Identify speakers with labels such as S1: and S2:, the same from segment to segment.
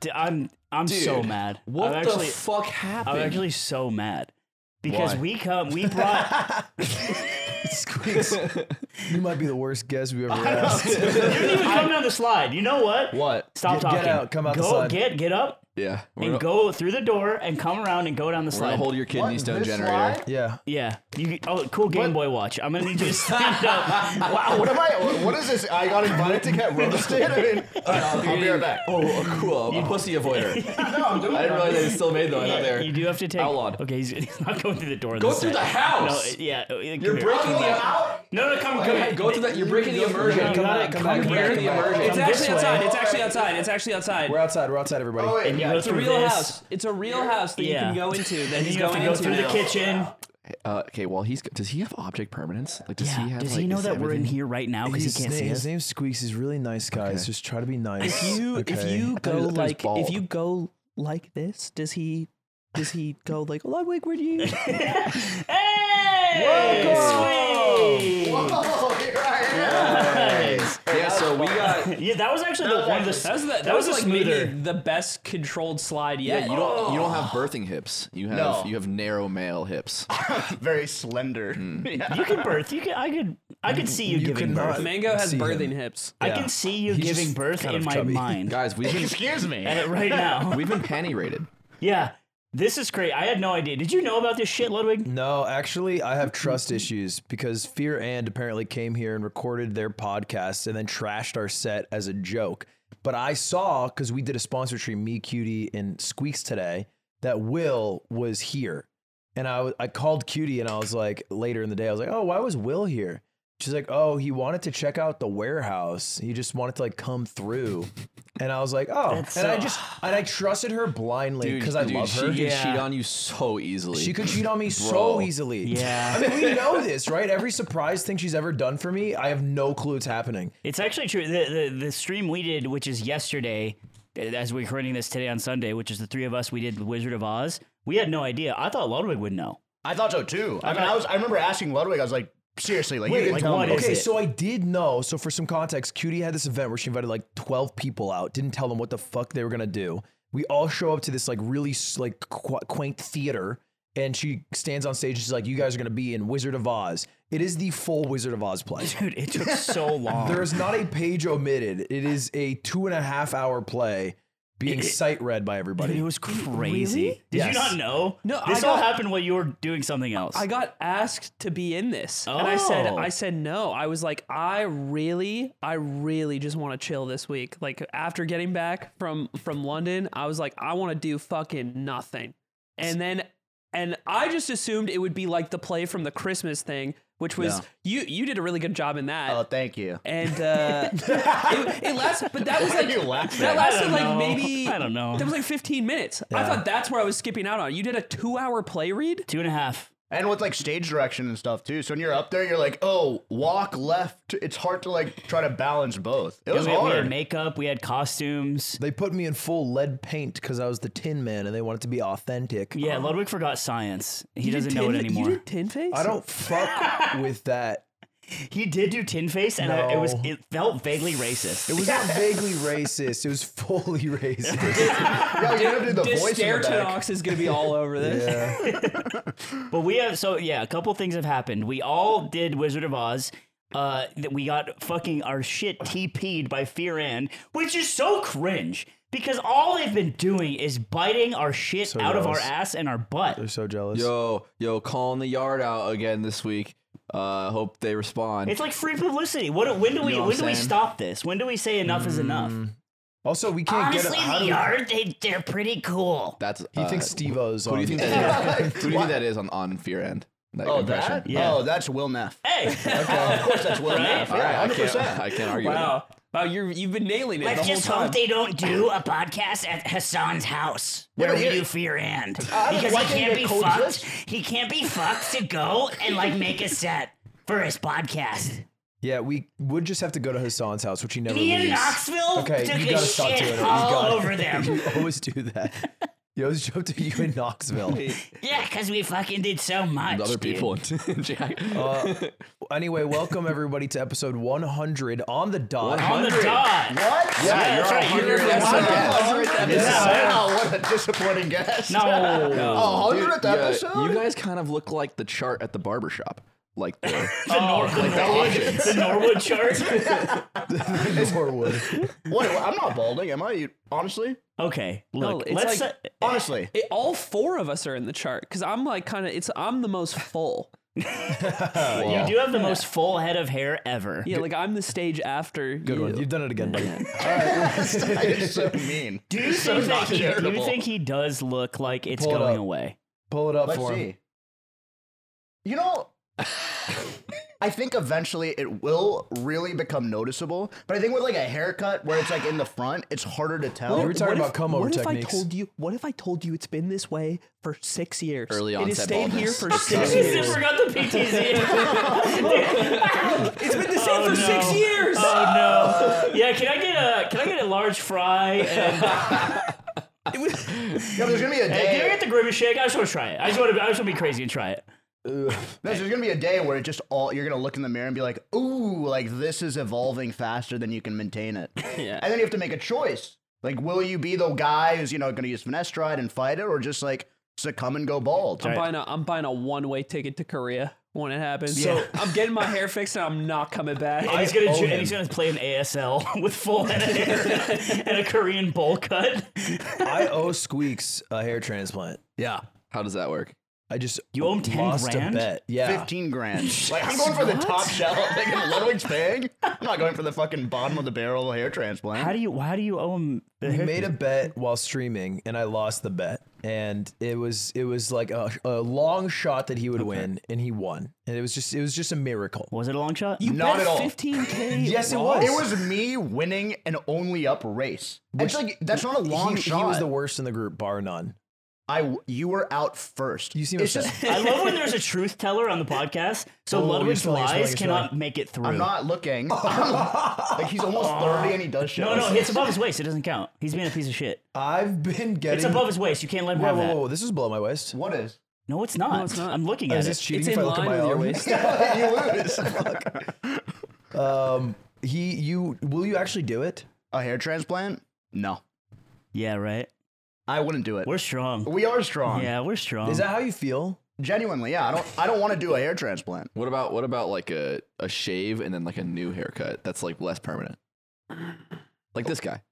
S1: D- I'm I'm so
S2: Dude,
S1: mad.
S2: What
S1: I'm
S2: the
S1: actually,
S2: fuck happened?
S1: I'm actually so mad because
S2: Why?
S1: we come, we brought.
S3: Squeaks. you might be the worst guest we've ever
S1: you
S3: asked.
S1: didn't even come down the slide. You know what?
S2: what?
S1: Stop
S3: Get- get
S1: talking.
S3: out, come out the
S1: Go
S3: slide.
S1: get get up
S2: Yeah. We're,
S1: and
S2: gonna,
S1: go through the door and come around and go down the
S2: we're gonna
S1: slide.
S2: hold your kidney stone generator.
S3: Yeah.
S1: yeah. You, oh, cool Game Boy watch. I'm gonna need you to stand up. Wow.
S4: What am I? What is this? I got invited to get roasted. I mean, I'll, be right back.
S2: Oh, cool. A pussy avoider.
S4: No, I'm doing
S2: I didn't realize they still made them out
S1: Yeah,
S2: there.
S1: You do have to take.
S2: Outlawed.
S1: Okay, he's, he's not going through the door.
S2: Go
S1: this
S2: through the
S1: time.
S2: house.
S1: No, yeah. uh,
S2: You're breaking the
S1: No, no, come. Go,
S2: Go through that. You're breaking the immersion.
S3: Come out, come out,
S2: You're
S3: come out,
S2: breaking
S3: come
S2: the
S3: out.
S2: immersion.
S5: It's
S1: Come this
S5: actually
S1: way.
S5: outside. It's actually outside. It's actually outside.
S3: We're outside. We're outside, everybody.
S4: Oh, wait,
S1: and you
S4: yeah.
S1: go
S5: It's a
S1: through
S5: real
S1: this,
S5: house. It's a real house that
S1: Yeah.
S5: you can go into that
S1: And
S5: he's
S1: you have
S5: going
S1: to go
S5: into
S1: through the
S5: now.
S1: kitchen.
S2: Uh, okay, well, he's. Does he have object permanence? Like, does
S1: Yeah.
S2: he have?
S1: Does
S2: like,
S1: he know
S2: is
S1: that we're in
S2: everything-
S1: here right now because he
S3: His,
S1: can't
S3: name,
S1: see
S3: his
S1: us?
S3: name's Squeaks. He's really nice, guys. Just try to be nice.
S5: If you if
S3: okay?
S5: you go
S2: thought he was
S5: like
S2: bald.
S5: if you go like this, does he does he go like Ludwig? Where'd you?
S1: Hey, sweet.
S4: Oh, here I am.
S2: Yeah. So we got.
S1: Yeah, that was actually the one. of the-
S5: That was the, that,
S1: was
S5: was,
S1: a
S5: like
S1: smoother.
S5: maybe the best controlled slide
S2: Yeah.
S5: yet.
S2: You don't. You don't have birthing hips. You have.
S4: No.
S2: You have narrow male hips.
S4: Very slender.
S1: You could birth. You could. I could. I could see you,
S3: you
S1: giving
S3: cannot-
S1: birth.
S5: Mango has
S3: See him.
S5: birthing hips.
S1: I can see you
S3: He's
S1: giving
S3: just
S1: birth
S3: kind
S1: in
S3: of
S1: my
S3: chubby.
S1: mind
S2: Guys, we've been
S4: Excuse me.
S1: Uh, right now.
S2: we've been panty rated.
S1: Yeah. This is great. I had no idea. Did you know about this shit, Ludwig?
S3: No, actually, I have trust issues because Fear and apparently came here and recorded their podcast and then trashed our set as a joke. But I saw because we did a sponsor tree, me, Cutie, and Squeaks today, that Will was here, and I wa- I called Cutie and I was like later in the day I was like, oh, why was Will here? She's like, oh, he wanted to check out the warehouse. He just wanted to like come through. And I was like, oh, and
S1: That's
S3: I
S1: so-
S3: just and I trusted her blindly because I
S2: dude,
S3: love
S2: she
S3: her.
S2: She could
S1: Yeah.
S2: cheat on you so easily.
S3: She could cheat on me so
S2: Bro.
S3: easily.
S1: Yeah.
S3: I mean, we know this, right? Every surprise thing she's ever done for me, I have no clue it's happening.
S1: It's actually true. The, the the stream we did, which is yesterday, as we're recording this today on Sunday, which is the three of us we did Wizard of Oz. We had no idea. I thought Ludwig would know.
S4: I thought so too. I mean, I was. I remember asking Ludwig. I was like, seriously, like, you didn't
S1: like,
S4: tell
S1: what
S4: me.
S1: is
S3: okay,
S1: it?
S3: so I did know. So for some context, Cutie had this event where she invited like 12 people out, didn't tell them what the fuck they were going to do. We all show up to this like really s- like qu- quaint theater and she stands on stage and she's like, "You guys are going to be in Wizard of Oz." It is the full Wizard of Oz play.
S1: Dude, it took so long.
S3: There is not a page omitted. It is a two and a half hour play being sight read by everybody.
S1: Dude, it was crazy. Did you
S3: Yes.
S1: not know?
S5: No,
S1: this
S5: I
S1: all
S5: got-
S1: happened while you were doing something else.
S5: I got asked to be in this, and I said,
S1: Oh.
S5: I said no. I was like, I really, I really just want to chill this week. Like after getting back from from London, I was like, I want to do fucking nothing. And then, and I just assumed it would be like the play from the Christmas thing, which was you. You did a really good job in that.
S4: Oh, thank you.
S5: and uh, it, it lasted, but that was like
S4: you laughing?
S5: that lasted
S1: don't
S5: like
S1: know.
S5: maybe
S1: I don't know.
S5: That was like 15 minutes. I thought that's where I was skipping out on. You did a two-hour play read.
S1: Two and a half.
S4: And with like stage direction and stuff too. So when you're up there, you're like, oh, walk left. It's hard to like try to balance both. It was
S1: we, had, we had
S4: hard.
S1: makeup. We had costumes.
S3: They put me in full lead paint because I was the Tin Man, and they wanted to be authentic.
S1: Yeah, Ludwig forgot science. He
S5: You did
S1: doesn't know it
S5: tin-
S1: anymore.
S5: You did tin face.
S3: I don't fuck with that.
S1: He did do Tin Face, and I, it was
S3: No.
S1: it felt vaguely racist.
S3: It was not vaguely racist. It was fully racist.
S4: Yeah, you gotta do the voice in the back.
S5: Distertonox is gonna be all over this.
S3: Yeah.
S1: But we have so yeah, a couple things have happened. We all did Wizard of Oz. Uh, that we got fucking our shit TP'd by Fear and, which is so cringe because all they've been doing is biting our shit
S3: So
S1: out of our
S3: gross.
S1: ass and our
S3: They're
S1: butt.
S3: so jealous.
S2: Yo, yo, calling the yard out again this week. Uh, hope they respond.
S1: It's like free publicity. What? When do we?
S2: know what
S1: when
S2: I'm
S1: do we
S2: saying?
S1: stop this? When do we say enough is enough?
S3: Also, we can't
S1: Honestly,
S3: get. how do
S1: the
S3: we-
S1: yard they they're pretty cool.
S2: That's
S3: He
S2: uh,
S3: thinks Steve O's.
S2: Who do you think that is? who do you think that is on on Fear End? That
S4: Oh,
S2: impression?
S4: that?
S1: Yeah.
S4: Oh, that's Will Neff.
S1: Hey,
S4: Of course, that's Will Neff.
S2: All right,
S4: Yeah,
S2: I
S4: hundred
S2: can't.
S4: percent.
S2: I can't argue. with
S5: Wow, wow, you're you've been nailing it
S1: let's
S5: the whole
S1: just hope
S5: time.
S1: they don't do a podcast at Hassan's house where
S4: but
S1: we
S4: here-
S1: do Fear and
S4: I don't-
S1: because
S4: why
S1: he
S4: can't
S1: can't
S4: they
S1: be
S4: coexist?
S1: fucked. He can't be fucked to go and like make a set for his podcast.
S3: Yeah, we would just have to go to Hassan's house, which he never
S1: Me and
S3: leaves.
S1: Knoxville
S3: Okay,
S1: took
S3: you
S1: a
S3: gotta stop
S1: shit
S3: doing it. You
S1: all
S3: gotta-
S1: over them.
S3: You always do that. You always joke to you in Knoxville.
S1: yeah, because we fucking did so much.
S2: the other
S1: dude.
S2: people in Jack.
S3: Uh, anyway, welcome everybody to episode 100 on the dot.
S1: on the dot.
S4: What?
S1: Yeah, that's right. You're
S2: Hundred
S1: the
S2: episodes.
S1: one.
S4: Wow.
S2: Hundred
S1: this is-
S4: Wow, what a disappointing guess.
S1: No.
S4: Oh,
S2: Dude,
S4: 100th
S2: yeah,
S4: episode?
S2: you guys kind of look like the chart at the barbershop. Like the,
S1: Oh, the, Norwood, the Norwood chart.
S3: Norwood.
S4: Wait, wait, I'm not balding, am I? You, honestly?
S1: Okay, look.
S5: it's
S1: let's.
S5: like-
S1: uh,
S4: Honestly.
S5: It, all four of us are in the chart because I'm like kind of it's I'm the most full.
S1: you do have the most full head of hair ever.
S5: Yeah, like I'm the stage after
S3: Good
S5: you.
S3: one. You've done it again, buddy.
S4: It's so mean.
S1: Do you
S4: So
S1: think that
S4: not
S1: he? Do you
S4: charitable.
S1: think he does look like it's
S3: Pull it
S1: going
S3: up.
S1: away?
S3: Pull it up
S4: Let's
S3: for him.
S4: see. You know, I think eventually it will really become noticeable, but I think with like a haircut where it's like in the front, it's harder to tell.
S3: We were talking about come over
S5: what if I
S3: techniques.
S5: told you? What if I told you it's been this way for six years?
S2: Early
S5: It has
S2: onset
S5: stayed here
S2: baldness.
S5: for six
S1: I
S5: years.
S1: forgot the PTZ.
S5: It's been the same
S1: Oh,
S5: for
S1: no.
S5: six years.
S1: Oh no! Yeah, can I get a can I get a large fry? And,
S5: It was-
S4: Yeah, there's gonna be a
S1: and can I
S4: day.
S1: get the Grimace shake? I just want to try it. I just want to I just want to be crazy and try it.
S4: There's gonna be a day where it just all you're gonna look in the mirror and be like, "Ooh, like this is evolving faster than you can maintain it."
S5: Yeah.
S4: And then you have to make a choice. Like, will you be the guy who's you know gonna use finasteride and fight it, or just like succumb and go bald?
S5: I'm buying a I'm buying a one way ticket to Korea when it happens. So I'm getting my hair fixed and I'm not coming back.
S1: And he's gonna
S3: owe
S1: ju- and
S3: him.
S1: he's gonna play an ASL with full head of hair and a Korean bowl cut.
S3: I owe Squeaks a hair transplant.
S5: yeah.
S2: how does that work?
S3: I just
S1: You owe him 10
S3: lost
S1: grand?
S3: a bet. Yeah.
S4: 15 grand. Like, I'm going for the top shelf. Like, if Ludwig's paying, I'm not going for the fucking bottom of the barrel hair transplant.
S1: How do you why do you owe him? The
S3: We
S1: hair-
S3: made a bet while streaming, and I lost the bet. And it was it was like a, a long shot that he would win, and he won. And it was just it was just a miracle.
S1: was it a long shot?
S5: You
S4: Not
S5: bet
S4: at all.
S5: 15k.
S3: Yes, it
S5: loss?
S3: was.
S4: it was me winning an only up race. It's like, that's not a long
S3: he,
S4: shot.
S3: He was the worst in the group, bar none.
S4: I, you were out first.
S3: You seem
S4: It's
S3: upset.
S4: just,
S1: I love when there's a truth teller on the podcast, so
S3: Oh, you're
S1: Ludwig's
S3: smelling, you're
S1: lies
S3: smelling, you're
S1: cannot
S3: smelling.
S1: make it through.
S4: I'm not looking. like, he's almost 30 and he does shit.
S1: no, no, it's above his waist. It doesn't count. He's being a piece of shit.
S3: I've been getting.
S1: It's above his waist. You can't let him
S3: whoa,
S1: have
S3: whoa,
S1: that.
S3: whoa! This is below my waist.
S4: What is?
S1: No, it's not.
S5: it's not.
S1: I'm looking
S3: Is
S1: at
S3: this
S1: it.
S3: cheating
S5: It's
S3: if
S5: in
S3: I look at
S5: line
S3: my
S5: with your
S3: own?
S5: waist.
S4: you lose.
S3: Um, He, you, will you actually do it?
S4: a hair transplant? No.
S1: Yeah, right.
S4: I wouldn't do it.
S1: We're strong.
S4: We are strong.
S1: Yeah, we're strong.
S3: Is that how you feel?
S4: Genuinely, yeah. I don't, I don't want to do a hair transplant.
S2: What about what about like a, a shave and then like a new haircut that's like less permanent? Like this guy.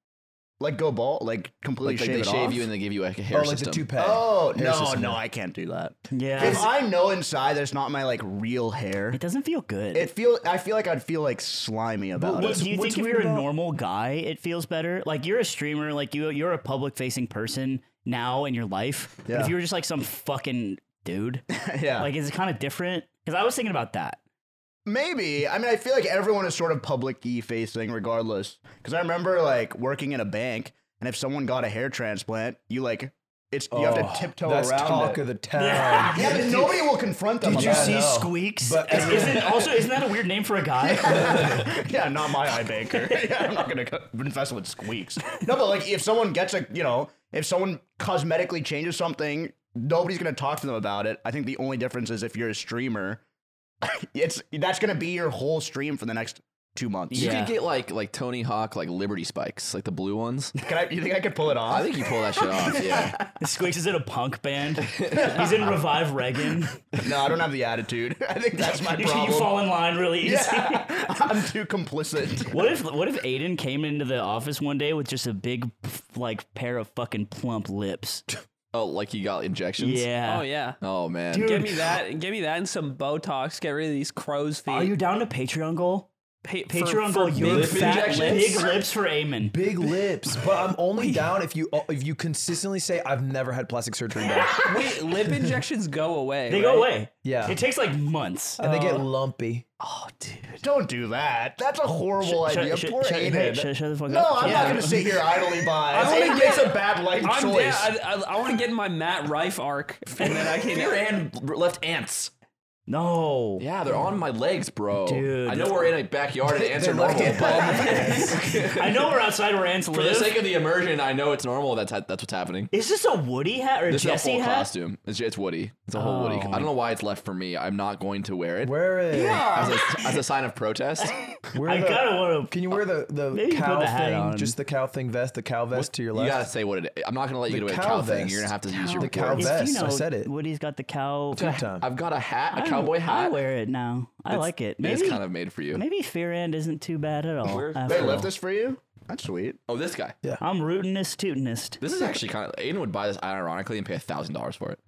S4: Like, go bald. Like, completely
S2: Like, like
S4: shave
S2: they
S4: it
S2: shave
S4: off.
S2: you and they give you like a
S3: Oh,
S2: hair
S3: like
S2: system.
S3: the toupee.
S4: Oh
S3: Hair
S4: no,
S3: system.
S4: no, I can't do that. If
S1: yeah.
S4: I know inside there's not my like real hair,
S1: It doesn't feel good.
S4: it feel I feel like I'd feel like slimy about
S1: Wait,
S4: it.
S1: do you
S3: what's
S1: think if
S3: weird
S1: you're a
S3: about-
S1: normal guy, it feels better? Like you're a streamer, like you you're a public facing person now in your life. But
S4: Yeah.
S1: if you were just like some fucking dude,
S4: yeah,
S1: like is it kind of different? Because I was thinking about that.
S4: maybe. I mean, I feel like everyone is sort of public-y facing, regardless. Because I remember like working in a bank, and if someone got a hair transplant, you like it's you have
S3: Oh,
S4: to tiptoe
S3: that's
S4: around
S3: talk
S4: it.
S3: of the town.
S4: yeah, but nobody will confront them.
S3: Did you
S1: You
S4: about
S1: see
S3: I know.
S1: squeaks.
S3: But-
S1: Is- isn't also isn't that a weird name for a guy?
S4: it. yeah, not my eye banker. yeah, I'm not gonna co- invest with squeaks. No, but like if someone gets a you know if someone cosmetically changes something, nobody's gonna talk to them about it. I think the only difference is if you're a streamer, it's that's gonna be your whole stream for the next two months.
S2: You
S1: Yeah.
S2: could get like like Tony Hawk like Liberty spikes, like the blue ones.
S4: Can I, you think I could pull it off?
S2: I think you pull that shit off. Yeah.
S1: squeaks is in a punk band. He's in Revive Reagan.
S4: no, I don't have the attitude. I think that's my
S1: You,
S4: problem.
S1: you fall in line really easy.
S4: yeah, I'm too complicit.
S1: What if what if Aiden came into the office one day with just a big like pair of fucking plump lips?
S2: Oh, like you got injections.
S1: Yeah.
S5: Oh yeah.
S2: Oh man.
S1: Dude.
S5: Give me that. Give me that and some Botox. Get rid of these crow's feet.
S1: Are you down to Patreon goal?
S5: Pa- for-
S1: Patreon
S5: for
S1: goal, your
S5: big
S1: fat
S5: injections?
S1: big lips for Amen.
S3: Big lips, but I'm only down if you uh, if you consistently say I've never had plastic surgery done,
S5: Wait, lip injections go away.
S1: They
S5: right?
S1: go away.
S3: Yeah.
S1: It takes like months.
S3: and they
S4: Uh.
S3: get lumpy.
S5: Oh, dude.
S4: Don't do that. That's a horrible
S1: Shut-
S4: idea.
S1: shut-
S4: Poor
S1: shut-
S4: Aiden.
S1: shut- shut the fuck
S4: no,
S1: up.
S4: I'm not
S5: Yeah.
S4: going to sit here idly by.
S5: I wanna
S4: Aiden
S5: get-
S4: makes a bad life
S5: I'm down.
S4: choice.
S5: I, I, I want to get in my Matt Rife arc, and then I can.
S2: and left ants.
S1: No.
S2: Yeah, they're on my legs, bro.
S1: Dude.
S2: I know we're in a backyard and ants are normal, but
S1: I know we're outside where ants
S2: for the
S1: live.
S2: sake of the immersion, I know it's normal. That's ha- that's what's happening.
S1: is this a Woody hat or a
S2: This is a
S1: Jesse Oh
S2: full
S1: hat?
S2: costume. It's, it's Woody. It's a whole Woody. co- I don't know why it's left for me. I'm not going to wear it
S3: Wear it.
S2: as a, as a sign of protest.
S3: Wear
S1: I
S3: the-
S1: gotta want to.
S3: Can you wear the, the
S1: Maybe you
S3: cow
S1: put the hat
S3: thing?
S1: on.
S3: Just the cow thing vest, the cow vest to your
S2: You
S3: left.
S2: gotta say what it is. I'm not gonna let you
S3: The
S2: get away with
S3: cow
S2: cow thing.
S3: vest.
S2: You're gonna have to use your
S3: The cow
S2: words.
S3: vest. I said it.
S1: Woody's got the cow.
S3: Two time.
S2: I've got a hat, a
S1: I
S2: cowboy
S1: don't- I
S2: hat.
S1: wear it now. I like it. Maybe
S2: It's kind of made for you.
S1: maybe Fear End isn't too bad at all.
S2: Where's-
S1: after
S4: They left
S1: all.
S4: this for you? That's sweet.
S2: Oh, this guy.
S1: I'm rootinist, tootinist.
S2: This is actually kind of. Aiden would buy this ironically and pay a thousand dollars for it.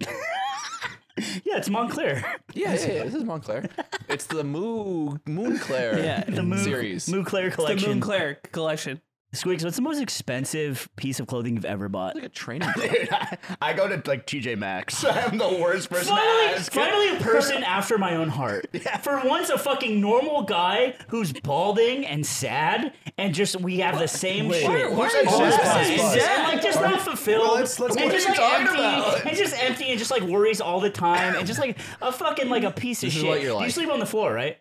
S1: Yeah, it's Montclair.
S2: Yeah, yeah, yeah. This is Montclair. it's the Moo Moonclair
S5: Yeah,
S1: the Moo,
S2: series.
S1: Mooclair
S5: The
S1: collection.
S5: Moonclair collection.
S1: Squeaks, what's the most expensive piece of clothing you've ever bought?
S2: like a training.
S4: I go to like TJ Maxx. I'm the worst person to
S1: Finally,
S4: ask.
S1: finally, a person after my own heart. For once, a fucking normal guy who's balding and sad, and just we have the same shit.
S4: why are you
S1: All sad
S4: sad?
S1: and
S3: Why are you
S1: sad, like just not fulfilled,
S3: Well, let's- let's-
S1: and
S3: what
S1: just
S4: are you
S1: like
S4: talking
S1: empty,
S4: about?
S1: and just empty, and just like worries all the time, and just like a fucking like a piece of
S2: This is
S1: shit.
S2: what you're like.
S1: You sleep on the floor, right?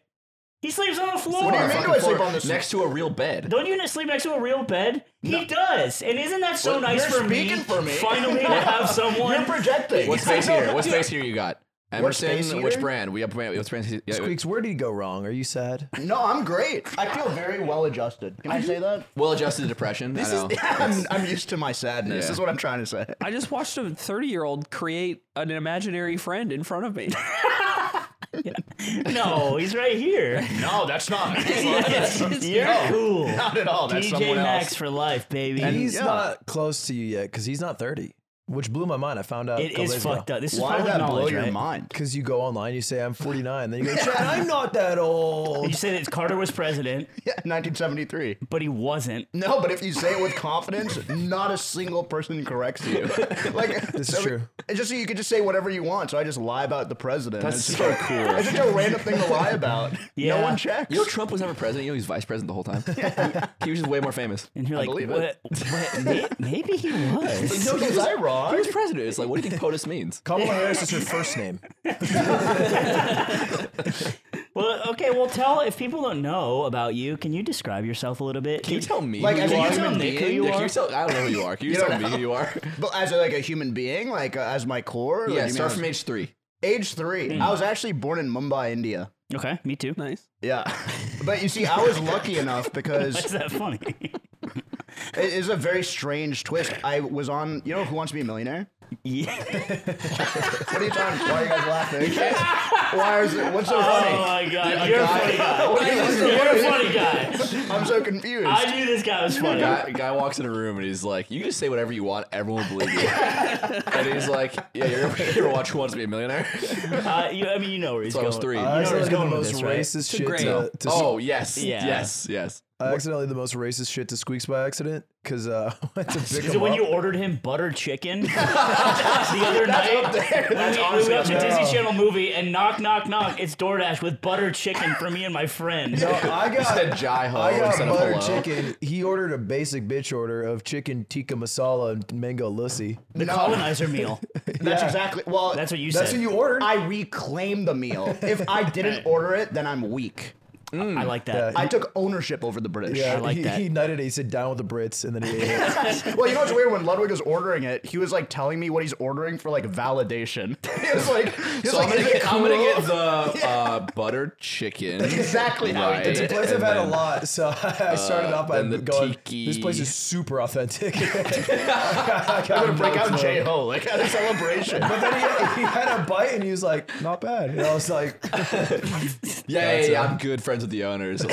S1: He sleeps on the floor.
S4: do you mean? I sleep on this-
S2: next to a real bed?
S1: Don't you sleep next to a real bed? He does, and isn't that so
S2: Well,
S1: nice
S4: you're
S1: for me?
S4: speaking for me.
S1: Finally, to have someone.
S4: You're projecting.
S2: What space here? What space here you got?
S4: space
S2: Emerson,
S4: heater?
S2: which brand? We have brand. What brand? Yeah,
S3: Squeaks, where did he go wrong? Are you sad?
S4: No, I'm great. I feel very well adjusted. Can I say that?
S2: Well adjusted depression. This I know.
S4: I'm, I'm used to my sadness.
S2: Yeah.
S4: Is what I'm trying to say.
S5: I just watched a 30 year old create an imaginary friend in front of me.
S1: No, he's right here.
S4: No, that's not.
S1: You're cool.
S4: not at all. That's
S1: DJ
S4: someone
S1: Maxx
S4: else.
S1: for life, baby.
S3: he's
S4: yeah.
S3: not close to you yet because he's not 30, which blew my mind. I found out.
S1: it is fucked up. This is
S4: Why did
S1: public
S4: that
S1: knowledge,
S4: blow your
S1: right?
S4: mind?
S3: Because you go online, you say, I'm 49. Then you go, Chad, I'm not that
S1: You
S3: old.
S1: said that Carter was president,
S4: Yeah, 1973.
S1: but he wasn't.
S4: No, but if you say it with confidence, not a single person corrects you. like
S3: This is
S4: so
S3: true.
S4: It's just so you could just say whatever you want. So I just lie about the president.
S2: That's
S4: It's
S2: so cool.
S4: It's just a random thing to lie about.
S1: Yeah.
S4: No one checks.
S2: You know Trump was never president. You know he was vice president the whole time. he was just way more famous.
S1: And you're
S2: I
S1: like,
S2: believe
S1: what?
S2: it.
S1: what? May- Maybe he was.
S4: So was I
S2: He
S4: wrong?
S2: was president. It's like, what do you think POTUS means?
S3: Kamala Harris is her first name.
S1: Well, okay. Well, tell if people don't know about you, can you describe yourself a little bit?
S2: Can you tell me
S4: Like,
S2: who
S4: as
S2: you
S4: a
S2: are?
S4: human
S1: being? Who you
S2: Yeah, can
S1: are?
S2: you tell, I don't know who you are. Can you,
S4: You
S2: tell
S4: don't
S2: me who
S4: know.
S2: you are?
S4: But as a, like a human being, like uh, as my core.
S2: Yeah,
S4: like,
S2: start from age three.
S4: age three. I was actually born in Mumbai, India.
S1: Okay, me too.
S5: nice.
S4: Yeah, but you see, I was lucky enough
S1: Why
S4: because
S1: is that funny?
S4: it is a very strange twist. I was on, you know, Who Wants to Be a Millionaire?
S1: yeah.
S4: What are you talking? Why are you guys laughing? Why is it? What's so
S1: Oh
S4: funny?
S1: my god, you're a funny guy.
S4: What is
S1: You're
S4: this?
S1: a funny guy.
S4: I'm so confused.
S1: I knew this guy was funny.
S2: Guy, guy walks in a room and he's like, "You just say whatever you want, everyone will believe you." and he's like, "Yeah, you're, you're gonna watch Who Wants to Be a Millionaire."
S1: Uh, you, I mean, you know where he's
S2: So I
S1: going.
S2: was three.
S3: I
S1: know where uh, he's
S3: accidentally did the
S1: going with
S3: most
S1: this, right?
S3: racist
S5: a
S3: shit
S5: great-
S3: to, to
S2: oh yes,
S1: Yeah.
S2: yes, yes.
S3: I accidentally did the most racist shit to Squeaks by accident because uh, I went to pick
S1: Is
S3: him
S1: it when
S3: up.
S1: you ordered him butter chicken the other night? When we, we watched a Disney Channel movie and knock, knock, knock, it's DoorDash with butter chicken for me and my friend.
S3: No, I got,
S2: said jai ho
S3: I got
S2: instead of
S3: butter
S2: hello.
S3: chicken. He ordered a basic bitch order of chicken tikka masala and mango lassi.
S1: The colonizer meal.
S4: That's exactly. Well,
S1: That's what you
S3: That's
S1: said.
S3: what you ordered.
S4: I reclaim the meal. If I didn't order it, then I'm weak.
S1: I like that.
S4: I took ownership over the British.
S3: yeah,
S1: I like
S3: he,
S1: that.
S3: he knighted it. He said, "Down with the Brits," and then he ate it.
S4: Well, you know what's weird? When Ludwig was ordering it, he was like telling me what he's ordering for like validation. He was like, he was
S2: So
S4: like
S2: I'm, gonna
S4: "Is it
S2: get, I'm gonna
S4: cool?"
S2: get the uh, buttered chicken.
S4: exactly how he
S2: Right.
S4: did it.
S3: It's a place I've
S2: And
S3: had a
S2: then-
S3: lot, so I started off by
S2: then the
S3: going,
S2: tiki.
S3: "This place is super authentic."
S4: I'm gonna break out J Ho like at a celebration.
S3: But then he, he had a bite and he was like, "Not bad." And I was like,
S2: Yeah, yeah, yeah, I'm good friends with the owners. Or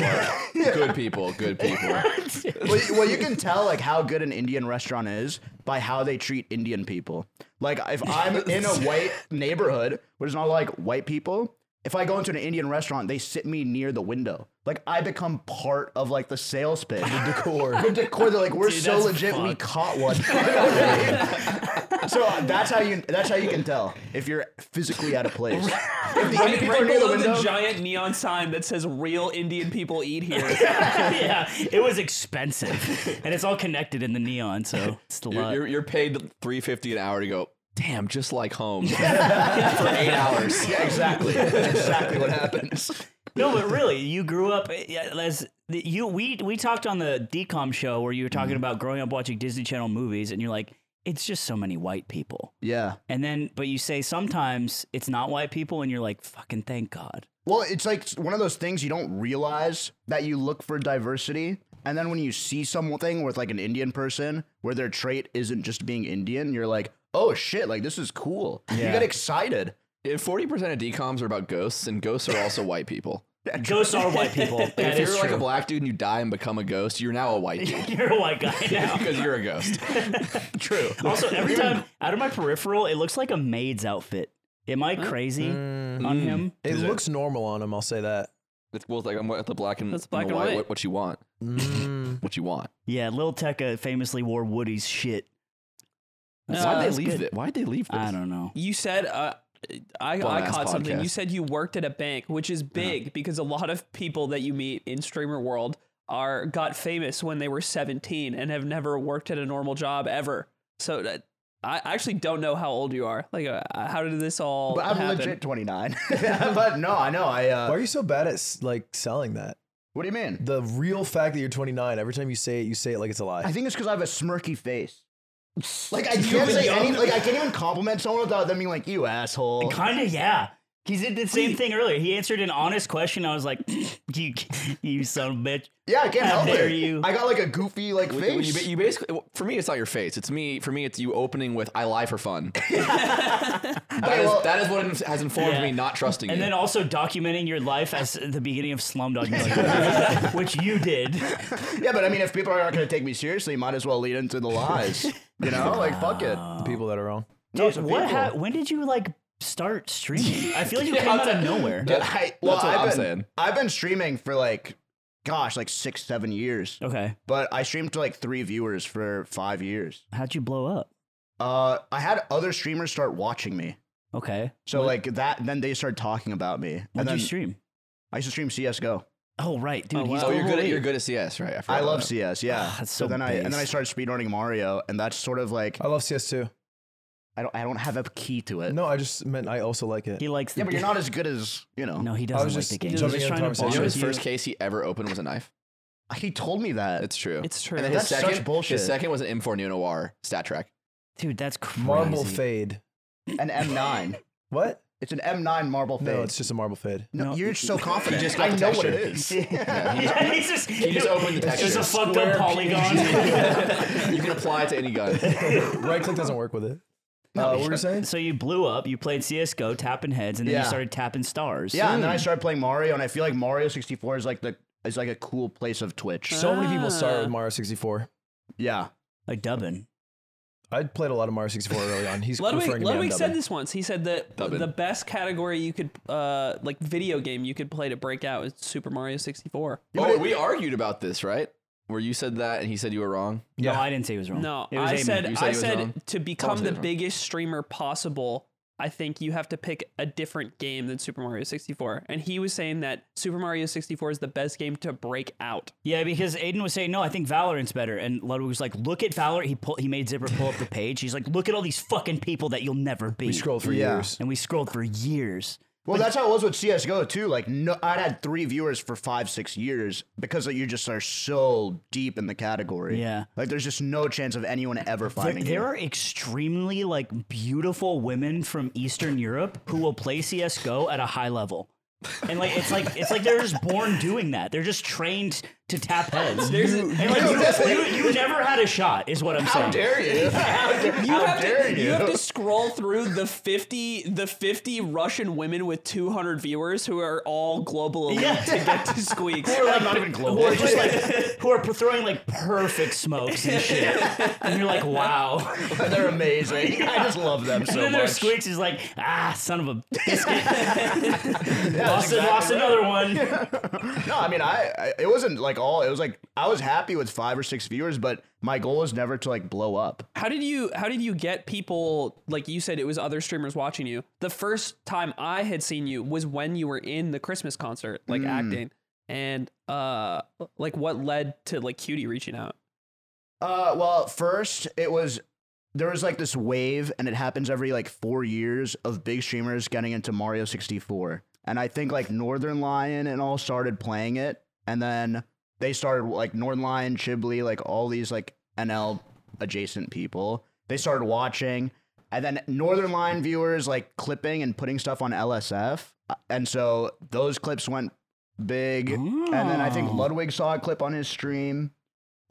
S2: good people, good people.
S4: well, you- well, you can tell like how good an Indian restaurant is by how they treat Indian people. Like if I'm in a white neighborhood, which is not like white people, if I go into an Indian restaurant, they sit me near the window. Like I become part of like the sales pitch. The decor. The decor. They're like, we're
S1: Dude,
S4: so
S1: that's
S4: legit. We
S1: fucked.
S4: caught one. You know what I mean? so that's how you. That's how you can tell if you're physically out of place. If the Indian people are
S5: Right
S4: near the
S5: below the
S4: window,
S5: giant neon sign that says "Real Indian people eat here."
S1: yeah, it was expensive, and it's all connected in the neon, so it's a
S2: You're,
S1: lot.
S2: you're, you're paid three fifty an hour to go. damn, just like home for eight hours.
S4: Yeah, exactly. exactly what happens.
S1: No, but really, you grew up yeah, as the- you. We we talked on the DCOM show where you were
S2: Mm-hmm.
S1: talking about growing up watching Disney Channel movies, and you're like, it's just so many white people.
S4: Yeah.
S1: And then, but you say sometimes it's not white people, and you're like, fucking thank God.
S4: Well, it's like one of those things you don't realize that you look for diversity. And then when you see something with like an Indian person where their trait isn't just being Indian, you're like, oh shit, like this is cool. You get excited.
S2: Forty percent of decoms are about ghosts, and ghosts are also white people.
S1: Ghosts are white people. That
S2: if you're
S1: is
S2: like a
S1: true.
S2: black dude and you die and become a ghost, you're now a white dude
S1: you're a white guy now.
S2: because you're a ghost.
S1: True. Also, every time out of my peripheral, it looks like a maid's outfit. Am I crazy
S2: Mm.
S1: on him?
S3: It looks normal on him. I'll say that.
S2: It's well, it's like I'm at the black and,
S5: That's black
S2: the
S5: and white.
S2: What, what you want?
S4: Mm.
S2: what you want?
S1: Yeah, Lil Tecca famously wore Woody's shit. That's-
S2: Why'd
S1: that's
S2: they leave
S1: good.
S2: it? Why'd they leave this?
S1: I don't know.
S5: You said uh, I, I
S2: Bum-ass
S5: caught something.
S2: podcast.
S5: You said you worked at a bank, which is big because a lot of people that you meet in streamer world are got famous when they were 17 and have never worked at a normal job ever. So that, I actually don't know how old you are. Like, uh, how did this all
S4: But I'm
S5: happen?
S4: legit 29. but no, I know. I.
S3: Why
S4: Uh,
S3: are you so bad at s- like selling that?
S4: what do you mean?
S3: The real fact that you're 29. Every time you say it, you say it like it's a lie.
S4: I think it's because I have a smirky face. Like I can't say any, like I can't even compliment someone without them being like, "You asshole."
S1: Kind of, yeah. He did the same thing earlier. He answered an honest question. I was like, you, you son of a bitch.
S4: Yeah, I can't
S1: How
S4: help
S1: dare
S4: it.
S1: you.
S4: I got like a goofy like
S2: When- when you,
S4: face.
S2: ba- you basically for me it's not your face it's me for me it's you opening with i lie for fun That is
S4: well-
S2: that is what inf- has informed
S1: Yeah.
S2: me not trusting
S1: And
S2: you
S1: then also documenting your life as the beginning of Slumdog Millionaire, which you did.
S4: yeah, but I mean, if people aren't going to take me seriously, might as well lead into the lies. You know, like fuck it.
S1: Ah.
S3: the people that are wrong.
S1: Dude,
S4: some
S1: what
S4: people.
S1: ha- when did you like start streaming? I feel like you came
S2: I'm
S1: out of
S2: not-
S1: nowhere.
S2: That-
S4: I,
S2: that's what
S4: I've
S2: i'm
S4: been,
S2: saying
S4: I've been streaming for like, gosh, like six, seven years.
S1: Okay.
S4: But I streamed to like three viewers for five years.
S1: How'd you blow up?
S4: Uh, I had other streamers start watching me.
S1: Okay.
S4: So like that, then they started talking about me. and
S1: What'd
S4: then
S1: you stream?
S4: I used to stream CS:GO.
S1: Oh right, dude.
S5: Oh,
S1: he's
S5: wow.
S2: oh you're good at
S1: overweight.
S2: you're good at cs right forgot
S4: I
S2: about
S4: love
S2: that.
S4: CS, yeah.
S1: Ah, that's so
S4: then I and then I
S1: base. Oh.
S4: started speedrunning Mario, and that's sort of like
S3: I love CS2.
S4: I don't I don't have a key to it.
S3: No, I just meant I also like it.
S1: He likes. The
S4: Yeah, but you're
S1: game.
S4: not as good as you know.
S1: No, he
S3: I
S1: doesn't
S3: was
S1: like
S3: just
S1: the game. He's
S3: jumping
S1: just
S3: in
S1: trying to
S3: conversation.
S1: bond
S2: you know his
S1: with you.
S2: first case he ever opened was a knife
S4: He told me that.
S2: it's true
S5: It's true.
S2: and then
S4: That's
S2: his second
S4: such bullshit.
S2: his second was an m4 neo noir stat track
S1: Dude, that's crazy.
S3: Marble fade.
S4: An M9.
S3: What?
S4: It's an M9 marble fade.
S3: No, it's just a marble fade.
S4: No,
S1: No.
S4: you're so confident.
S2: just got
S4: I
S2: the
S4: know what it is.
S2: texture. Yeah, he
S1: Yeah, he's just,
S2: He just opened the
S1: It's
S2: texture.
S1: just a fucked up polygon.
S2: you can apply it to any gun
S3: Right click doesn't work with it. Uh, what were you saying?
S1: so you blew up. You played CS:GO, tapping heads, and then
S4: Yeah.
S1: you started tapping stars.
S4: Yeah, and then I started playing Mario, and I feel like Mario 64 is like the is like a cool place of Twitch.
S3: So many people start
S5: Ah.
S3: with Mario 64.
S4: Yeah,
S1: like dubbing.
S3: I played a lot of Mario 64 early on. He's referring to
S5: Ludwig,
S3: me on
S5: Ludwig
S3: dubbing.
S5: said this once. He said that
S2: Dubbin.
S5: the best category you could, uh, like video game you could play to break out is Super Mario 64.
S2: oh we argued about this right where you said that and he said you were wrong
S1: No,
S3: Yeah.
S1: I didn't say he was wrong.
S5: No,
S1: it was
S5: I
S1: Aiden.
S5: said,
S2: You said
S5: I
S2: he was wrong.
S5: said to become
S2: said
S5: the
S2: he was wrong.
S5: biggest streamer possible, I think you have to pick a different game than Super Mario 64. And he was saying that Super Mario 64 is the best game to break out.
S1: Yeah, because Aiden was saying, "No, I think Valorant's better," and Ludwig was like, "Look at Valorant." He pull, he made Zipper pull up the page. He's like, "Look at all these fucking people that you'll never beat."
S3: We scrolled for
S4: Yeah.
S3: years.
S1: and we scrolled for years.
S4: Well, that's how it was with CS:GO too. Like, no, I'd had three viewers for five, six years because you just are so deep in the category.
S1: Yeah.
S4: like there's just no chance of anyone ever
S1: There,
S4: finding
S1: there
S4: you.
S1: are extremely like beautiful women from Eastern Europe who will play CS:GO at a high level, and like it's like it's like they're just born doing that. They're just trained to tap heads. and like you, you, you never had a shot, is what I'm saying.
S4: you? How dare,
S5: You have
S4: dare
S5: to, you? have to scroll through the 50 the 50 Russian women with 200 viewers who are all global elite
S1: Yeah.
S5: to get to squeaks.
S4: I'm not even
S1: who
S4: global.
S1: are just like who are throwing like perfect smokes and shit, and you're like, wow.
S4: They're amazing. I just love them
S1: And
S4: so
S1: then there's
S4: much.
S1: Squeaks is like, ah, son of a biscuit. lost
S4: exactly
S1: lost
S4: right.
S1: another one.
S4: No, I mean, I, I it wasn't like all. It was like I was happy with five or six viewers, but my goal was never to like blow up.
S5: How did you how did you get people like you said it was other streamers watching you? The first time I had seen you was when you were in the Christmas concert, like acting. And uh like what led to like Cutie reaching out?
S4: Uh, well, first it was there was like this wave, and it happens every like four years of big streamers getting into Mario 64. And I think like Northern Lion and all started playing it, and then they started like Northern Lion, Chibli, like all these like NL adjacent people. They started watching, and then Northern Lion viewers like clipping and putting stuff on LSF, Uh, and so those clips went big. And then I think Ludwig saw a clip on his stream.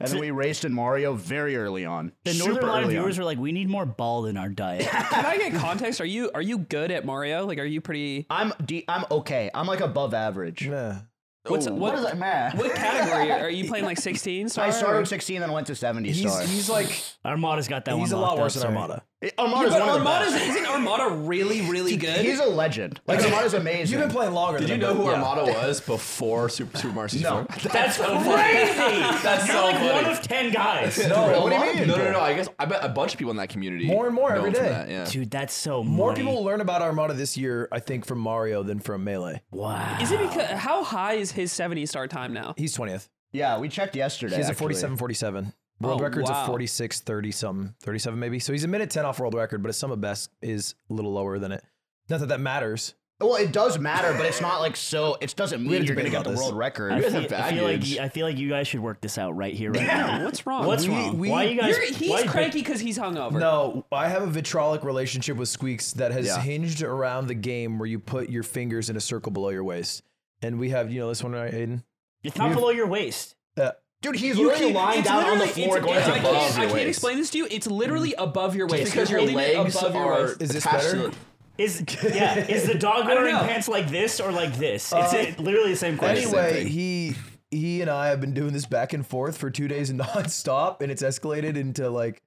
S4: And then we raced in Mario very early on.
S1: The
S4: Super
S1: Northern Line
S4: early
S1: viewers
S4: on.
S1: were like, we need more ball in our diet.
S5: Can I get context? Are you are you good at Mario? Like, are you pretty?
S4: I'm de- I'm okay. I'm like above average.
S3: Yeah.
S5: What's what,
S4: What is that man?
S5: what category are you playing? Like sixteen?
S4: I
S5: Sorry,
S4: started with 16, then went to 70
S3: He's,
S4: star.
S3: he's like
S1: Armada's got that one.
S3: he's a lot
S1: locked
S3: worse
S1: up,
S3: than
S1: sorry.
S3: Armada.
S4: Armada's
S5: But
S4: one of the
S5: Armada's
S4: best.
S5: isn't Armada really really good?
S4: He's a legend. Like Armada's amazing.
S3: You've been playing longer.
S2: Did you
S3: than
S2: know
S3: him,
S2: who
S3: but-
S2: Armada was before Super, Super Mario 64?
S1: That's crazy.
S2: That's
S1: You're
S2: so
S1: like
S2: funny.
S1: one of ten guys.
S2: No,
S4: what do you mean?
S2: No, no, no. I guess I bet a bunch of people in that community.
S3: More and more
S2: know
S3: every
S2: him from
S3: day.
S2: that, yeah.
S1: Dude, that's so
S3: More
S1: money.
S3: people learn about Armada this year, I think, from Mario than from Melee.
S1: Wow.
S5: Is it because how high is his seventy star time now?
S3: He's 20th.
S4: Yeah, we checked yesterday.
S3: He has a
S4: actually.
S3: 47 47. World
S5: Oh,
S3: record's
S5: wow.
S3: a 46 30 something, 37 maybe. So he's a minute 10 off world record, but his sum of best is a little lower than it. Not that that matters.
S4: Well, it does matter, but it's not like so. It doesn't mean you're going to
S3: debate
S4: get
S3: about
S4: the
S3: this.
S4: world record.
S1: I
S2: guys
S1: feel,
S2: have
S1: I feel like
S2: baggage.
S1: I feel like you guys should work this out right here, right now.
S5: What's wrong?
S1: What's
S5: We-
S1: wrong?
S3: we-
S1: why you guys?
S5: You're, he's
S1: why,
S5: cranky because he's hungover.
S3: No, I have a vitrolic relationship with Squeaks that has
S2: Yeah.
S3: hinged around the game where you put your fingers in a circle below your waist. And we have, you know, this one, right, Aiden?
S1: It's not below your waist.
S3: Uh,
S4: Dude, he's
S5: You
S4: literally
S5: can't-
S4: lying
S5: it's
S4: down on the
S5: literally-
S4: floor
S5: it's-
S4: going
S5: it's-
S4: to
S5: I
S4: above
S5: can't,
S4: your
S5: I can't
S4: waist. Mm.
S5: explain this to you. It's literally above your waist.
S2: because
S5: You're
S2: your
S5: holding it
S2: legs
S5: above your
S2: are
S5: waist.
S3: Is this
S2: attached
S3: better?
S2: to
S1: Is yeah? Is the dog wearing
S5: know.
S1: pants like this or like this? It's it- literally the same question.
S3: Anyway,
S2: thing.
S3: he he and I have been doing this back and forth for two days nonstop, and it's escalated into like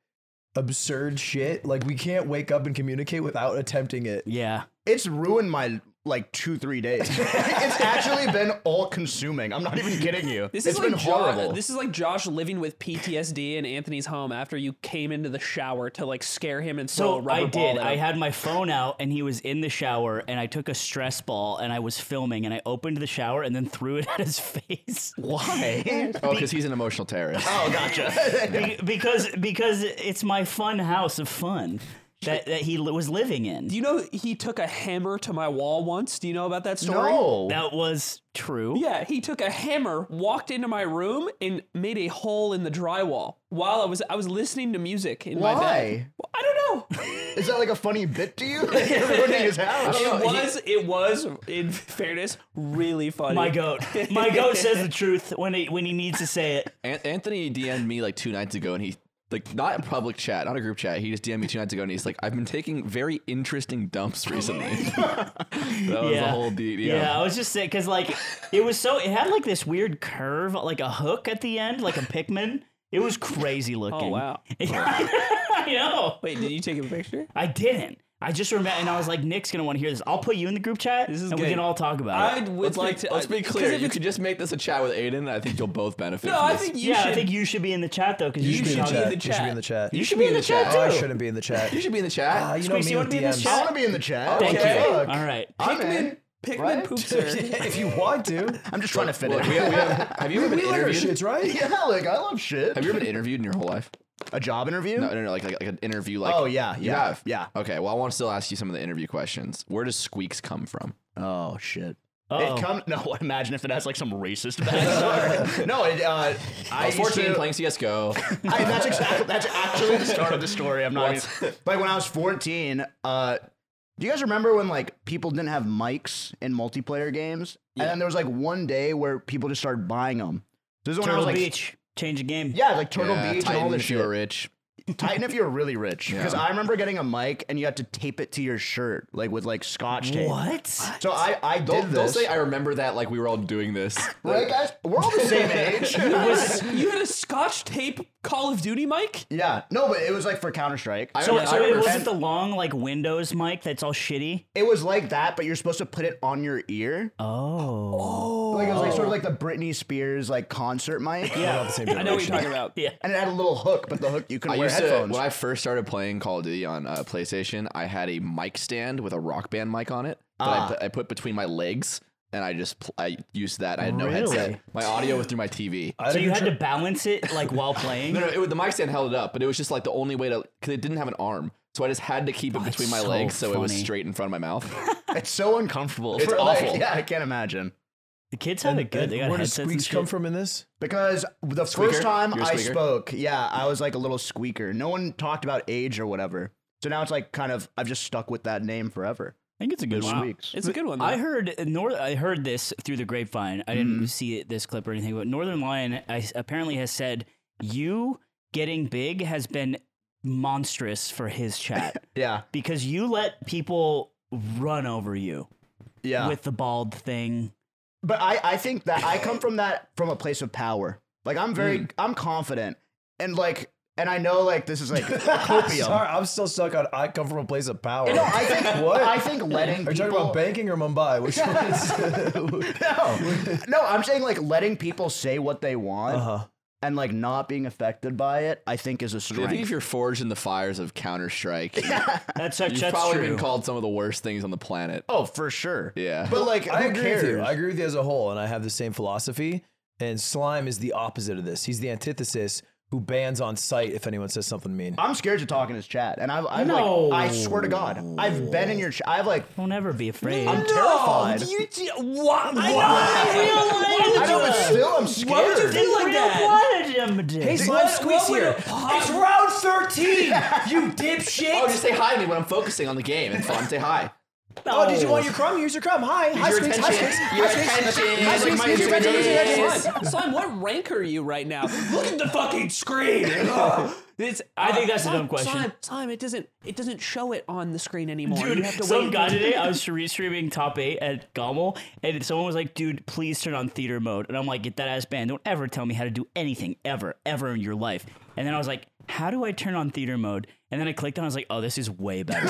S3: absurd shit. Like we can't wake up and communicate without attempting it.
S1: yeah.
S4: it's ruined my like two three days. it's actually been all consuming. I'm not even kidding you.
S5: This
S4: has
S5: is
S4: been
S5: like Jo-
S4: horrible.
S5: this is like Josh living with PTSD in Anthony's home after you came into the shower to like scare him and throw a
S1: So
S5: rubber
S1: I
S5: ball
S1: did.
S5: at
S1: I
S5: him.
S1: had my phone out and he was in the shower and I took a stress ball and I was filming and I opened the shower and then threw it at his face.
S4: Why?
S2: Oh, because he's an emotional terrorist.
S4: oh, gotcha.
S1: Be- because because it's my fun house of fun that, that he li- was living in.
S5: Do you know he took a hammer to my wall once? Do you know about that story?
S4: no.
S1: that was true.
S5: Yeah, he took a hammer, walked into my room, and made a hole in the drywall while I was I was listening to music in my bed.
S4: Why?
S5: Well, I don't know.
S4: Is that like a funny bit to you? You're ruining his house.
S5: It was it was in fairness really funny.
S1: My goat. My goat says the truth when he when he needs to say it.
S2: An- Anthony DM'd me like two nights ago, and he like not in public chat, not a group chat. He just DM'd me two nights ago, and he's like, "I've been taking very interesting dumps recently." that was the whole D- DM.
S1: Yeah. I was just saying because like it was so it had like this weird curve, like a hook at the end, like a Pikmin. It was crazy looking.
S5: Oh wow.
S1: I know.
S5: Wait, did you take a picture?
S1: I didn't. I just remember, and I was like, Nick's gonna want to hear this. I'll put you in the group chat,
S5: This is
S1: and
S5: good.
S1: we can all talk about
S5: I
S1: it.
S5: would
S2: Let's,
S5: like
S2: be,
S5: to.
S2: let's
S5: I-
S2: be
S5: 'cause
S2: clear.
S5: if
S2: You
S5: it's-
S2: could just make this a chat with Aiden, and I think you'll both benefit.
S5: No,
S2: from
S5: I
S2: this.
S5: think you
S1: yeah,
S5: should.
S1: I think you should be in the chat though, because you,
S5: You
S1: should
S5: should
S1: talk.
S5: be in the
S3: You should be in the chat.
S2: you should be in the chat
S3: Oh, I
S2: too.
S3: shouldn't be in the chat.
S2: You should be in the chat.
S3: Ah, you know
S1: Squeaks,
S3: me
S1: you
S3: with
S1: wanna be in this
S3: DMs.
S4: I
S1: chat?
S4: want to be in the chat.
S1: Thank
S5: Okay.
S1: you.
S4: Fuck.
S1: All right.
S4: I'm
S5: Pikmin,
S4: in.
S5: Pikmin
S4: Right?
S5: poops are.
S3: if you want to,
S4: I'm just trying to fit
S2: Look,
S4: in.
S2: we have, we have, have you ever
S3: we
S2: been
S3: learn our
S2: interviewed?
S3: shits, right?
S4: yeah, like I love shit.
S2: Have you ever been interviewed in your whole life?
S4: a job interview?
S2: No, no, no, like like, like an interview. Like,
S4: Oh, yeah,
S2: you
S4: yeah,
S2: have?
S4: yeah.
S2: Okay, well, I want to still ask you some of the interview questions. Where does squeaks come from?
S4: Oh shit.
S1: Uh-oh.
S4: It come no. Imagine if it has like some racist backstory. no, it, uh, I
S2: I was 14
S4: used to-
S2: playing CS:GO.
S4: I, that's exactly that's actually the start of the story. I'm not. Even, like when I was 14, uh, do you guys remember when like people didn't have mics in multiplayer games, and then there was like one day where people just started buying them. This is when I
S1: Turtle
S4: was like,
S1: Beach, change the game.
S4: yeah, like Turtle
S2: Yeah,
S4: Beach
S2: Titan,
S4: and all this
S2: if you were
S4: shit.
S2: rich.
S4: Titan if you're really rich, because I remember getting a mic and you had to tape it to your shirt, like with like scotch tape.
S1: What?
S4: So I I did
S2: Don't,
S4: this.
S2: don't say I remember that like we were all doing this.
S4: Right, guys? We're all the same age.
S5: you had a Scotch tape Call of Duty mic.
S4: yeah. No, but it was like for Counter Strike.
S2: I
S1: So,
S2: remember- I
S1: so it
S2: remember-
S1: wasn't the long like Windows mic that's all shitty.
S4: It was like that, but you're supposed to put it on your ear.
S1: Oh,
S4: Like it was like sort of like the Britney Spears like concert mic.
S3: We're not the same
S5: I know what you're
S3: generation.
S5: talking about.
S1: yeah.
S4: And it had a little hook, but the hook you couldn't
S2: I
S4: wear
S2: used
S4: headphones.
S2: to, when I first started playing Call of Duty on uh,
S1: Ah.
S2: PlayStation, I had a mic stand with a rock band mic on it that I, put, I put between my legs and I just pl- I used that. I had no headset.
S1: Really?
S2: My audio was through my TV.
S3: I
S1: So you
S3: didn't
S1: had to balance it like while playing.
S2: No, no, it, was- the mic stand held it up, but it was just like the only way to because it didn't have an arm, so I just had to keep it between my
S1: so
S2: legs, so it was
S1: funny.
S2: straight in front of my mouth.
S4: It's so uncomfortable.
S2: It's
S4: For, like,
S2: awful.
S4: yeah, I can't imagine.
S1: The kids have it good. They got
S3: Where does
S1: headsets and
S3: squeaks
S1: shit.
S3: come from in this?
S4: Because the
S2: Squeaker?
S4: first time
S2: You're a
S4: I
S2: squeaker?
S4: spoke, yeah, I was like a little squeaker. No one talked about age or whatever. So now it's like kind of I've just stuck with that name forever.
S1: I think it's a good
S4: Wow.
S1: one.
S4: Squeaks.
S5: It's a good one. Though.
S1: I heard nor- I heard this through the grapevine. I didn't see it, this clip or anything, but Northern Lion I, apparently has said you getting big has been monstrous for his chat
S4: Yeah,
S1: because you let people run over you
S4: yeah.
S1: with the bald thing.
S4: but I, I think that I come from that from a place of power. Like I'm very
S3: Mm.
S4: I'm confident and like and I know like this is like copium.
S3: Sorry, I'm still stuck on. I come from a place of power.
S4: No, I think
S3: What?
S4: I think letting
S3: Are you
S4: people
S3: talking about banking or Mumbai? Which one is?
S4: no, no, I'm saying like letting people say what they want
S3: Uh-huh.
S4: and like not being affected by it. I think is a
S2: I think if
S4: strength.
S2: you're forged in the fires of Counter Strike,
S1: That's such
S2: you've
S1: that's
S2: probably
S1: true.
S2: been called some of the worst things on the planet.
S4: Oh, for sure.
S2: Yeah.
S4: but like
S3: I
S4: who
S3: agree
S4: cares?
S3: with you. I agree with you as a whole, and I have the same philosophy. And Slime is the opposite of this. He's the antithesis who bans on sight if anyone says something mean.
S4: I'm scared to talk in his chat, and I've, I've
S1: No.
S4: like, I swear to God, I've been in your chat. I've like,
S1: Don't ever be afraid.
S4: I'm terrified.
S5: what?
S4: I know, but still, I'm scared.
S5: feel like that?
S3: Hey, Slime, squeeze here.
S5: It's round thirteen. You dipshit.
S2: Oh, just say hi to me when I'm focusing on the game. It's fun. Say hi.
S3: Oh, did you want your crumb? Here's your crumb. Hi, hi,
S2: your
S3: Squeaks, hi,
S2: attention.
S3: Squeaks.
S2: Your attention.
S3: Hi, Squeaks, here's your attention, here's your attention.
S5: Slime, Slime, what rank are you right now? Look at the fucking screen. It's-
S1: I think that's a
S5: Slime,
S1: dumb question.
S5: Slime, Slime, it doesn't it doesn't show it on the screen anymore. you
S1: Dude,
S5: have to
S1: some
S5: wait.
S1: guy today, I was restreaming top eight at Gommel, and someone was like, dude, please turn on theater mode. And I'm like, get that ass banned. Don't ever tell me how to do anything, ever, ever in your life. And then I was like, how do I turn on theater mode? And then I clicked on it, I was like, oh, this is way better.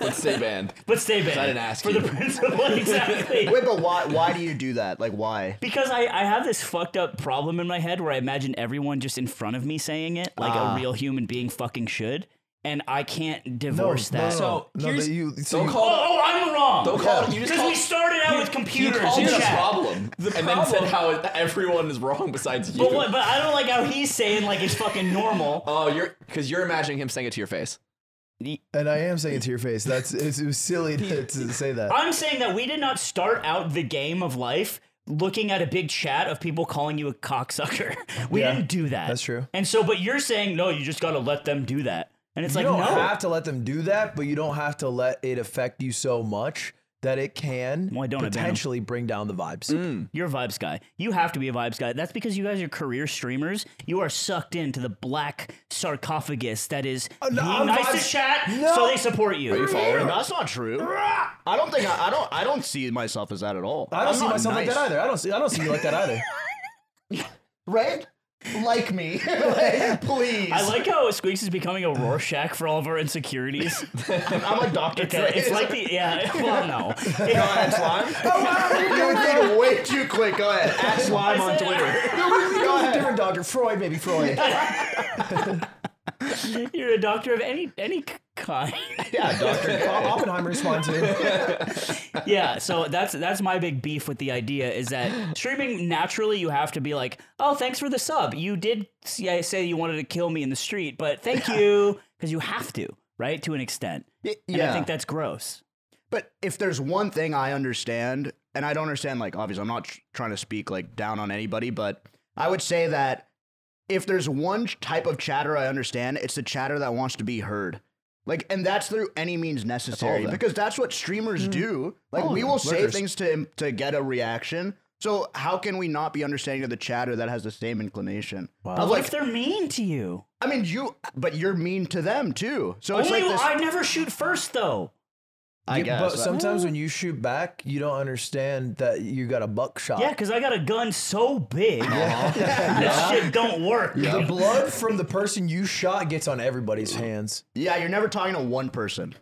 S2: Let's stay banned.
S1: but stay banned.
S2: I didn't ask
S1: For
S2: you.
S1: the principle, exactly.
S4: Wait, but why? Why do you do that? Like, why?
S1: Because I, I have this fucked up problem in my head where I imagine everyone just in front of me saying it, like a real human being fucking should. And I can't divorce that.
S3: So no,
S5: here's-
S3: but you, so
S2: Don't
S3: you-
S1: Oh,
S2: call.
S1: oh, I'm wrong.
S2: Don't call. You just
S1: Because
S2: call.
S1: we started out with
S2: you
S1: computers.
S2: called
S1: and
S2: it a
S1: chat.
S2: problem, and then said how it- everyone is wrong besides you.
S1: But what? But I don't like how he's saying like it's fucking normal.
S2: Oh, you're because you're imagining him saying it to your face.
S3: and I am saying it to your face. That's it's, it was silly to, to say that.
S1: I'm saying that we did not start out the game of life looking at a big chat of people calling you a cocksucker. We
S3: Yeah,
S1: didn't do that.
S3: that's true.
S1: And so, but you're saying no, you just got to let them do that. And it's
S3: you
S1: like
S3: don't
S1: no,
S3: have to let them do that, but you don't have to let it affect you so much that it can
S1: Why don't I ban 'em?
S3: potentially bring down the vibes.
S1: you're a vibes guy. You have to be a vibes guy. That's because you guys are career streamers. You are sucked into the black sarcophagus that is
S3: Uh, no,
S1: be
S3: I'm
S1: nice to
S3: vibes-
S1: chat,
S3: No.
S1: so they support you.
S4: That's not true. I don't think I, I don't. I don't see myself as that at all.
S3: I don't
S4: I'm
S3: see
S4: not
S3: myself like
S4: nice.
S3: that either. I don't see I don't see you like that either.
S4: Right? Like me, Like, please.
S1: I like how Squeaks is becoming a Rorschach for all of our insecurities.
S4: I'm, I'm like Doctor
S1: It's,
S4: K.
S1: it's like the yeah. Well, no.
S4: Go ahead, slime. you did way too quick. Go ahead, at slime on
S1: said-
S4: Twitter.
S3: Go ahead. Different doctor, Freud, maybe Freud.
S1: You're a doctor of any any kind.
S4: Yeah, Doctor.
S3: Oppenheimer's fine too.
S1: yeah. So that's that's my big beef with the idea is that streaming naturally you have to be like, oh, thanks for the sub. You did s- yeah, say you wanted to kill me in the street, but thank you because you have to, right? To an extent.
S4: Y-
S1: And I
S4: yeah.
S1: think that's gross.
S4: But if there's one thing I understand, and I don't understand, like obviously, I'm not tr- trying to speak like down on anybody, but I would say that if there's one ch- type of chatter I understand, it's the chatter that wants to be heard. Like, and that's through any means necessary
S2: them.
S4: because that's what
S1: Hmm.
S4: streamers do. Like, we will say things to to get a reaction. So how can we not be understanding of the chatter that has the same inclination? Of
S1: What
S4: like,
S1: if they're mean to you?
S4: I mean, you, but you're mean to them too. So Oh, it's
S1: Only
S4: like this.
S1: I never shoot first though.
S4: I
S3: Yeah,
S4: guess.
S3: but sometimes
S1: Mm.
S3: when you shoot back, you don't understand that you got a buckshot.
S1: Yeah, because I got a gun so big. That shit don't work.
S3: The blood from the person you shot gets on everybody's hands.
S4: yeah, you're never talking to one person.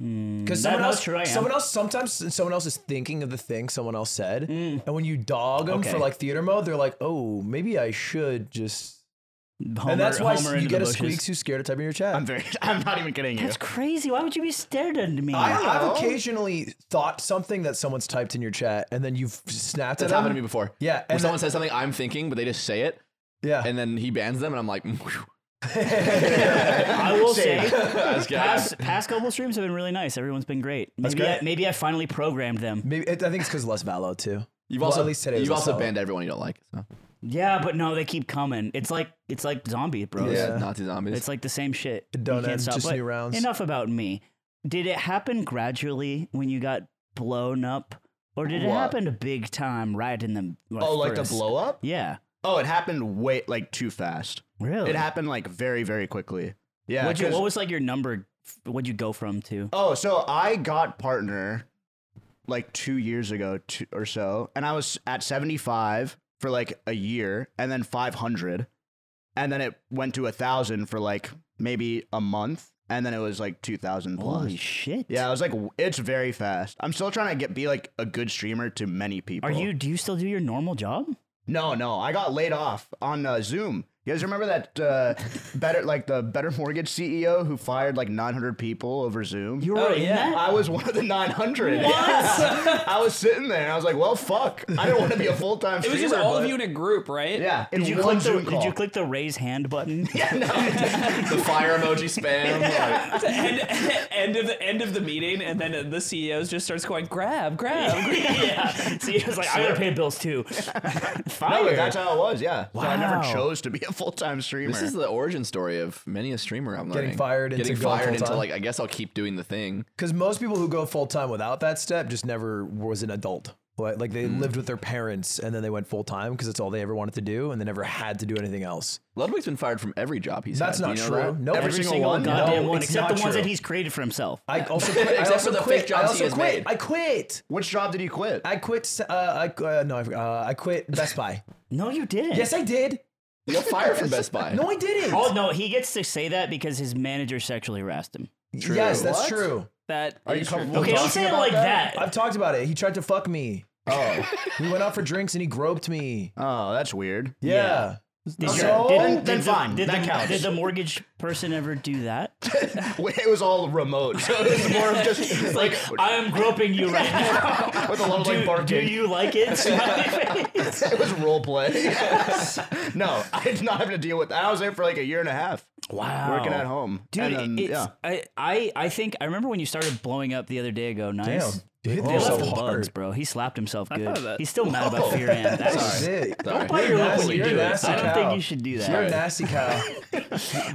S3: Because
S1: That
S3: someone
S1: much
S3: else,
S1: sure I am.
S3: someone else, sometimes someone else is thinking of the thing someone else
S1: Mm.
S3: said, and when you dog them for like theater mode, they're like, "Oh, maybe I should just
S1: Homer,
S3: and that's why
S1: Homer
S3: you
S1: into the
S3: get a
S1: bushes.
S3: squeaks who's scared of typing in your chat.
S4: I'm very. I'm not even kidding you.
S1: That's crazy. Why would you be stared at me?
S3: I, have
S4: Hello?
S3: occasionally thought something that someone's typed in your chat, and then you've snapped at
S2: That's
S3: them.
S2: happened to me before.
S3: Yeah,
S2: When
S3: and
S2: someone
S3: that-
S2: says something I'm thinking, but they just say it,
S3: Yeah,
S2: and then he bans them, and I'm like, "Phew."
S1: I will say,
S2: That's good.
S1: past, past couple streams have been really nice. Everyone's been great. Maybe, I,
S3: great.
S1: maybe I finally programmed them.
S3: maybe it, I think it's because less Valo too.
S2: You've
S3: Well,
S2: also
S3: at least today. was
S2: you've
S3: less
S2: also
S3: Valo.
S2: banned everyone you don't like. So.
S1: Yeah, but no, they keep coming. It's like it's like zombie, bros.
S3: Yeah.
S2: Nazi zombies.
S1: It's like the same shit. You
S3: don't
S1: can't
S3: end,
S1: stop.
S3: just
S1: But
S3: new rounds.
S1: Enough about me. Did it happen gradually when you got blown up, or did it
S4: What?
S1: happen big time right in the?
S4: oh, like
S1: first?
S4: the blow up?
S1: Yeah,
S4: Oh, it happened way like too fast.
S1: really.
S4: It happened like very very quickly. Yeah.
S1: What'd you-
S4: 'cause-
S1: what was like your number? What'd you go from to?
S4: Oh, so I got partner like two years ago two, or so, and I was at 75 for like a year, and then 500, and then it went to a thousand for like maybe a month, and then it was like 2,000 plus.
S1: Holy shit!
S4: yeah, I was like, w- it's very fast. I'm still trying to get be like a good streamer to many people.
S1: Are you? Do you still do your normal job?
S4: No, no, I got laid off on uh, Zoom. You guys remember that uh, better, like the Better Mortgage CEO who fired like 900 people over Zoom?
S1: You were in that?
S4: I was one of the 900. Yes. I was sitting there and I was like, well, fuck. I didn't want to be a full time
S5: It
S4: streamer.
S5: was just all of
S4: but-
S5: you in a group, right?
S4: Yeah. in
S1: Did you
S4: one
S1: click the
S4: Zoom call.
S1: Did you click the raise hand button?
S2: the fire emoji spam. like-
S5: To end, end of the end of the meeting, and then the CEO just starts going, "Grab, grab!" grab."
S1: yeah. See, it was like I gotta pay bills too.
S4: No, but that's how it was, yeah. So I never
S1: Wow.
S4: chose to be a full time streamer.
S2: This is the origin story of many a streamer. I'm learning.
S3: fired into
S2: getting
S3: going
S2: fired into
S3: full-time.
S2: like I guess I'll keep doing the thing.
S3: Because most people who go full time without that step just never was an adult. Like like
S2: Mm.
S3: they lived with their parents and then they went full time because it's all they ever wanted to do and they never had to do anything else.
S2: Ludwig's been fired from every job he's
S3: That's
S2: had.
S3: not
S2: Do you
S3: true.
S2: know that?
S3: No,
S4: Every
S1: Every
S4: single
S1: single
S4: one?
S1: goddamn
S3: No,
S1: one,
S3: it's
S1: except the
S3: not
S1: ones that
S3: true.
S1: he's created for himself.
S3: I also quit. I
S2: Except
S3: also
S2: for the fake
S3: quit.
S2: jobs
S3: I
S2: he
S3: also
S2: has
S3: quit.
S2: made.
S3: I quit.
S4: Which job did you quit?
S3: I quit. Uh, I uh, no. Uh, I quit Best Buy.
S1: No, you didn't.
S3: yes, I did.
S2: You got fired from Best Buy.
S3: No, I didn't.
S1: Oh no, he gets to say that because his manager sexually harassed him.
S2: True.
S3: Yes, that's
S2: What?
S3: true.
S5: That
S4: Are you
S5: is true.
S4: comfortable
S1: Okay, don't
S4: talking
S1: say it
S4: about
S1: like that.
S3: I've talked about it. He tried to fuck me. Oh, we went out for drinks and he groped me.
S4: Oh, that's weird.
S3: Yeah.
S1: Did
S3: Okay.
S1: your-
S3: So-
S1: did-
S4: Then-
S1: did
S4: then
S1: the-
S4: fine.
S1: Did
S4: That
S1: the,
S4: counts.
S1: Did the mortgage person ever do that?
S4: It was all remote, so it was more of just like
S1: I am groping you right now.
S4: with a little like
S1: Do,
S4: barking.
S1: do you like it? Smiley face.
S4: it was role play. no, I did not have to deal with that. I was there for like a year and a half.
S1: Wow.
S4: Working at home.
S1: Dude,
S4: And then,
S1: it's,
S4: yeah.
S1: I, I, I think I remember when you started blowing up the other day ago.
S3: Damn.
S1: Nice.
S3: You hit
S2: Oh,
S1: They
S3: me
S1: left
S3: so
S1: the bugs,
S3: hard.
S1: bro. He slapped himself
S5: thought of
S1: good.
S5: that.
S1: He's still mad about fear and that
S3: This is
S1: was-
S3: it.
S2: Sorry.
S1: Bite your lip
S3: nasty-
S1: when you
S3: you're
S1: do
S3: a
S1: it.
S3: nasty
S1: I don't
S3: cow.
S1: think you should do that.
S3: You're a nasty cow.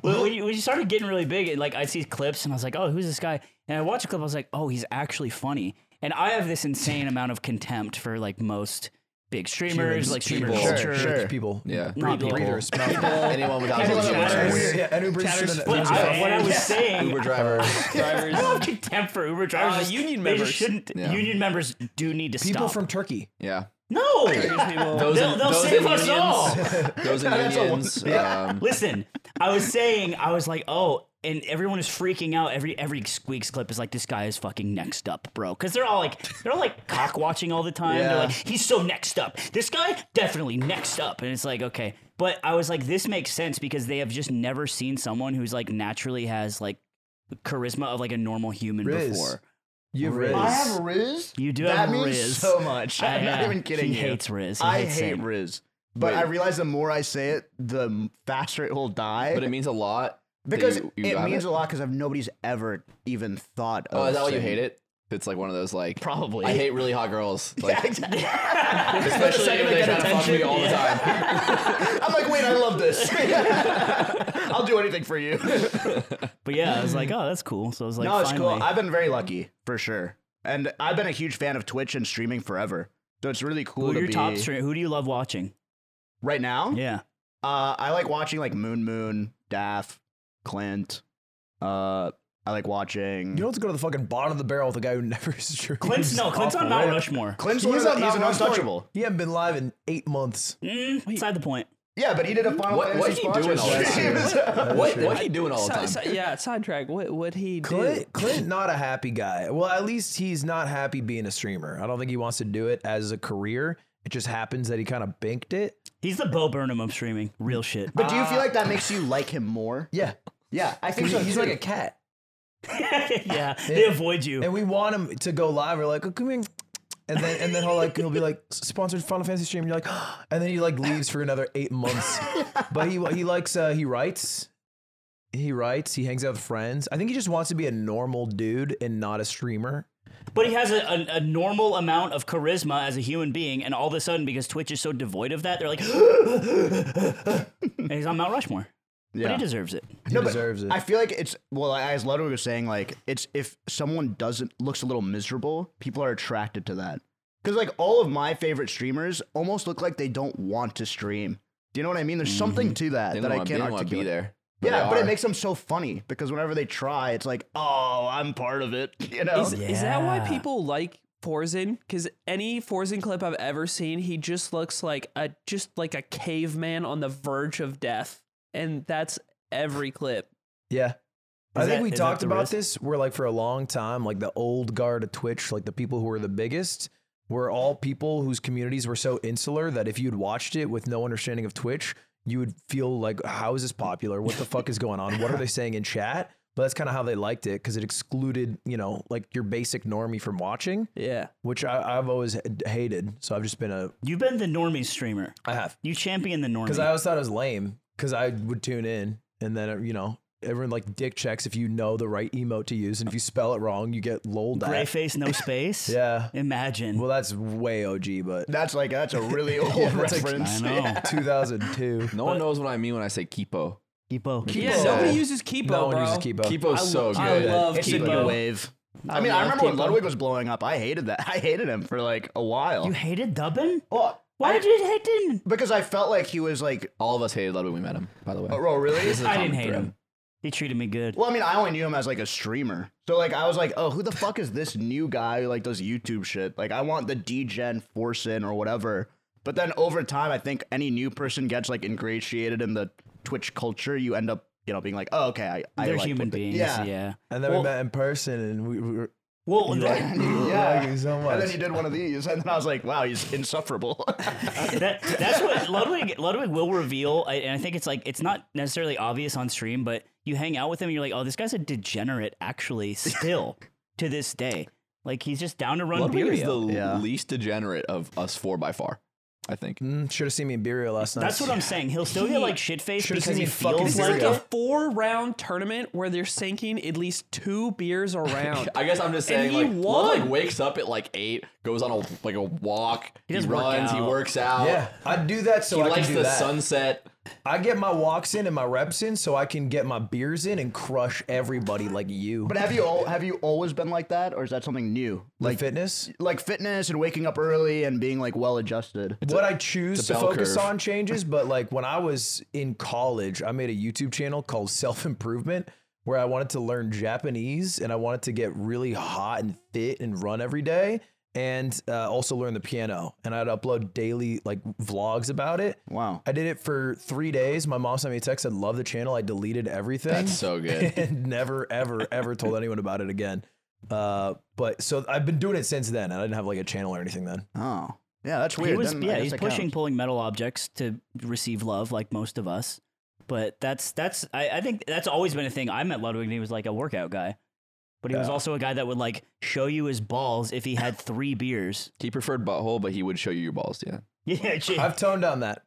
S1: Well, when you, when you started getting really big, and like I'd see clips, and I was like, "Oh, who's this guy?" And I watched a clip, I was like, "Oh, he's actually funny." And I have this insane amount of contempt for like most big streamers,
S3: Humans,
S1: like streamer
S3: people.
S1: culture,
S4: Sure.
S3: People.
S2: Yeah.
S1: not people.
S3: Breathers.
S2: Anyone without
S1: Everyone
S2: social
S1: that
S2: media.
S1: matters.
S3: Yeah, and Uber Eats
S5: Chatters
S3: shouldn't-
S1: But I, what I was
S2: Uber
S1: saying,
S2: driver.
S5: drivers?
S1: I have contempt for Uber drivers.
S5: Uh, union
S1: They just
S5: members.
S1: shouldn't.
S2: Yeah.
S1: Union members do need to
S3: people
S1: stop.
S3: from Turkey.
S2: Yeah.
S1: no,
S5: People-
S2: Those
S1: They'll-
S2: in-
S1: they'll
S2: those
S1: save
S2: in
S1: us
S2: unions.
S1: all.
S2: Those in unions. Um,
S1: Listen, I was saying, I was like, oh, and everyone is freaking out. Every every squeaks clip is like, this guy is fucking next up, bro. Because they're all like, they're all like cock watching all the time. They're
S2: Yeah.
S1: like, he's so next up. This guy definitely next up. And it's like, okay, but I was like, this makes sense because they have just never seen someone who's like naturally has like charisma of like a normal human
S3: Riz.
S1: before.
S3: You have Riz.
S4: I have Riz.
S1: You do
S4: that
S1: have
S4: means
S1: Riz.
S4: so much. I'm
S1: I,
S4: not
S1: uh,
S4: even kidding
S1: he
S4: you.
S1: hates Riz. He
S4: I
S1: hates
S4: hate
S1: saying-
S4: Riz. But I realize the more I say it, the m- faster it will die.
S2: but it means a lot. that
S4: because
S2: you- you
S4: it
S2: have
S4: means
S2: it.
S4: a lot because nobody's ever even thought of
S2: Oh, is that why you
S4: saying-
S2: hate it? It's like one of those like
S4: Probably.
S2: I hate really hot girls. Like,
S4: Exactly.
S2: especially if they try to fuck me all the time.
S4: I'm like, wait, I love this. I'll do anything for you.
S1: But yeah, I was like, oh, that's cool. So I was like,
S4: no, it's
S1: finally.
S4: cool. I've been very lucky for sure, and I've been a huge fan of Twitch and streaming forever. So it's really cool
S1: Who are
S4: to
S1: your
S4: be
S1: top stream? Who do you love watching?
S4: right now.
S1: Yeah.
S4: Uh, I like watching like Moon Moon, Daff, Clint. Uh, I like watching.
S3: You don't have to go to the fucking bottom of the barrel with a guy who never streams.
S1: Clint's no, Clint's on Mount Rushmore.
S4: Clint's one of the, he's an
S3: Mount Rushmore.
S4: untouchable.
S3: He hasn't been live in eight months.
S1: Mm, beside the point.
S4: Yeah, but he did a Final
S2: What-
S4: Fantasy
S2: what's he doing
S4: sponsorship.
S2: all the time?
S4: He was-
S2: What what are you doing all the
S5: Si-
S2: time?
S5: si- yeah, sidetrack. What would he do?
S3: Clint, Clint, not a happy guy. Well, at least he's not happy being a streamer. I don't think he wants to do it as a career. It just happens that he kind of banked it.
S1: He's the Bo Burnham of streaming. Real shit.
S4: But do you feel like that makes you like him more?
S3: Yeah.
S4: Yeah, I think
S3: He's,
S4: so.
S3: he's
S4: too.
S3: like a cat.
S1: yeah, they avoid you.
S3: And we want him to go live. We're like, oh, come here. And then and then he'll like he'll be like sponsored Final Fantasy stream. You're like, and then he like leaves for another eight months. but he he likes uh, he writes, he writes. He hangs out with friends. I think he just wants to be a normal dude and not a streamer.
S1: But he has a, a, a normal amount of charisma as a human being, and all of a sudden, because Twitch is so devoid of that, they're like, and he's on Mount Rushmore. But
S4: Yeah.
S1: he deserves it.
S3: He
S4: No, but
S3: deserves it.
S4: I feel like it's well, as Ludwig was saying, like it's if someone doesn't looks a little miserable, people are attracted to that. Because like all of my favorite streamers almost look like they don't want to stream. Do you know what I mean? There's something to that
S2: Mm-hmm. They
S4: that
S2: don't
S4: I
S2: wanna- they
S4: can't
S2: don't wanna be
S4: articulate.
S2: there.
S4: Yeah,
S2: they
S4: but
S2: are.
S4: it makes them so funny because whenever they try, it's like, oh, I'm part of it. You know?
S5: Is, is that why
S1: Yeah.
S5: people like Forzin? Because any Forzin clip I've ever seen, he just looks like a just like a caveman on the verge of death, and that's every clip.
S3: Yeah. I think
S1: that- is
S3: we
S1: that
S3: talked
S1: the
S3: about
S1: risk?
S3: this. We're like for a long time, like the old guard of Twitch, like the people who were the biggest, were all people whose communities were so insular that if you'd watched it with no understanding of Twitch, you would feel like, how is this popular? What the fuck is going on? What are they saying in chat? But that's kind of how they liked it because it excluded, you know, like your basic normie from watching,
S5: Yeah,
S3: which I, I've always h- hated. So I've just been a,
S1: You've been the normie streamer.
S3: I have.
S1: You champion the normie.
S3: Because I always thought it was lame. Because I would tune in, and then uh, you know everyone like dick checks if you know the right emote to use, and if you spell it wrong, you get lolled
S1: Gray
S3: at.
S1: face, no space.
S3: Yeah.
S1: Imagine.
S3: Well, that's way OG, but
S4: that's like that's a really old
S3: that's like-
S1: I
S4: reference.
S1: know.
S4: Yeah.
S3: 2002.
S2: No one knows what I mean when I say Kipo.
S1: Kipo.
S5: yeah.
S3: Kipo.
S5: Nobody uses Kipo,
S3: no one
S5: bro.
S3: uses Kipo.
S2: Kipo's
S5: I
S2: so
S5: lo-
S2: good.
S5: I love
S4: It's a new
S5: Kipo.
S4: wave. I mean,
S5: love
S4: I remember when
S5: Kipo.
S4: Ludwig was blowing up. I hated that. I hated him for like a while.
S1: You hated Dubbin?
S4: Well,
S1: Why
S4: Oh, I-
S1: did you hate him?
S4: because I felt like he was like,
S2: All of us hated Ludwig when we met him, by the way.
S4: oh, really?
S2: This is a
S1: I didn't
S2: common
S1: hate
S2: thread.
S1: him. He treated me good.
S4: Well, I mean, I only knew him as like a streamer. So like I was like, oh, who the fuck is this new guy who like does YouTube shit? Like I want the D-Gen Forcin or whatever. But then over time, I think any new person gets like ingratiated in the Twitch culture. You end up, you know, being like, oh, okay, I, I
S1: They're
S4: like
S1: human
S4: what they-
S1: beings. Yeah.
S4: Yeah.
S3: And then
S4: Well-
S3: we met in person, and we, we were
S1: Well, that,
S4: Yeah.
S3: Thank you so
S4: And then
S3: much.
S4: he did one of these, and then I was like, wow, he's insufferable.
S1: that- that's what Ludwig Ludwig will reveal, I- and I think it's like it's not necessarily obvious on stream, but you hang out with him, and you're like, oh, this guy's a degenerate, actually, still to this day. Like he's just down to run
S2: Ludwig is the
S1: Beerio.
S4: Yeah.
S2: least degenerate of us four by far, I think.
S3: mm, should have seen me in Birria last night.
S1: That's what I'm saying. He'll still get like shit faced
S3: Should've
S1: because
S3: seen
S1: he
S3: me fucking
S1: feels
S5: It's like
S1: like
S5: a
S3: Syria.
S5: four round tournament where they're sinking at least two beers around.
S2: I guess I'm just saying,
S5: And he
S2: like,
S5: won.
S2: Ludwig wakes up at like eight, goes on a like a walk, he,
S1: does work
S2: runs, he
S1: out.
S2: works out.
S3: Yeah, I do that so
S2: He
S3: I
S2: likes
S3: can do
S2: the
S3: that.
S2: sunset.
S3: I get my walks in and my reps in so I can get my beers in and crush everybody like you.
S4: but have you all have you always been like that, or is that something new?
S3: like
S4: Like
S3: fitness?
S4: like fitness and waking up early and being like well adjusted.
S3: what I choose to
S2: bell
S3: focus
S2: curve.
S3: on changes, but like when I was in college, I made a YouTube channel called Self Improvement where I wanted to learn Japanese and I wanted to get really hot and fit and run every day and uh, also learn the piano. And I'd upload daily like vlogs about it.
S4: Wow.
S3: I did it for three days. My mom sent me a text, said, Love the channel. I deleted everything.
S2: That's so good.
S3: and never, ever, ever told anyone about it again. Uh, but so I've been doing it since then, and I didn't have like a channel or anything then.
S4: Oh. Yeah, that's weird.
S1: he was
S4: Then I
S1: yeah
S4: guess
S1: he's
S4: that counts.
S1: pushing pulling metal objects to receive love like most of us. But that's that's I, I think that's always been a thing. I met Ludwig and he was like a workout guy, but he was also a guy that would like show you his balls if he had three beers.
S2: He preferred butthole, but he would show you your balls. Yeah.
S1: Yeah, gee.
S3: I've toned down that.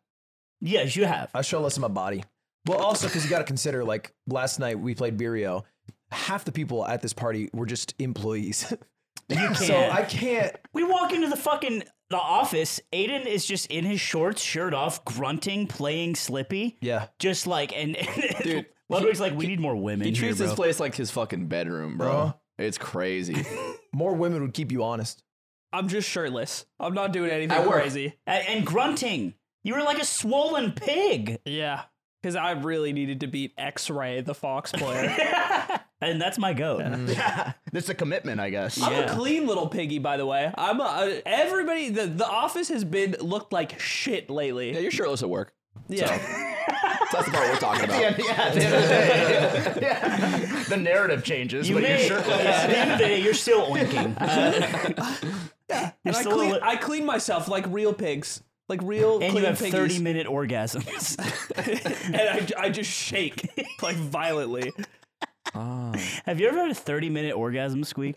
S1: yes, you have.
S3: I show less of my body. Well, also because you got to consider, like last night we played Birio. Half the people at this party were just employees,
S1: You can't.
S3: so I can't.
S1: we walk into the fucking the office. Aiden is just in his shorts, shirt off, grunting, playing Slippy.
S3: Yeah,
S1: just like and, and
S2: Dude,
S1: Ludwig's like, we need more women.
S2: He
S1: here,
S2: treats this
S1: bro."
S2: place like his fucking bedroom, bro.
S3: Uh-huh.
S2: It's crazy.
S3: more women would keep you honest.
S5: I'm just shirtless. I'm not doing anything
S2: At work.
S5: crazy.
S1: A- and, grunting. You were like a swollen pig,
S5: Yeah, because I really needed to beat X-Ray, the Fox player.
S1: and that's my goat.
S4: That's a commitment, I guess.
S5: I'm a clean little piggy, by the way. I'm a, uh, everybody. The, the office has been looked like shit
S2: yeah,
S5: lately.
S2: you're shirtless at work.
S5: Yeah,
S2: That's the part we're talking about.
S4: Yeah, yeah, at the end of the day. Yeah. The narrative changes,
S1: You
S4: but
S1: may,
S4: you're sure.
S1: at the end of the day, you're still oinking. Uh,
S5: Yeah. and I
S1: still a
S5: clean,
S1: li-
S5: I clean myself like real pigs. Like real
S1: And
S5: clean
S1: you have
S5: piggies.
S1: 30 minute orgasms.
S5: and I, I just shake like violently.
S1: have you ever had a 30 minute orgasm squeak?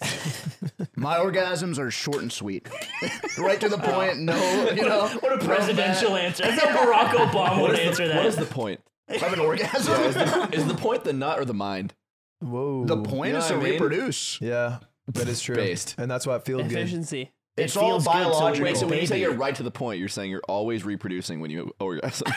S4: My orgasms are short and sweet, right to the point. No, you know
S1: Oh. What a
S4: no
S1: presidential
S4: fat.
S1: answer. That's how Barack Obama would
S2: is
S1: answer
S2: the,
S1: that.
S2: what is the point?
S4: Of an orgasm.
S2: Is the point the nut or the mind?
S3: Whoa.
S4: The point
S2: know
S4: is
S2: what
S4: to
S2: I mean?
S4: reproduce.
S3: yeah, that is true.
S2: Based.
S3: And that's why it feels good.
S5: Efficiency.
S4: It's all
S1: feels good, so it
S4: biological.
S2: Wait, so when you say
S1: Baby.
S2: you're right to the point, you're saying you're always reproducing when you orgasm.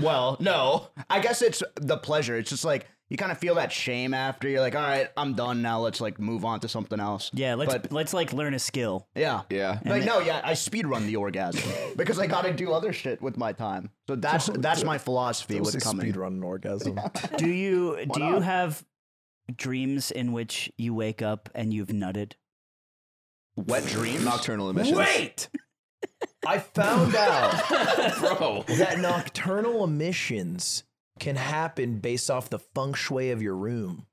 S4: Well, no. I guess it's the pleasure. It's just like you kind of feel that shame after. You're like, all right, I'm done now. Let's like move on to something else.
S1: yeah, let's
S4: But,
S1: let's like learn a skill.
S4: yeah.
S2: yeah.
S4: Like no, yeah, I speed run the orgasm because I gotta do other shit with my time. So that's that's my philosophy
S3: Almost
S4: with
S3: like
S4: coming.
S3: speed run an orgasm.
S1: Do you do you
S4: not?
S1: have dreams in which you wake up and you've nutted?
S2: Wet dreams? Nocturnal emissions.
S5: Wait!
S3: I found out
S2: Bro.
S3: that nocturnal emissions can happen based off the feng shui of your room.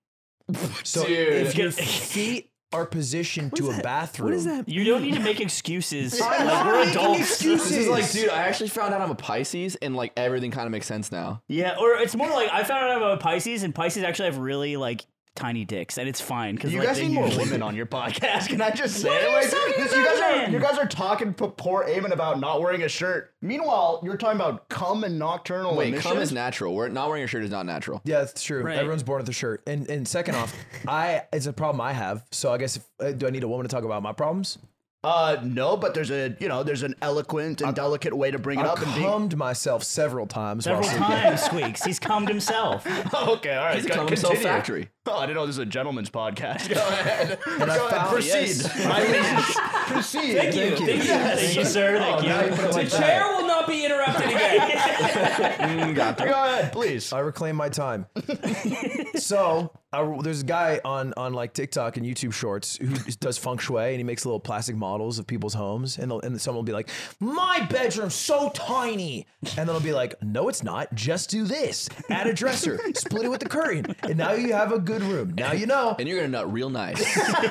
S3: So
S2: Dude.
S3: if your feet are positioned to a bathroom,
S5: What is that?
S1: You don't need to make excuses.
S3: I'm
S1: like
S3: not
S1: we're
S3: making
S1: adults.
S3: excuses.
S2: This is like, dude, I actually found out I'm a Pisces and like everything kind of makes sense now.
S1: Yeah, or it's more like I found out about Pisces, and Pisces actually have really like tiny dicks, and it's fine because
S4: You
S1: like
S4: guys
S1: they
S4: need more
S1: usually-
S4: women on your podcast. Can I just say?
S1: are you
S4: like,
S1: talking
S4: because
S1: about
S4: guys are
S1: then?
S4: you guys are talking p- poor Eamon about not wearing a shirt. Meanwhile, you're talking about cum and nocturnal
S2: Wait,
S4: emissions.
S2: cum is natural. We're, not wearing a shirt is not natural.
S3: Yeah, that's true.
S5: Right.
S3: Everyone's born with a shirt. And and second off, I it's a problem I have. So I guess if, uh, do I need a woman to talk about my problems?
S4: uh, no, but there's a you know there's an eloquent and delicate way to bring it
S3: I
S4: up and being
S3: cummed myself several times. while
S1: Several
S3: sleeping.
S1: times, Squeaks. He's calmed himself.
S4: okay, all right.
S2: He's a
S4: go-
S2: cum himself
S4: continue.
S2: factory.
S4: Oh, I didn't know this is a gentleman's podcast. Go ahead.
S3: I
S4: Go ahead.
S3: found-
S4: Proceed. I mean, proceed. Thank
S5: you. Thank you.
S1: Thank you, sir. Thank
S4: Oh, now
S1: you.
S4: you put it
S5: The
S4: like
S5: chair will not be interrupted again.
S4: that. Go ahead, please.
S3: I reclaim my time. so I, there's a guy on on like TikTok and YouTube Shorts who does feng shui and he makes little plastic models of people's homes and they'll- and someone will be like, "My bedroom's so tiny," and then it'll be like, "No, it's not. Just do this. Add a dresser. split it with the curtain, and now you have a good room. Now you know."
S2: And you're going to nut real nice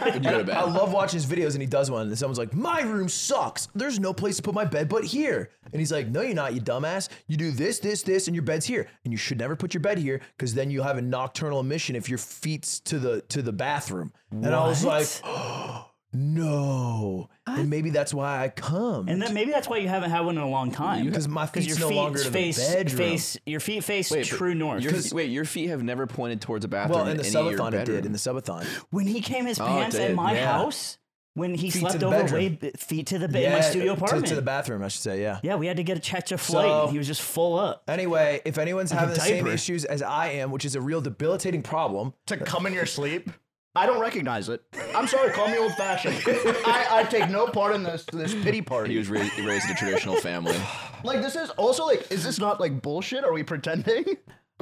S2: when you go to
S3: I
S2: bed.
S3: love watching his videos and he does one and someone's like, My room sucks. There's no place to put my bed but here. And he's like, No, you're not, you dumbass. You do this, this, this, and your bed's here. And you should never put your bed here because then you'll have a nocturnal emission if your feet's to the to the bathroom. And I was like, No. And maybe that's why I come.
S1: And then maybe that's why you haven't had one in a long time.
S3: 'Cause my
S1: Because your
S3: feet's no
S1: feet
S3: longer to the
S1: face,
S3: bedroom.
S1: face your feet face
S2: Wait, but
S1: true north.
S2: Your, wait, your feet have never pointed towards a bathroom.
S3: well, in the
S2: any of your
S3: subathon it
S2: bedroom.
S3: did. In the subathon.
S1: when he came his pants
S2: it
S1: at
S2: did,
S1: my
S3: Oh, yeah.
S1: house, when he
S3: Feet to
S1: slept
S3: the
S1: over
S3: bedroom.
S1: way b- feet to the bed in my studio
S3: to-
S1: apartment.
S3: To, the bathroom, I should say, yeah.
S1: yeah, we had to get a catch a flight. and
S3: So-
S1: he was just full up.
S3: Anyway, if anyone's having the same
S1: diaper.
S3: issues as I am, which is a real debilitating problem,
S4: To come in your sleep. I don't recognize it. I'm sorry. Call me old fashioned. I, I take no part in this this pity
S2: He
S4: party.
S2: was ra- raised in a traditional family.
S4: Like this is also like is this not like bullshit? Are we pretending?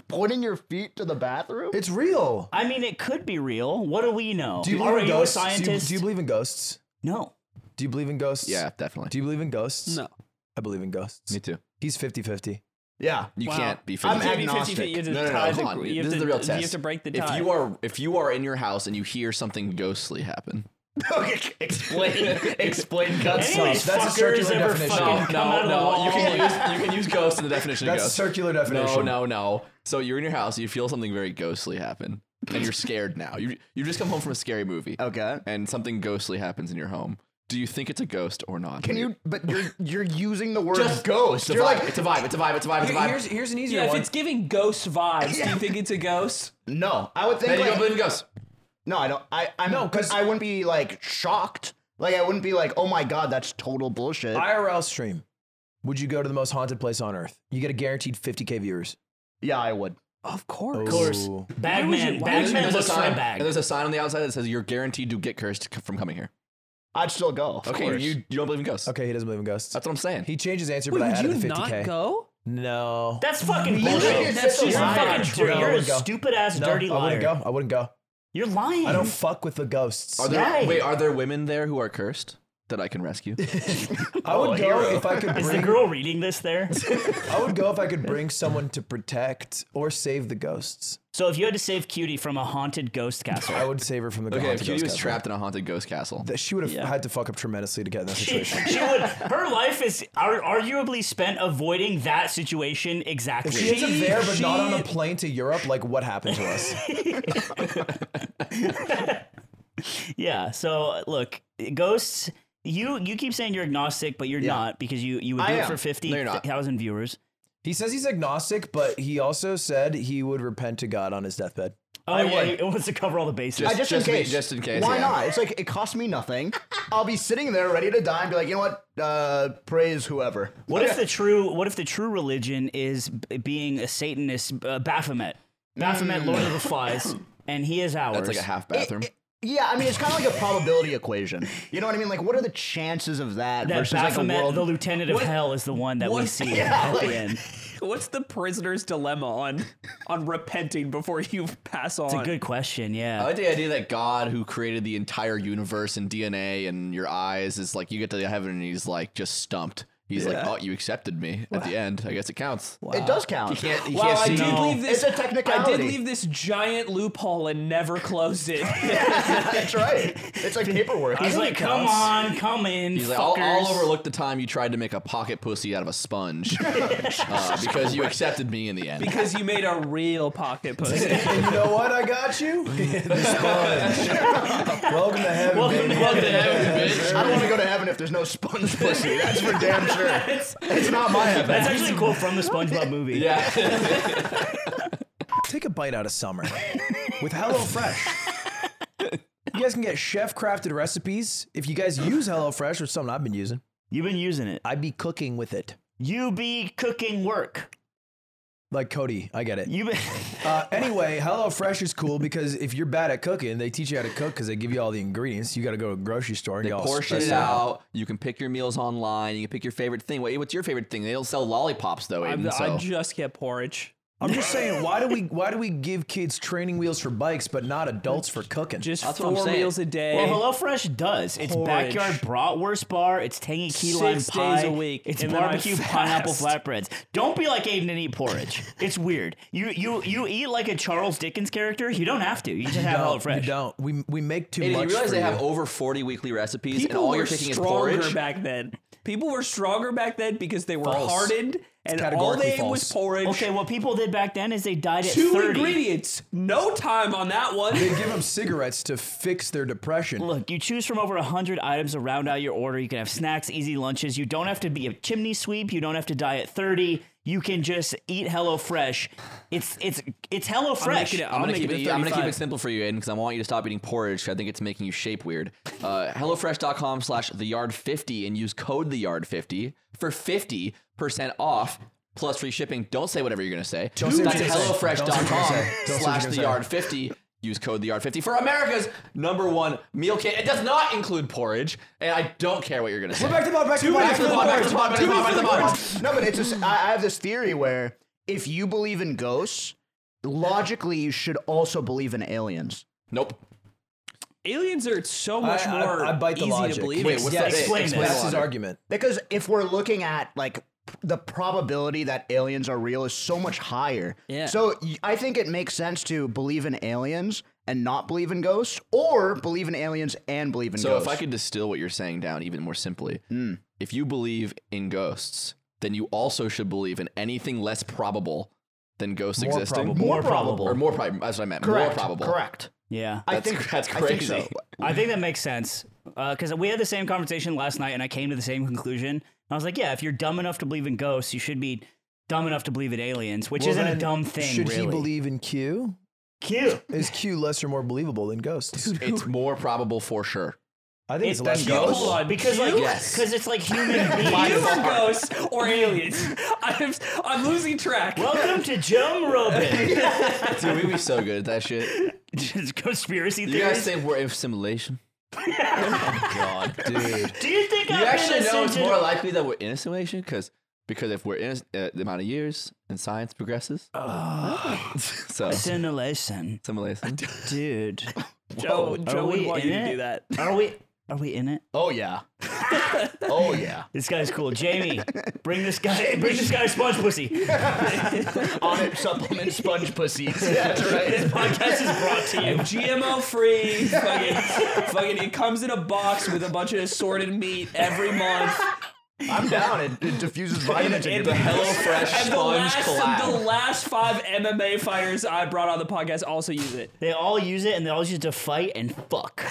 S4: Pointing your feet to the bathroom?
S3: it's real.
S1: I mean, it could be real. What do we know?
S3: Do you
S1: Are
S3: believe in
S1: you a
S3: ghosts? Do you- Do you,
S1: scientist?
S3: believe in ghosts?
S1: no.
S3: Do you believe in ghosts?
S2: Yeah, definitely.
S3: Do you believe in ghosts?
S5: No.
S3: I believe in ghosts.
S2: Me too.
S3: He's 50 50.
S4: yeah.
S2: You
S5: Wow.
S2: can't be
S4: I'm
S2: physically-
S5: Maybe 50 feet, you have to
S2: No, no,
S5: tie
S2: no,
S5: the-
S2: come on.
S5: you have
S2: This is
S5: to-
S2: the real
S5: you
S2: test.
S5: have to break the
S2: If
S5: tie.
S2: you are if you are in your house and you hear something ghostly happen,
S4: Okay, explain. explain guts.
S1: Any of these
S3: That's a
S1: fuckers
S3: circular
S1: ever
S3: definition.
S1: fucking Oh,
S3: No,
S1: come out of the wall?
S2: you can use you can use ghost in the definition
S3: That's
S2: of ghost.
S3: circular
S2: No,
S3: definition.
S2: no, no. So you're in your house, you feel something very ghostly happen, and you're scared now. You you just come home from a scary movie,
S4: Okay.
S2: and something ghostly happens in your home. Do you think it's a ghost or not?
S4: Can you? But you're you're using the word
S2: Just-
S4: ghost.
S2: It's a
S4: You're
S2: vibe.
S4: like
S2: it's a vibe. It's a vibe. It's a vibe. It's a vibe.
S3: Here's, here's an easier
S5: yeah, if
S3: one.
S5: it's giving ghost vibes, do you think it's a ghost?
S4: no. I would
S2: Hey,
S4: think
S2: you don't
S4: like
S2: believe in ghosts.
S4: no. I don't. I I'm,
S3: No, 'cause-
S4: I wouldn't be like shocked. Like I wouldn't be like, oh my god, that's total bullshit.
S3: IRL stream. Would you go to the most haunted place on earth? You get a guaranteed 50K viewers. Oh.
S4: yeah, I would.
S5: Of course.
S1: Of course.
S3: Ooh.
S1: Bagman,
S5: you- why would you-
S1: Bagman
S2: There's a
S1: looks for
S2: sign.
S1: a
S2: And
S1: bag.
S2: there's a sign on the outside that says you're guaranteed to get cursed c- from coming here.
S4: I'd still go. of
S2: Okay,
S4: course.
S2: you you don't believe in ghosts.
S3: Okay, he doesn't believe in ghosts.
S2: That's what I'm saying.
S3: He changed his answer,
S5: Wait,
S3: but I
S5: would
S3: added
S5: you
S3: the 50K.
S5: not go?
S3: No.
S1: That's fucking
S4: think
S1: bullshit.
S4: it's
S1: That's
S4: just
S1: you're
S4: a
S1: a
S4: liar.
S1: fucking
S3: No,
S1: dirty. You're
S3: I
S1: a
S3: wouldn't go.
S1: stupid ass
S3: No,
S1: dirty
S3: I wouldn't
S1: liar.
S3: go. I wouldn't go.
S1: You're lying.
S3: I don't fuck with the ghosts.
S2: Are there
S1: Right.
S2: wait? Are there women there who are cursed? that I can rescue.
S3: I would go if I could
S1: Is the
S3: bring.
S1: girl reading this there?
S3: I would go if I could bring someone to protect or save the ghosts.
S1: So if you had to save Cutie from a haunted ghost castle,
S3: I would save her from the
S2: Okay, if
S3: haunted
S2: Cutie
S3: ghost
S2: was
S3: castle.
S2: trapped in a haunted ghost castle.
S3: That she would have had to fuck up tremendously to get in that
S1: she,
S3: situation.
S1: she would. Her life is ar- arguably spent avoiding that situation exactly.
S3: She ends up
S5: She-
S3: there, but not on a
S5: she-
S3: plane to Europe. Like, what happened to us?
S1: yeah. So uh, look, ghosts. You you keep saying you're agnostic, but you're not because you you would do
S4: I
S1: it
S4: am.
S1: for fifty
S2: you're not.
S1: thousand viewers.
S3: He says he's agnostic, but he also said he would repent to God on his deathbed.
S1: Oh yeah, it wants to cover all the bases.
S4: I just,
S2: Just
S4: in
S2: me-
S4: case.
S2: just in case,
S4: Why
S2: yeah.
S4: not? It's like it costs me nothing. I'll be sitting there ready to die and be like, you know what? Uh, praise whoever.
S1: What if the true What if the true religion is b- being a Satanist uh, Baphomet? Baphomet, Lord of the Flies, and he is ours.
S2: That's like a half bathroom.
S4: It- yeah, I mean, it's kind of like a probability equation. You know what I mean? Like, what are the chances of that,
S1: that
S4: versus
S1: Baphomet,
S4: like a world?
S1: the Lieutenant of
S5: What-
S1: Hell, is the one that we
S5: what-
S1: see
S4: Yeah,
S1: at
S4: like-
S1: the end.
S5: What's the prisoner's dilemma on on repenting before you pass on?
S1: It's a good question.
S2: I
S1: Yeah,
S2: like the idea that God, who created the entire universe and DNA and your eyes, is like you get to heaven and he's like just stumped. He's like,
S5: Yeah.
S2: "Oh, you accepted me at the end. I guess it counts."
S1: Uh,
S4: it does count.
S2: He can't. He
S5: Wow,
S2: can't
S5: I
S2: see.
S5: did
S1: No.
S5: leave this.
S4: It's a technicality.
S5: I did leave this giant loophole and never closed it.
S4: That's right. It's like paperwork.
S1: he's like, come on, come in,
S2: He's like, I'll,
S1: fuckers.
S2: I'll overlook the time you tried to make a pocket pussy out of a sponge uh, because you accepted me in the end.
S5: because you made a real pocket pussy.
S3: And you know what? I got you. the sponge. Welcome to heaven,
S1: Welcome
S3: baby.
S1: to heaven.
S4: I don't want to go to heaven if there's no sponge pussy. That's for damn sure.
S5: It's-
S4: It's not my heaven.
S1: That's actually a quote from the SpongeBob movie.
S2: Yeah.
S3: Take a bite out of summer with HelloFresh. You guys can get chef crafted recipes if you guys use HelloFresh, which is something I've been using.
S1: You've been using it.
S3: I'd be cooking with it.
S1: You be cooking work.
S3: Like Cody, I get it.
S1: You be.
S3: Uh, anyway, HelloFresh is cool because if you're bad at cooking, they teach you how to cook because they give you all the ingredients. You got to go to a grocery store and
S2: They
S3: get all
S2: portion it
S3: stressed
S2: out. You can pick your meals online. You can pick your favorite thing. Wait, what's your favorite thing? They don't sell lollipops though.
S5: I,
S2: Aiden,
S5: I
S2: so.
S5: just get porridge.
S3: I'm just saying, why do we why do we give kids training wheels for bikes but not adults for cooking?
S5: Just
S2: That's what I'm
S5: four
S2: saying.
S5: meals a day.
S1: Well, HelloFresh does. It's
S5: Porridge.
S1: backyard bratwurst bar. It's tangy key
S5: Six
S1: lime
S5: days
S1: pie.
S5: a week,
S1: It's
S5: and then I
S1: barbecue
S5: fast.
S1: pineapple flatbreads. Don't be like Aiden and eat porridge. it's weird. You you you eat like a Charles Dickens character. You don't have to. You just have
S3: don't, you
S1: HelloFresh.
S3: don't. We we make too
S2: Aiden,
S3: much.
S2: you realize
S3: for
S2: they have
S3: you.
S2: over 40 weekly recipes, and
S5: people
S2: all
S5: were
S2: you're picking is
S5: stronger
S2: porridge.
S5: back then. People were stronger back then because they were
S3: False.
S5: hardened, and all
S3: categorically
S5: they ate was
S3: false.
S5: porridge.
S1: Okay, what people did back then is they died at
S5: two
S1: 30.
S5: ingredients, no time on that one.
S3: They give them cigarettes to fix their depression.
S1: Look, you choose from over 100 items to round out your order. You can have snacks, easy lunches. You don't have to be a chimney sweep. You don't have to die at 30. You can just eat HelloFresh. It's it's it's
S5: making
S1: HelloFresh.
S5: it-
S2: I'm gonna,
S5: make
S2: keep
S5: it
S2: it,
S5: to
S2: I'm gonna keep
S5: 35.
S2: it simple for you, Aiden, because I want you to stop eating porridge. 'cause I think it's making you shape weird. Uh, HelloFresh.com slash the yard 50 and use code the yard 50 for 50% off plus free shipping. Don't say whatever you're gonna say.
S3: Don't say what
S2: That's
S3: you're gonna say. Don't say what you're gonna
S2: HelloFresh.com
S3: say. Don't say what
S2: slash
S3: you're
S2: the
S3: gonna
S2: yard 50. Use code the yard 50 for America's number one meal kit. It does not include porridge, and I don't care what you're gonna say.
S3: Back to the back to the
S2: Back to the pod, back to the pod, back to the pod, back to the pod.
S4: No, but it's just, I, I have this theory where if you believe in ghosts, logically you should also believe in aliens.
S2: Nope.
S5: Aliens are so much
S3: I- I-
S5: more
S3: I bite the
S5: easy
S3: logic.
S5: to believe.
S2: Wait, what's
S3: Yeah,
S2: that?
S1: explain
S2: Explain
S1: this.
S2: the
S3: That's his
S2: logic.
S3: argument.
S4: Because if we're looking at like p- the probability that aliens are real is so much higher.
S5: Yeah.
S4: So y- I think it makes sense to believe in aliens and not believe in ghosts, or believe in aliens and believe in
S2: So
S4: ghosts.
S2: if I could distill what you're saying down even more simply, if you believe in ghosts, then you also should believe in anything less probable than ghosts
S3: More
S2: existing.
S3: probable.
S1: More probable.
S2: Or more probable. That's what I meant. More probable.
S4: Correct.
S1: Yeah.
S4: I
S2: That's-
S4: think
S2: that's
S4: I think so.
S2: crazy.
S1: I think that makes sense because we had the same conversation last night, and I came to the same conclusion. I was like, "Yeah, if you're dumb enough to believe in ghosts, you should be dumb enough to believe in aliens," which
S3: Well,
S1: isn't a
S3: then,
S1: dumb thing,
S3: Should
S1: really.
S3: he believe in Q?
S1: Q?
S3: Is Q less or more believable than ghosts?
S2: It's more probable for sure.
S3: I think
S1: It-
S3: it's less
S1: Q-
S3: ghosts.
S5: Hold on,
S1: because like
S5: Q?
S2: Yes.
S1: because it's like human beings.
S5: You are ghosts or aliens? I'm, I'm losing track.
S1: Welcome to Joe Robin.
S2: Dude, we'd be so good at that shit.
S1: Just conspiracy
S2: You guys
S1: theories.
S2: think we're in simulation? Oh,
S3: Dude,
S1: Do you think
S2: You
S1: I've
S2: actually
S1: been
S2: know it's
S1: ascended-
S2: more likely that we're in a simulation because because if we're in a, uh, the amount of years and science progresses,
S1: Oh.
S2: so
S1: Assimilation,
S2: simulation.
S1: dude?
S5: Joe,
S1: Are
S5: Joe
S1: we
S5: wouldn't want
S1: in
S5: you to
S1: it?
S5: do that.
S1: Are we? Are we in it?
S4: Oh yeah. oh yeah.
S1: This guy's cool. Jamie, bring this guy. Bring this guy sponge pussy.
S4: On it supplement sponge pussies. That's right.
S1: Podcast is brought to you.
S5: GMO free. fucking, fucking, it comes in a box with a bunch of assorted meat every month.
S4: I'm down. It, it diffuses vitamins in your
S5: And-
S4: body.
S2: HelloFresh
S5: And the
S2: sponge
S5: last,
S2: collab.
S5: the last five MMA fighters I brought on the podcast also use it.
S1: They all use it and they all use it to fight and fuck.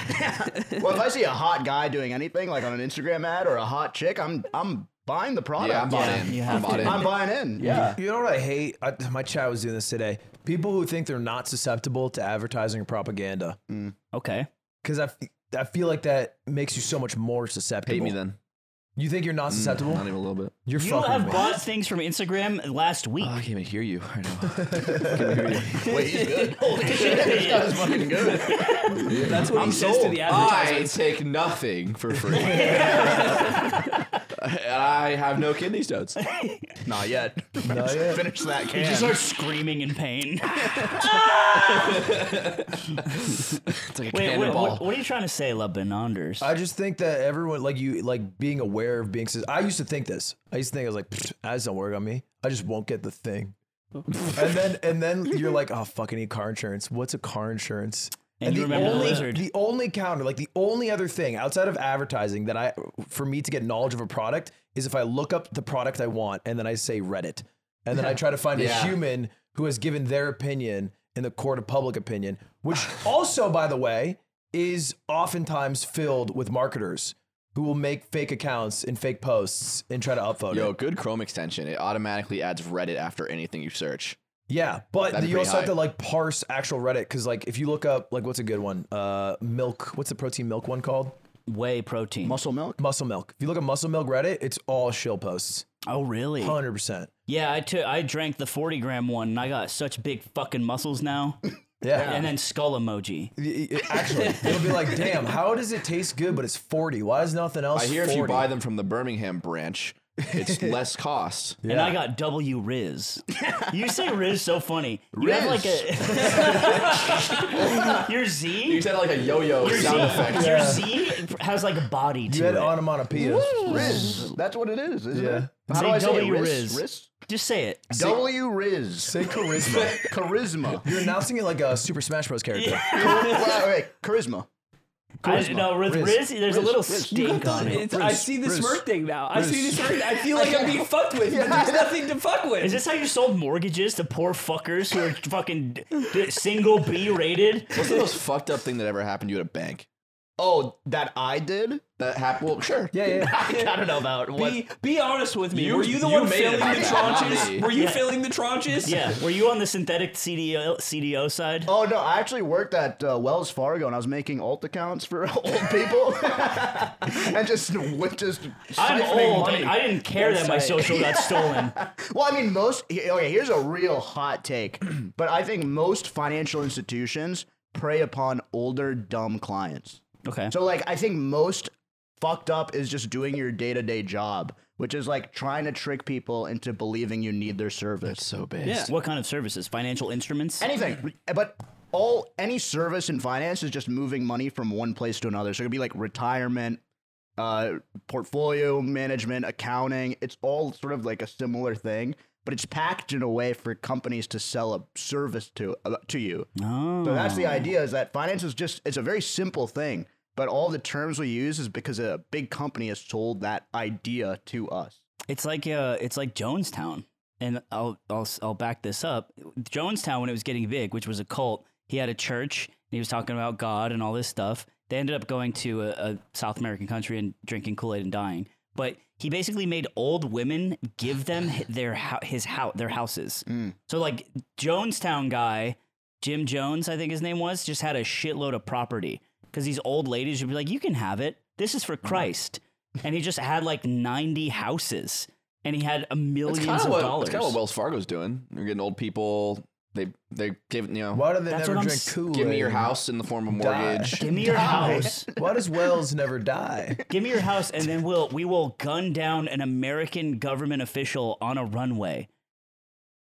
S4: Well, if I see a hot guy doing anything, like on an Instagram ad or a hot chick, I'm I'm buying the product.
S2: Yeah, I'm bought in.
S1: you
S2: I'm
S1: have
S2: bought
S1: to.
S2: in.
S4: I'm buying in. Yeah.
S3: You know what I hate? I, my chat was doing this today. People who think they're not susceptible to advertising or propaganda,
S1: Okay.
S3: because I, f- I feel like that makes you so much more susceptible.
S2: Hate me then. Mm.
S3: You think you're not susceptible?
S2: Not even a little bit.
S3: you're
S1: You
S3: fucking.
S1: have
S3: with me.
S1: bought things from Instagram last week.
S2: Oh, I can't even hear you. I know.
S4: Wait, he's good. Holy shit, this guy's fucking good.
S5: That's what
S4: I'm
S5: he says to
S4: sold.
S5: the
S2: I
S5: advertisement.
S2: take nothing for free. I have no kidney stones.
S4: Not yet.
S3: Not yet.
S4: Finish that
S1: you
S4: can.
S1: just start screaming in pain.
S2: It's like a
S1: Wait, what,
S2: cannonball.
S1: what, what are you trying to say, La Benanders?
S3: I just think that everyone like you like being aware of being. sus- I used to think this. I used to think I was like, "Pfft, ads don't work on me. I just won't get the thing. and then and then you're like, oh fuck, I need car insurance. What's a car insurance?
S1: And you remember the
S3: only,
S1: lizard.
S3: The only counter, like the only other thing outside of advertising that I, for me to get knowledge of a product is if I look up the product I want and then I say Reddit, and then I try to find
S2: Yeah.
S3: a human who has given their opinion in the court of public opinion, which also, by the way, is oftentimes filled with marketers who will make fake accounts and fake posts and try to upvote
S2: Yo,
S3: it.
S2: good Chrome extension. It automatically adds Reddit after anything you search.
S3: Yeah, but
S2: That'd be
S3: you also
S2: pretty
S3: have to like parse actual Reddit because like if you look up like what's a good one, uh, milk. What's the protein milk one called?
S1: Whey protein.
S4: Muscle milk?
S3: Muscle Milk. If you look at Muscle Milk Reddit, it's all shill posts.
S1: Oh, really?
S3: 100%.
S1: Yeah, I took. I drank the forty gram one, and I got such big fucking muscles now.
S3: Yeah.
S1: And then skull emoji.
S3: Y- y- Actually, it'll be like, damn, how does it taste good, but it's 40? Why is nothing else
S2: I hear if you
S3: 40?
S2: buy them from the Birmingham branch, it's less cost.
S1: And I got W Riz. you say Riz so funny. You have like a. your
S2: You
S1: Z.
S2: said like a yo-yo
S1: Your Z,
S2: sound effect.
S1: your Z has like a body to
S3: You had
S1: it.
S3: onomatopoeia.
S4: Riz. That's what it is, isn't
S3: Yeah.
S4: it? How do
S1: Say
S4: I say it?
S1: W
S4: Riz?
S1: Riz.
S4: Riz?
S1: Just say it.
S4: W Riz.
S3: Say charisma.
S4: charisma.
S3: You're announcing it like a Super Smash Bros. character.
S4: Wait, wait, charisma.
S1: I, no, with Riz,
S3: Riz.
S1: there's a little stink on it.
S5: It's- I see the smirk thing now. I see the smirk. I feel like I'm being fucked with, but there's nothing to fuck with.
S1: Is this how you sold mortgages to poor fuckers who are fucking d- d- single B rated?
S2: What's the most fucked up thing that ever happened to you at a bank?
S4: Oh, that I did?
S2: That happened? Well, sure.
S3: Yeah, yeah.
S4: I don't know about what.
S5: be, be honest with me.
S2: You-
S5: Were you the
S2: you
S5: one
S2: made it
S5: filling the
S2: happen, not me.
S5: tranches? Were you filling the tranches?
S1: Yeah. Were you on the synthetic CDO, CDO side?
S4: Oh no! I actually worked at uh, Wells Fargo, and I was making alt accounts for old people, and just just
S1: I'm
S4: siphoning
S1: old.
S4: money.
S1: and I didn't care that my social got stolen.
S4: Well, I mean, most. Okay, here's a real hot take, but I think most financial institutions prey upon older, dumb clients.
S1: Okay.
S4: So, like, I think most fucked up is just doing your day to day job, which is like trying to trick people into believing you need their service.
S2: So bad.
S5: Yeah.
S1: what kind of services? Financial instruments?
S4: Anything, but all any service in finance is just moving money from one place to another. So it could be like retirement, uh, portfolio management, accounting. It's all sort of like a similar thing, but it's packaged in a way for companies to sell a service to uh, to you.
S1: Oh.
S4: So that's the idea is that finance is just it's a very simple thing, but all the terms we use is because a big company has sold that idea to us.
S1: It's like uh, it's like Jonestown, and I'll I'll I'll back this up. Jonestown, when it was getting big, which was a cult, he had a church, and he was talking about God and all this stuff. They ended up going to a, a South American country and drinking Kool Aid and dying. But he basically made old women give them hi- their hou- his house their houses. So like Jonestown guy, Jim Jones, I think his name was, just had a shitload of property because these old ladies would be like, "You can have it. This is for
S2: Uh-huh.
S1: Christ." And he just had like ninety houses, and he had a
S2: That's
S1: millions
S2: kind
S1: of
S2: of what,
S1: dollars.
S2: that's kinda what Wells Fargo's doing. They're getting old people. They they give you know
S3: Why do they
S1: That's what
S3: never
S1: I'm
S3: drink
S1: s-
S3: Kool-Aid?
S2: give me your house in the form of
S3: Die.
S2: mortgage.
S1: Give me your house.
S3: Why does Wells never die?
S1: Give me your house, and then we'll we will gun down an American government official on a runway.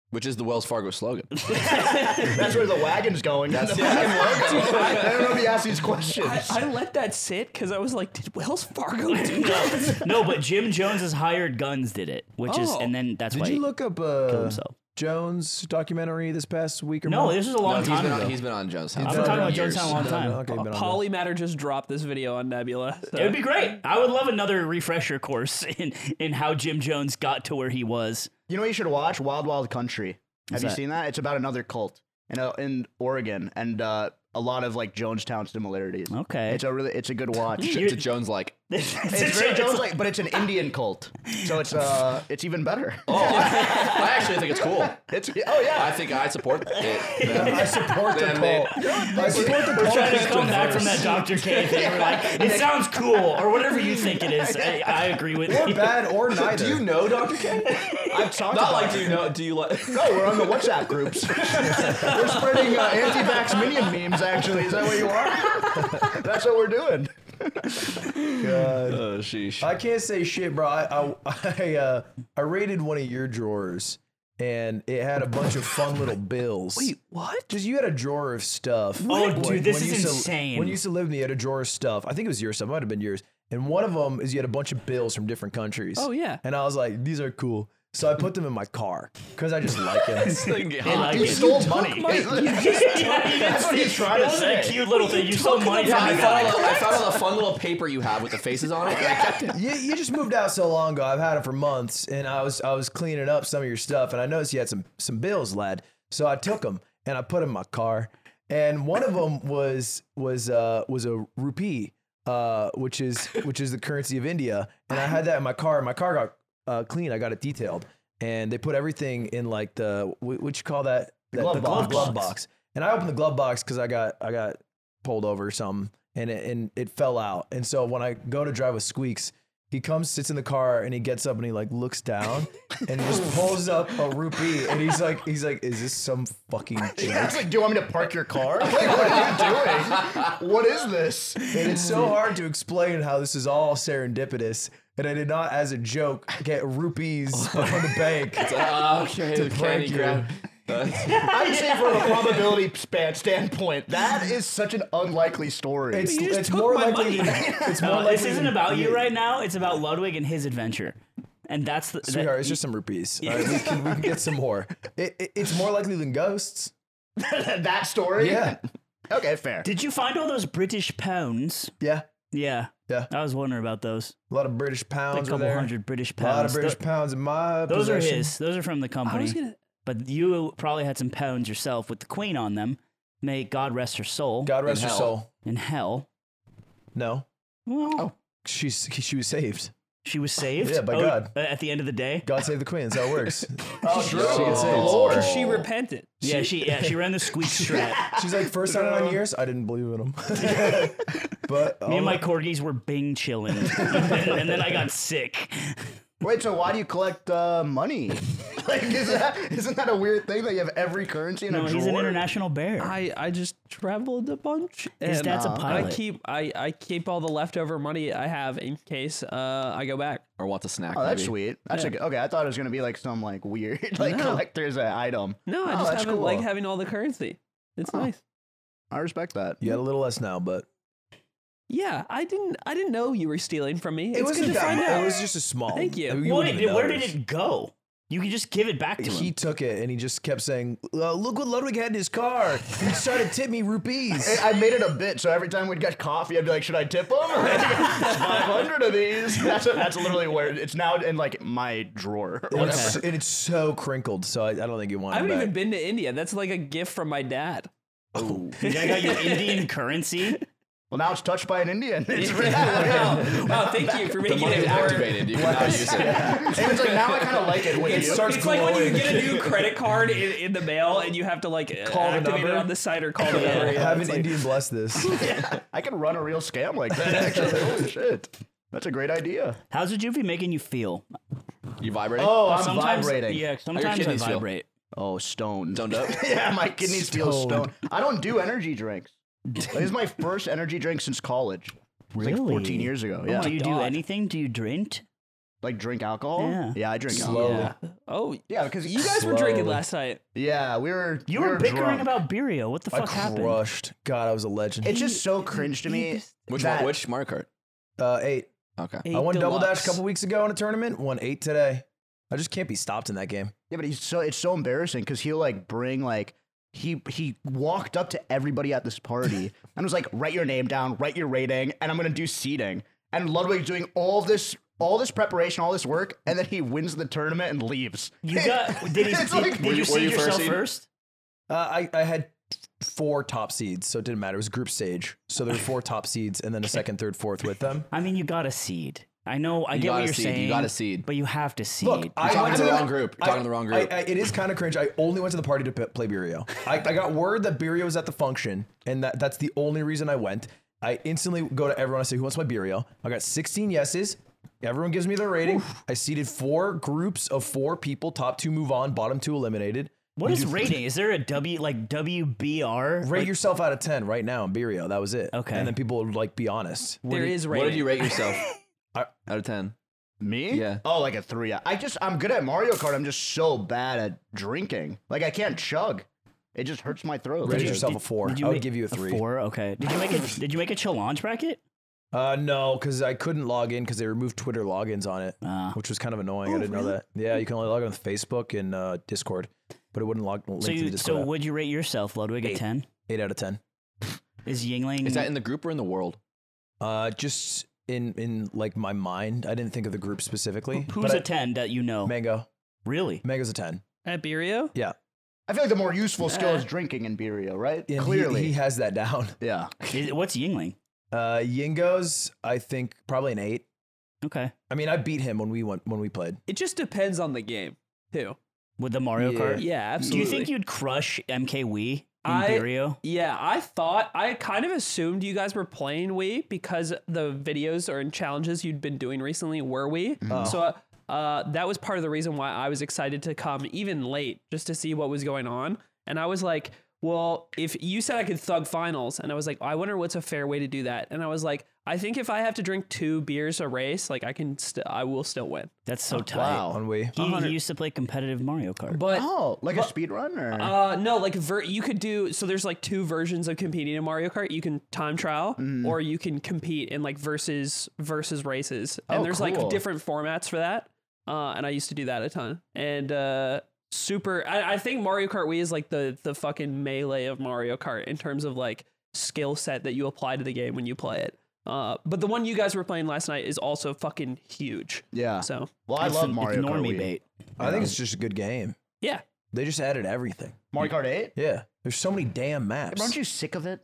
S2: which is the Wells Fargo slogan.
S4: That's where the wagon's going. That's the wagon logo. I don't know if he asked these questions.
S5: I, I let that sit because I was like, did Wells Fargo do that?
S1: no, no, but Jim Jones's hired guns did it, which is,
S5: Oh.
S1: and then that's
S3: Did
S1: why.
S3: you look up uh,
S1: himself.
S3: Jones documentary this past week or
S1: no,
S3: month?
S1: this was a long
S2: he's,
S1: time
S2: been
S1: ago.
S2: on, he's been on Jones House.
S1: I've been
S3: He's been
S2: for
S1: talking about
S2: years.
S1: Jonestown a long time.
S3: Okay, been on
S5: Polly Matter just dropped this video on Nebula. so-
S1: It would be great. I would love another refresher course in in how Jim Jones got to where he was.
S4: You know what you should watch? Wild Wild Country. Have you
S1: that?
S4: seen that? It's about another cult in uh, in Oregon and uh, a lot of like Jonestown similarities.
S1: Okay.
S4: It's a really it's a good watch.
S1: You-
S2: It's a Jones like.
S1: it's
S4: It's very Jones like, but it's an Indian cult, so it's uh, it's even better. Oh,
S2: I actually think it's cool.
S4: it's oh yeah.
S2: I think I support it.
S3: that. I support the
S2: Damn
S3: cult. I support the cult.
S1: Trying to come back from that Dr. K thing. We're like, it sounds cool, or whatever you think it is. I, I agree with
S3: Or
S1: you.
S3: bad or neither. Do you know Dr. K?
S4: I've talked
S2: Not
S4: about
S2: like
S4: it.
S2: do you know? Do you like?
S4: No, we're on the WhatsApp groups. we're spreading uh, anti-vax minion memes. Actually, is that what you are? That's what we're doing.
S2: Oh, sheesh.
S3: I can't say shit, bro. I I I, uh, I raided one of your drawers and it had a bunch of fun little bills.
S5: Wait, what?
S3: Just you had a drawer of stuff.
S1: Oh, dude, this is
S3: you used to-
S1: insane.
S3: when you used to live with me, you had a drawer of stuff. I think it was your stuff. It might have been yours. And one of them is you had a bunch of bills from different countries.
S5: Oh, yeah.
S3: And I was like, these are cool. So I put them in my car because I just like them.
S1: like
S4: You
S1: it.
S4: stole money.
S1: That's
S4: what he's trying
S1: it
S4: to
S1: wasn't a
S4: say.
S1: cute little thing. You stole money
S2: Yeah,
S1: from
S2: I
S1: the
S2: found,
S1: guy.
S2: a little, I found a little fun little paper you have with the faces on it. and I kept it.
S3: you, you just moved out so long ago. I've had it for months, and I was I was cleaning up some of your stuff, and I noticed you had some some bills, lad. So I took them and I put 'em in my car, and one of them was was uh was a rupee, uh which is which is the currency of India, and I had that in my car. My car got uh, clean. I got it detailed, and they put everything in like the wh- what you call that that-
S4: glove
S3: the glove,
S4: box.
S3: glove box. And I opened the glove box because I got I got pulled over or something and it, and it fell out. And so when I go to drive with Squeaks, he comes, sits in the car, and he gets up and he like looks down and he just pulls up a rupee and he's like he's like, is this some fucking joke?
S4: It's like, do you want me to park your car? Like, what are you doing? What is this?
S3: And it's so hard to explain how this is all serendipitous. And I did not, as a joke, get rupees from the bank.
S2: Uh, okay, the
S3: prank
S2: candy
S3: you.
S2: grab.
S4: I'd say from a probability span standpoint, that is such an unlikely story.
S3: It's,
S5: just
S3: it's
S5: took
S3: more
S5: my
S3: likely. It's more
S1: No,
S3: likely.
S1: Uh, this isn't about you right now. It's about Ludwig and his adventure. And that's the. that-
S3: Sweetheart, it's just some rupees. All right, we can we can get some more. It, it, it's more likely than ghosts.
S4: that story?
S3: Yeah,
S4: Okay, fair.
S1: did you find all those British pounds?
S3: yeah,
S1: Yeah.
S3: Yeah.
S1: I was wondering about those.
S3: a lot of British
S1: A
S3: pounds. were
S1: couple
S3: there.
S1: hundred British
S3: A
S1: pounds.
S3: lot of British
S1: Th-
S3: pounds in my
S1: those are
S3: possession.
S1: his. Those are from the
S5: I
S1: company.
S5: was gonna.
S1: But you probably had some pounds yourself with the queen on them. May God rest her soul
S3: God rest
S2: In
S3: her
S2: hell.
S3: soul.
S1: in hell.
S3: No,
S1: Well,
S3: she's she was saved.
S1: she was saved.
S3: Yeah, by
S1: Oh,
S3: God.
S1: uh, At the end of the day.
S3: God save the queen. That's how it works.
S2: Oh,
S3: She gets saved.
S5: Because she repented.
S1: Yeah, she yeah, she ran the squeak strat.
S3: She's like first time in nine years. I didn't believe in him, but
S1: Me and
S3: um,
S1: my corgis were bing chilling. and then I got sick.
S4: Wait, so why do you collect uh, money? like, is that, isn't that a weird thing that you have every currency in
S1: No,
S4: a drawer?
S1: he's an international bear.
S5: I, I just traveled a bunch. And uh,
S1: dad's a
S5: I
S1: pilot.
S5: keep I, I keep all the leftover money I have in case uh, I go back.
S2: Or wants a snack.
S4: Oh, that's
S2: maybe.
S4: sweet. That's a good, okay. I thought it was gonna be like some like weird like collector's item.
S5: No, I
S4: Oh,
S5: just
S4: that's
S5: haven't
S4: cool.
S5: like having all the currency. It's nice.
S4: I respect that.
S3: you had a little less now, but
S5: Yeah, I didn't I didn't know you were stealing from me. it's good to
S3: that
S5: find
S3: much.
S5: out.
S3: It was just a small.
S5: Thank you.
S1: What
S3: wouldn't
S1: did-
S3: even
S1: where did
S3: notice.
S1: it go? You can just give it back to
S3: He
S1: him.
S3: took it and he just kept saying, uh, "Look what Ludwig had in his car." He just tried to tip me rupees.
S4: I I made it a bit, so every time we'd get coffee, I'd be like, "Should I tip them? Five hundred of these." That's that's literally where it's now in like my drawer.
S3: And it's, and it's so crinkled, so I, I don't think you want.
S5: I
S3: it
S5: haven't
S3: back.
S5: even been to India. That's like a gift from my dad.
S1: Dude, I got you Indian currency.
S4: Well, now it's touched by an Indian. It's really
S5: wow, Oh, wow, thank you for
S2: The
S5: making
S2: money
S5: it
S2: is
S5: more.
S2: activated. You can now use it.
S4: And it's like now I kind of like it when you.
S3: starts
S5: It's like when you
S3: glowing.
S5: get a new credit card in, in the mail and you have to like
S3: the
S5: activate it
S3: number?
S5: on the site or call the number.
S3: Have an Indian bless this.
S4: I could run a real scam like that. Actually, holy shit, that's a great idea.
S1: How's the juvie making you feel?
S2: You vibrating?
S3: Oh,
S4: Oh, I'm
S1: sometimes, Yeah, sometimes I
S2: kidneys feel?
S1: vibrate.
S4: Oh, stoned.
S2: Zoned up.
S4: yeah, my kidneys feel
S3: Stoned.
S4: stoned. I don't do energy drinks. this is my first energy drink since college. It was Like
S1: Really?
S4: 14 years ago. Yeah.
S1: Do you do
S5: God.
S1: anything? Do you drink?
S4: Like drink alcohol?
S1: Yeah.
S4: I drink
S3: Slow.
S4: alcohol.
S5: Yeah. Oh,
S4: Yeah, because
S5: you guys were drinking
S3: Slowly.
S5: last night.
S4: Yeah, we were.
S1: You
S4: we
S1: were bickering
S4: drunk.
S1: about Birria. What the
S3: I
S1: fuck happened?
S3: crushed. God, I was a legend.
S4: It's just so cringe to me.
S2: Which
S4: that-
S2: one, which Mario Kart?
S3: uh, eight.
S2: Okay.
S3: I won double dash a couple weeks ago in a tournament. Won eight today. I just can't be stopped in that game.
S4: Yeah, but he's so it's so embarrassing because he'll like bring like he he walked up to everybody at this party and was like, write your name down, write your rating, and I'm gonna do seating. And Ludwig's doing all this all this preparation, all this work, and then he wins the tournament and leaves.
S1: You got? Did he?
S4: It's
S1: Did,
S4: like-
S1: did
S4: Were
S1: you,
S2: you- were
S1: see
S2: you first
S1: yourself
S2: seed?
S1: first?
S3: Uh, I I had four top seeds, so it didn't matter. It was group stage, so there were four top seeds, and then a second, third, fourth with them.
S1: I mean, you got a seed. I know. I
S2: You
S1: get
S2: got
S1: what
S2: a
S1: you're
S2: seed, you
S1: saying.
S2: got a seed.
S1: but you have to seed.
S3: Look, I
S2: talking
S3: went
S2: to the
S3: I-
S2: wrong group. You're talking to the wrong group.
S3: I- I- it is kind of cringe. I only went to the party to p- play Birio. I, I got word that Birio was at the function, and that, that's the only reason I went. I instantly go to everyone. I say, "Who wants my Birio?" I got 16 yeses. Everyone gives me their rating. I seated four groups of four people. Top two move on. Bottom two eliminated.
S1: what is rating? Is there a W like WBR?
S3: Rate yourself out of 10 right now in Birio. That was it.
S1: Okay.
S3: And then people would like be honest.
S5: There is
S2: What did
S5: rating.
S2: you rate yourself? out of ten.
S4: Me?
S2: Yeah.
S4: Oh, like a three. I just I'm good at Mario Kart. I'm just so bad at drinking. Like I can't chug. It just hurts my throat.
S3: Rate
S1: Did you-
S3: yourself
S1: did-
S3: a four.
S1: did
S3: I would
S1: make
S3: give you a three.
S1: four. Okay. Did you make a Did you make a challenge bracket?
S3: Uh, no, because I couldn't log in because they removed Twitter logins on it,
S1: Ah.
S3: which was kind of annoying. I didn't know that. Yeah, you can only log in with Facebook and uh, Discord, but it wouldn't log link
S1: So
S3: to the
S1: you,
S3: Discord.
S1: so
S3: app.
S1: would you rate yourself, Ludwig, a
S3: Eight.
S1: ten?
S3: Eight out of ten.
S1: Is Yingling?
S5: Mm.
S2: Is that in the group or in the world?
S3: Uh, just in in like my mind, I didn't think of the group specifically.
S1: who's
S3: but
S1: a
S3: I-
S1: ten that you know?
S3: Mango.
S1: Really?
S3: Mango's a ten.
S5: At Birio?
S3: Yeah,
S4: I feel like the more useful skill is drinking in Birria, right?
S3: And he-
S4: Clearly.
S3: he, has that down.
S4: yeah.
S1: Is- what's Yingling?
S3: Uh, Yingo's, I think probably an eight.
S1: Okay.
S3: I mean, I beat him when we went when we played.
S5: It just depends on the game, too.
S1: With the Mario
S3: Yeah.
S1: Kart.
S5: Yeah,
S1: Do
S5: absolutely.
S1: you think you'd crush MK Wii in
S5: I-
S1: Birrio?
S5: Yeah, I thought I kind of assumed you guys were playing Wii because the videos or challenges you'd been doing recently were Wii. So uh, uh, that was part of the reason why I was excited to come even late just to see what was going on. And I was like, well, if you said I could thug finals, and I was like, I wonder what's a fair way to do that. And I was like, I think if I have to drink two beers a race, like I can, st- I will still win.
S1: That's so tight.
S3: On
S4: Wow.
S3: we.
S1: He, he used to play competitive Mario Kart.
S5: But
S4: Oh, like a speed run or
S5: Uh, no, like ver- you could do so. There's like two versions of competing in Mario Kart. You can time trial,
S4: Mm.
S5: or you can compete in like versus versus races. And
S4: Oh,
S5: there's
S4: cool.
S5: like different formats for that. Uh, and I used to do that a ton. And uh, super, I, I think Mario Kart Wii is like the the fucking melee of Mario Kart in terms of like skill set that you apply to the game when you play it. Uh, but the one you guys were playing last night is also fucking huge.
S4: yeah.
S5: So
S4: Well, I
S1: It's
S4: love
S1: an- it's
S4: Mario Kart.
S1: normie
S4: Wii.
S1: bait.
S3: I think it's just a good game.
S5: yeah,
S3: They just added everything.
S4: Mario Kart 8?
S3: Yeah, there's so many damn maps.
S4: Aren't you sick of it?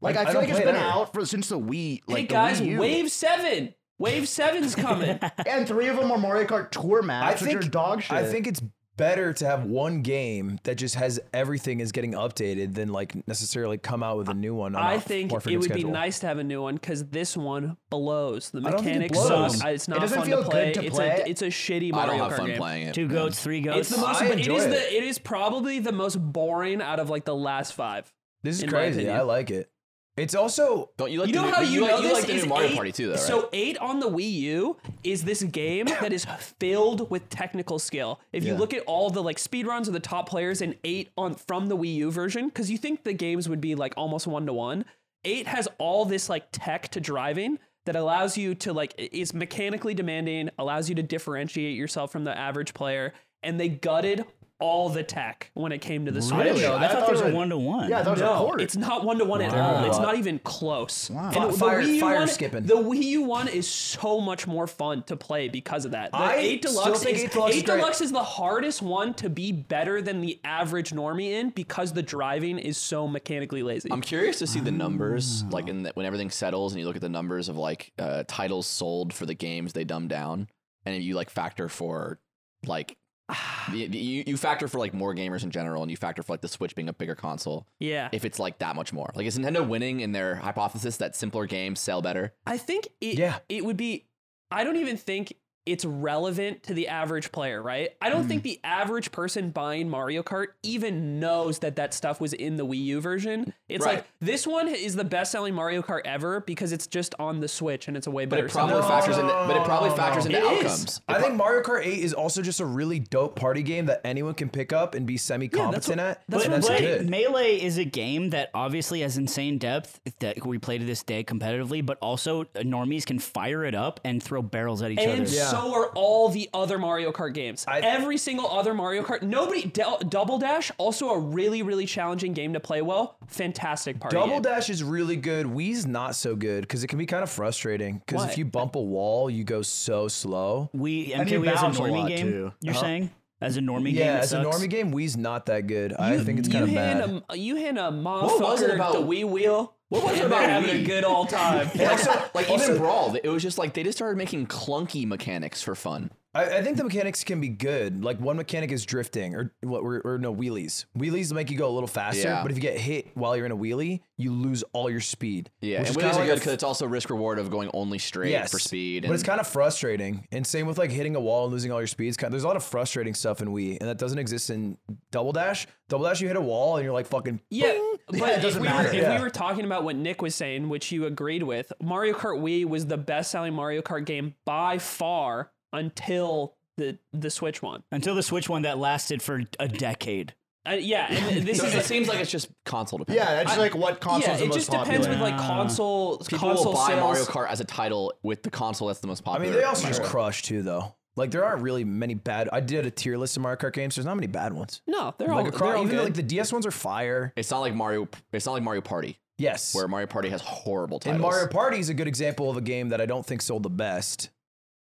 S4: Like I,
S3: I
S4: feel
S3: don't
S4: like it's
S3: play
S4: been
S3: it either.
S4: out for since the Wii. Like
S5: hey
S4: the
S5: guys,
S4: Wii U.
S5: Wave Seven, Wave Seven's coming.
S4: and three of them are Mario Kart Tour maps,
S3: I
S4: which are
S3: think
S4: dog shit.
S3: I think it's better to have one game that just has everything is getting updated than like necessarily come out with a new one. On
S5: I
S3: a
S5: think
S3: more
S5: it would
S3: frequent schedule.
S5: be nice to have a new one because this one blows. The
S3: I don't think it
S5: mechanics
S3: blows.
S5: suck. I- It's not
S4: doesn't
S5: fun
S4: feel
S5: to
S4: good
S5: play.
S4: to
S5: it's
S4: play.
S5: a it's a shitty
S2: I
S5: Mario
S2: don't have
S5: Kart
S2: fun
S5: game.
S2: playing it.
S1: Two goats, three goats.
S5: It's the most.
S3: I
S5: It
S3: enjoy
S5: is
S3: it.
S5: the it is probably the most boring out of like the last five.
S3: This is
S5: in my
S3: crazy.
S5: opinion.
S3: I like it. It's also
S2: Don't you like
S5: You
S2: the
S5: know
S2: new,
S5: how
S2: you,
S5: you,
S2: like-
S5: know
S2: you
S5: this
S2: like the
S5: is
S2: new Mario
S5: eight,
S2: Party too, though, right?
S5: So eight on the Wii U is this game that is filled with technical skill. If you look at all the like speedruns of the top players and eight on from the Wii U version, because you think the games would be like almost one to one. Eight has all this like tech to driving that allows you to like i- is mechanically demanding, allows you to differentiate yourself from the average player, and they gutted all the tech when it came to the Switch.
S4: didn't know
S1: I
S4: that.
S1: thought
S4: I
S1: they
S4: thought
S1: were
S4: it-
S1: one to one.
S4: yeah, that was a
S5: No,
S4: quarter.
S5: it's not one to one at all. It's not even close. And
S3: Fi-
S5: the
S3: fire-
S5: Wii U
S3: fire
S5: one,
S3: skipping.
S5: The Wii U one is so much more fun to play because of that. The
S3: I
S5: eight
S3: still
S5: deluxe,
S3: think
S5: is,
S3: eight Deluxe is great.
S5: Deluxe is the hardest one to be better than the average normie in because the driving is so mechanically lazy.
S2: I'm curious to see the numbers,
S5: Ah.
S2: like in the, when everything settles and you look at the numbers of like uh, titles sold for the games they dumb down, and you like factor for like
S5: Ah.
S2: the, the- you, you factor for like more gamers in general, and you factor for like the Switch being a bigger console.
S5: yeah,
S2: If it's like that much more, like is Nintendo winning in their hypothesis that simpler games sell better?
S5: I think it.
S3: Yeah.
S5: it would be. I don't even think it's relevant to the average player, right? I don't think the average person buying Mario Kart even knows that that stuff was in the Wii U version. It's
S2: Right.
S5: like this one is the best-selling Mario Kart ever because it's just on the Switch and it's a way
S2: But
S5: better.
S2: it probably
S5: system.
S2: factors in. But it probably factors into
S5: It is.
S2: outcomes.
S3: I think Mario Kart 8 is also just a really dope party game that anyone can pick up and be semi competent at.
S5: that's
S3: and
S5: what
S3: that's
S5: I'm
S1: But
S5: saying.
S3: good.
S1: Melee is a game that obviously has insane depth that we play to this day competitively, but also normies can fire it up and throw barrels at each
S5: And
S1: other.
S3: Yeah.
S5: so are all the other Mario Kart games. Every single other Mario Kart. Nobody. Del- Double Dash also a really really challenging game to play well. Fantastic party.
S3: Double
S5: game.
S3: Dash is really good. Wii's not so good because it can be kind of frustrating. Because
S5: Why?
S3: if you bump a wall, you go so slow.
S1: We
S4: And
S1: MKW
S4: you
S1: as
S4: bounce
S1: a
S4: a
S1: normie
S4: lot,
S1: game.
S4: too.
S1: You're saying as a normie game,
S3: Yeah,
S1: it
S3: as a
S1: sucks?
S3: normie game, Wii's not that good. I think it's
S5: You
S3: kind of
S5: hand
S3: bad.
S5: a you hand a
S2: was it
S5: motherfucker
S2: about-
S5: the Wii wheel. What was
S2: it about
S5: having a
S2: Wii?
S5: good all time?
S2: Like, like even Brawl, it was just like they just started making clunky mechanics for fun.
S3: I, I think the mechanics can be good. Like one mechanic is drifting, or what? Or, or no wheelies. Wheelies make you go a little faster,
S2: Yeah.
S3: but if you get hit while you're in a wheelie, you lose all your speed.
S2: Yeah,
S3: which
S2: and wheelies
S3: is kinda
S2: are
S3: like
S2: good
S3: a
S2: because it's also risk reward of going only straight for speed.
S3: but it's
S2: and-
S3: kind of frustrating. And same with like hitting a wall and losing all your speeds. There's a lot of frustrating stuff in Wii, and that doesn't exist in Double Dash. Double Dash, you hit a wall and you're like fucking.
S5: Yeah, but
S4: it
S5: if,
S4: doesn't
S5: we were,
S4: matter.
S5: if
S3: Yeah.
S5: we were talking about what Nick was saying, which you agreed with, Mario Kart Wii was the best-selling Mario Kart game by far until the the Switch one.
S1: Until the Switch one that lasted for a decade.
S5: Uh, yeah, and this
S2: So
S5: is
S2: it seems like it's just console dependent.
S4: Yeah, that's like what consoles
S5: yeah.
S4: are
S5: It
S4: most
S5: just
S4: popular.
S5: depends with like console
S2: people
S5: console
S2: will buy
S5: sales.
S2: Mario Kart as a title with the console that's the most
S3: I
S2: popular.
S3: mean, they also just
S2: Mario Kart.
S3: crush too, though. Like there aren't really many bad. I did a tier list of Mario Kart games. There's not many bad ones.
S5: No, they're all,
S3: Like
S5: they're
S3: across,
S5: all
S3: even though,
S5: good.
S3: like the DS ones are fire.
S2: It's not like Mario. It's not like Mario Party,
S3: Yes.
S2: where Mario Party has horrible titles.
S3: And Mario Party is a good example of a game that I don't think sold the best.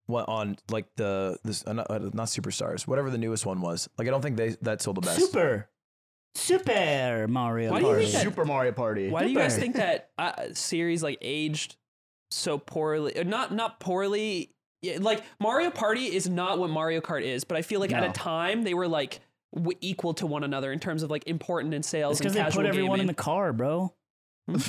S3: What on like the this uh, not, uh, not superstars, whatever the newest one was. Like I don't think they that sold the best.
S1: Super, Super Mario.
S5: Why do you
S1: Kart.
S5: think that-
S4: Super Mario Party.
S5: Why do you guys
S1: Super.
S5: think that uh, series like aged so poorly? uh, Not not poorly. yeah, Like Mario Party is not what Mario Kart is, but I feel like at a time they were like w- equal to one another in terms of like important in sales
S1: It's
S5: and
S1: because they
S5: casual
S1: put everyone in the
S5: gaming.
S1: car, bro.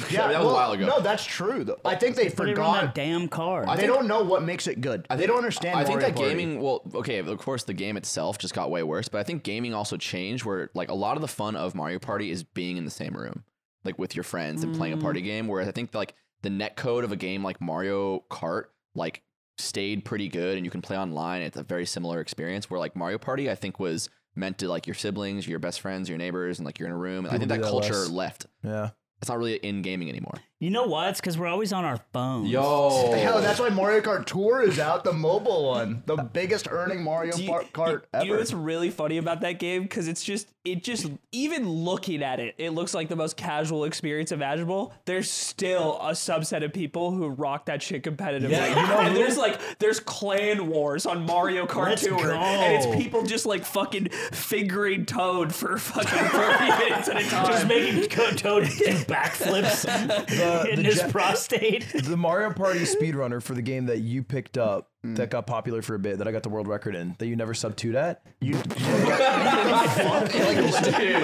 S2: Yeah, that was a while ago.
S4: No, that's true. Though. I think they
S1: Put everyone in
S4: forgot.
S1: that damn car.
S4: they don't know what makes it good. they don't understand.
S2: I think
S4: Mario
S2: that
S4: Party.
S2: gaming, well, okay, of course, the game itself just got way worse, but I think gaming also changed where, like, a lot of the fun of Mario Party is being in the same room, like, with your friends and playing a party game. Whereas I think, like, the net code of a game like Mario Kart, like, stayed pretty good and you can play online. It's a very similar experience where, like, Mario Party, I think, was meant to, like, your siblings, your best friends, your neighbors, and, like, you're in a room. And I
S3: People
S2: think
S3: do
S2: that
S3: that
S2: culture
S3: less.
S2: left.
S3: Yeah.
S2: It's not really in gaming anymore.
S1: You know why? It's because we're always on our phones.
S4: Hell, that's why Mario Kart Tour is out, the mobile one, the biggest earning Mario
S5: Do you-
S4: Par- Kart
S5: you-
S4: ever.
S5: You know what's really funny about that game? Because it's just, it just, even looking at it, it looks like the most casual experience imaginable. There's still a subset of people who rock that shit competitively.
S3: Yeah, you know
S5: and
S3: who?
S5: there's like, there's clan wars on Mario Kart
S1: Let's
S5: Tour.
S1: go.
S5: And it's people just like fucking fingering Toad for fucking 30 minutes at a time.
S1: Just making Co- Toad do backflips in
S3: the
S1: his
S3: ja-
S1: prostate.
S3: The Mario Party speedrunner for the game that you picked up that got popular for a bit that I got the world record in that you never sub two at.
S4: But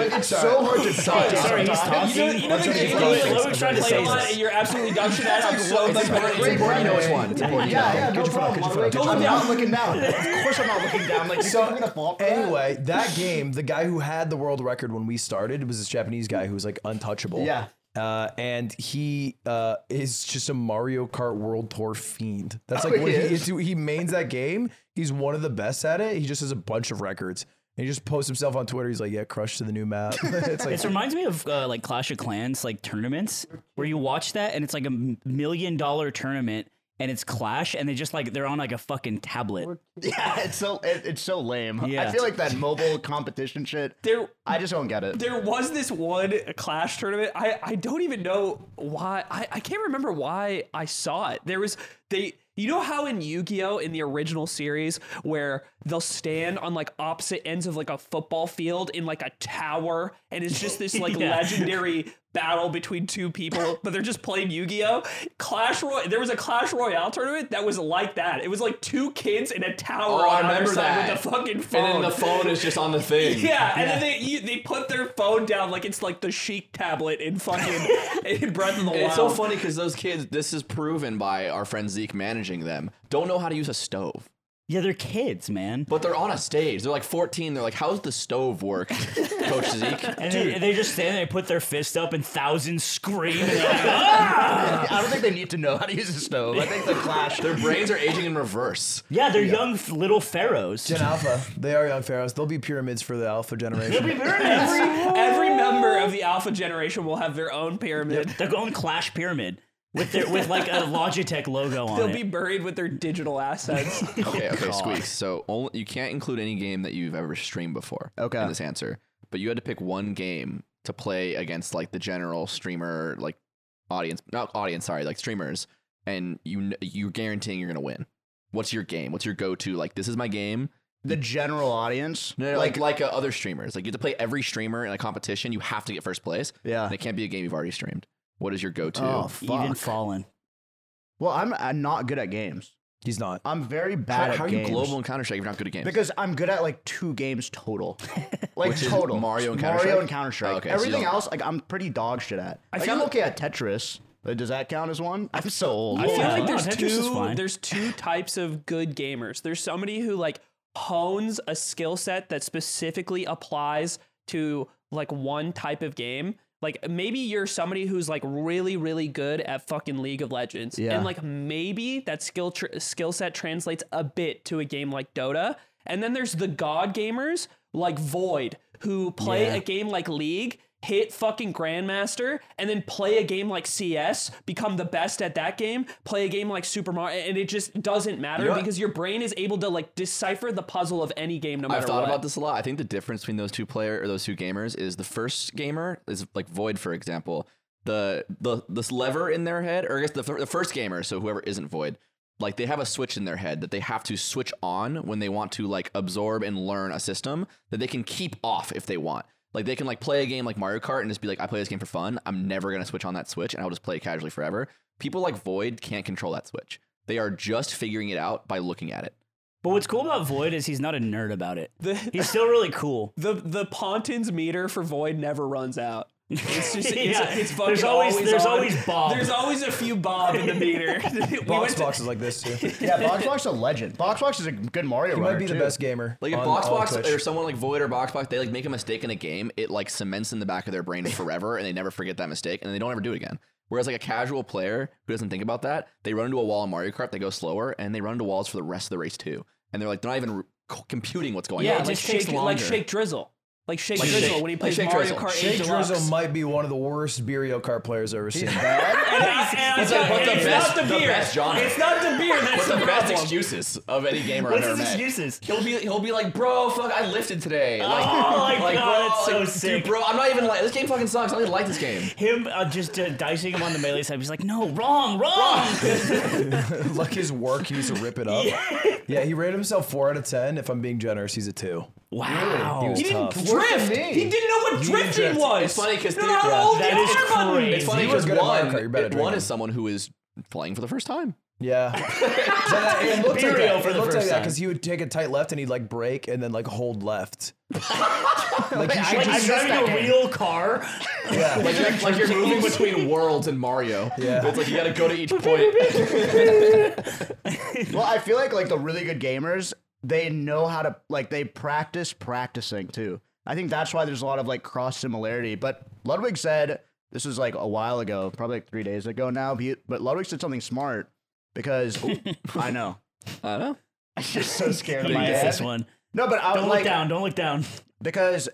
S4: it's so hard to talk.
S1: Sorry, he's
S5: you know, you know the game
S1: Let me-
S5: that you
S1: let me try to
S5: play
S1: say
S5: a lot
S1: this.
S5: and you're absolutely dumb shit at. I'm so
S2: It's
S5: upset.
S2: important, it's important to know which one. It's important to know.
S4: Yeah, yeah, no
S3: your phone,
S4: problem.
S3: get your
S4: Mario.
S3: phone.
S4: I'm not looking down. Of course, I'm not looking down. Like, so I'm gonna fall. for that?
S3: Anyway, that game, the guy who had the world record when we started was this Japanese guy who was like untouchable.
S4: Yeah.
S3: Uh, and he uh, is just a Mario Kart World Tour fiend. That's like
S4: Oh,
S3: what
S4: he
S3: he,
S4: is?
S3: is. He mains that game. He's one of the best at it. He just has a bunch of records. And he just posts himself on Twitter. He's like, "Yeah, crushed to the new map." it's like
S1: This reminds me of uh, like Clash of Clans, like tournaments where you watch that and it's like a m- million dollar tournament and it's Clash and they just like they're on like a fucking tablet.
S4: yeah, it's so it, it's so lame.
S1: Yeah.
S4: I feel like that mobile competition shit.
S5: There-
S4: I just don't get it.
S5: there was this one clash tournament i i don't even know why i i can't remember why i saw it there was they you know how in Yu-Gi-Oh in the original series where they'll stand on like opposite ends of like a football field in like a tower and it's just this like
S1: Yeah.
S5: legendary battle between two people but they're just playing Yu-Gi-Oh Clash Roy there was a Clash Royale tournament that was like that it was like two kids in a tower
S2: Oh,
S5: on
S2: I
S5: either
S2: remember
S5: side
S2: that.
S5: with a fucking phone
S2: And then the phone is just on the thing.
S5: yeah, and then they you, they put their phone down like it's like the chic tablet in fucking in Breath of the Wild.
S2: It's so funny because those kids, this is proven by our friend Zeke managing them, don't know how to use a stove.
S1: Yeah, they're kids, man.
S2: But they're on a stage. They're like 14. They're like, how's the stove work, Coach Zeke?
S1: And they, they just stand there, put their fist up, and thousands scream. "Ah!"
S4: I don't think they need to know how to use a stove. I think the clash.
S2: Their brains are aging in reverse.
S1: yeah, they're young f- little pharaohs.
S3: Gen Alpha. They are young pharaohs. They'll be pyramids for the Alpha generation.
S5: Every, every member of the alpha generation will have their own pyramid.
S1: They're going Clash Pyramid with their with like a Logitech logo on
S5: They'll
S1: it.
S5: be buried with their digital assets.
S2: Okay, okay, squeaks. So only, you can't include any game that you've ever streamed before.
S4: Okay.
S2: In this answer, but you had to pick one game to play against like the general streamer, like audience, not audience, sorry, like streamers, and you kn- you're guaranteeing you're gonna win. What's your game? What's your go-to? Like this is my game.
S4: the general audience.
S2: No, no, like like uh, other streamers. Like you have to play every streamer in a competition. You have to get first place.
S4: Yeah.
S2: And it can't be a game you've already streamed. What is your go-to?
S4: Oh,
S1: Even
S4: fuck.
S1: Fallen.
S4: well, I'm, i not good at games.
S3: He's not.
S4: I'm very
S2: How-
S4: bad at
S2: how are you
S4: games.
S2: global in Counter Strike? You're not good at games.
S4: Because I'm good at like two games total, like
S2: Which is
S4: total
S2: Mario and Counter-Strike?
S4: Mario and Counter Strike.
S2: Oh, okay, so you
S4: Everything
S2: don't-
S4: else, like I'm pretty dog shit at. Like,
S5: feel
S4: I'm
S5: like-
S4: okay at Tetris. But does that count as one? I'm so old.
S5: I feel
S1: Yeah.
S5: like
S1: No,
S5: there's
S1: Tetris is
S5: two
S1: fine.
S5: there's two types of good gamers. There's somebody who like hones a skill set that specifically applies to like one type of game. Like maybe you're somebody who's like really really good at fucking League of Legends,
S4: Yeah.
S5: and like maybe that skill tr- skill set translates a bit to a game like Dota. And then there's the god gamers like Void who play a game like League hit fucking Grandmaster, and then play a game like CS, become the best at that game, play a game like Super Mario, and it just doesn't matter
S2: know what?
S5: because your brain is able to like decipher the puzzle of any game no matter
S2: I've thought
S5: what.
S2: about this a lot. I think the difference between those two player or those two gamers is the first gamer is like Void, for example. The the this lever in their head, or I guess the, fir- the first gamer, so whoever isn't Void, like they have a switch in their head that they have to switch on when they want to like absorb and learn a system that they can keep off if they want. Like they can like play a game like Mario Kart and just be like, I play this game for fun. I'm never gonna switch on that switch, and I'll just play it casually forever. People like Void can't control that switch. They are just figuring it out by looking at it.
S1: But what's cool about Void is he's not a nerd about it. he's still really cool.
S5: the the Pontins meter for Void never runs out. It's just it's,
S1: Yeah.
S5: it's fucking
S1: There's always- there's
S5: on.
S1: always bob.
S5: There's always a few bob in the meter. We
S3: Box
S5: went to-
S3: Box is like this too. He
S4: yeah, Boxbox a legend. Boxbox is a good Mario.
S3: might
S4: runner,
S3: be the
S4: too.
S3: best gamer.
S2: Like if
S3: on-
S2: Box
S3: on
S2: Box
S3: Twitch.
S2: or someone like Void or Box Box, they like make a mistake in a game, it like cements in the back of their brain forever, and they never forget that mistake, and they don't ever do it again. Whereas like a casual player who doesn't think about that, they run into a wall in Mario Kart, they go slower, and they run into walls for the rest of the race too, and they're like they're not even re- co- computing what's going
S5: yeah,
S2: on.
S5: like
S1: just takes
S5: shake like
S1: longer.
S5: shake drizzle. Like Shake
S2: Like
S5: Drizzle
S2: Shake-
S5: when he
S2: like
S5: plays
S2: Shake
S5: Mario
S2: Drizzle.
S5: Kart 8
S3: Jake
S5: Deluxe.
S3: Drizzle might be one of the worst Mario Kart players I've ever seen.
S5: And I- and I
S2: It's
S5: tell
S2: like, what's
S5: you,
S2: the
S5: it's
S2: best-
S5: not the
S2: the
S5: beer.
S2: best genre?
S5: It's not the beer. That's
S2: What's the
S5: the
S2: best
S5: problem.
S2: excuses of any gamer
S1: What's
S2: I've
S1: his
S2: ever met?
S1: excuses?
S2: He'll be he'll be like, bro, fuck, I lifted today. Like,
S1: Oh my God, it's so
S2: dude,
S1: sick.
S2: bro. I'm not even like this game fucking sucks. I don't even like this game.
S1: Him uh, just uh, dicing him on the melee side. He's like, no, wrong, wrong.
S3: like his work, he used to rip it up. Yeah. he rated himself four out of ten. If I'm being generous, he's a two.
S1: Wow.
S3: He was tough.
S5: Drift.
S4: me.
S5: He didn't know what drifting
S3: drift.
S5: was.
S2: It's funny 'cause
S5: no,
S2: theory-
S5: no,
S2: Yeah,
S5: hold the
S1: that is
S5: R button.
S1: crazy.
S2: It's funny
S3: He was
S2: because
S3: good at Mario
S2: one,
S3: Kart, you better drink
S2: one
S3: it.
S2: is someone who is playing for the first time.
S3: Yeah. So that- it looked like
S1: Imperial
S3: that.
S1: for
S3: It
S1: the
S3: looked like
S1: first
S3: that
S1: time.
S3: because he would take a tight left and he'd like break and then like hold left. like he should
S1: Like, I'm
S3: just,
S1: driving a real car.
S2: Like, you're- like you're moving between worlds in Mario.
S3: Yeah.
S2: It's like you gotta go to each point.
S4: Well, I feel like like the really good gamers, they know how to like they practice practicing too. I think that's why there's a lot of like cross similarity. But Ludwig said this was like a while ago, probably like three days ago now. But, he- but Ludwig said something smart because Ooh, I know
S2: I know.
S4: I'm just so scared of
S1: I
S4: my
S1: guess this
S4: ass.
S1: one.
S4: No, but I was
S1: Don't
S4: like
S1: look down. Don't look down.
S4: because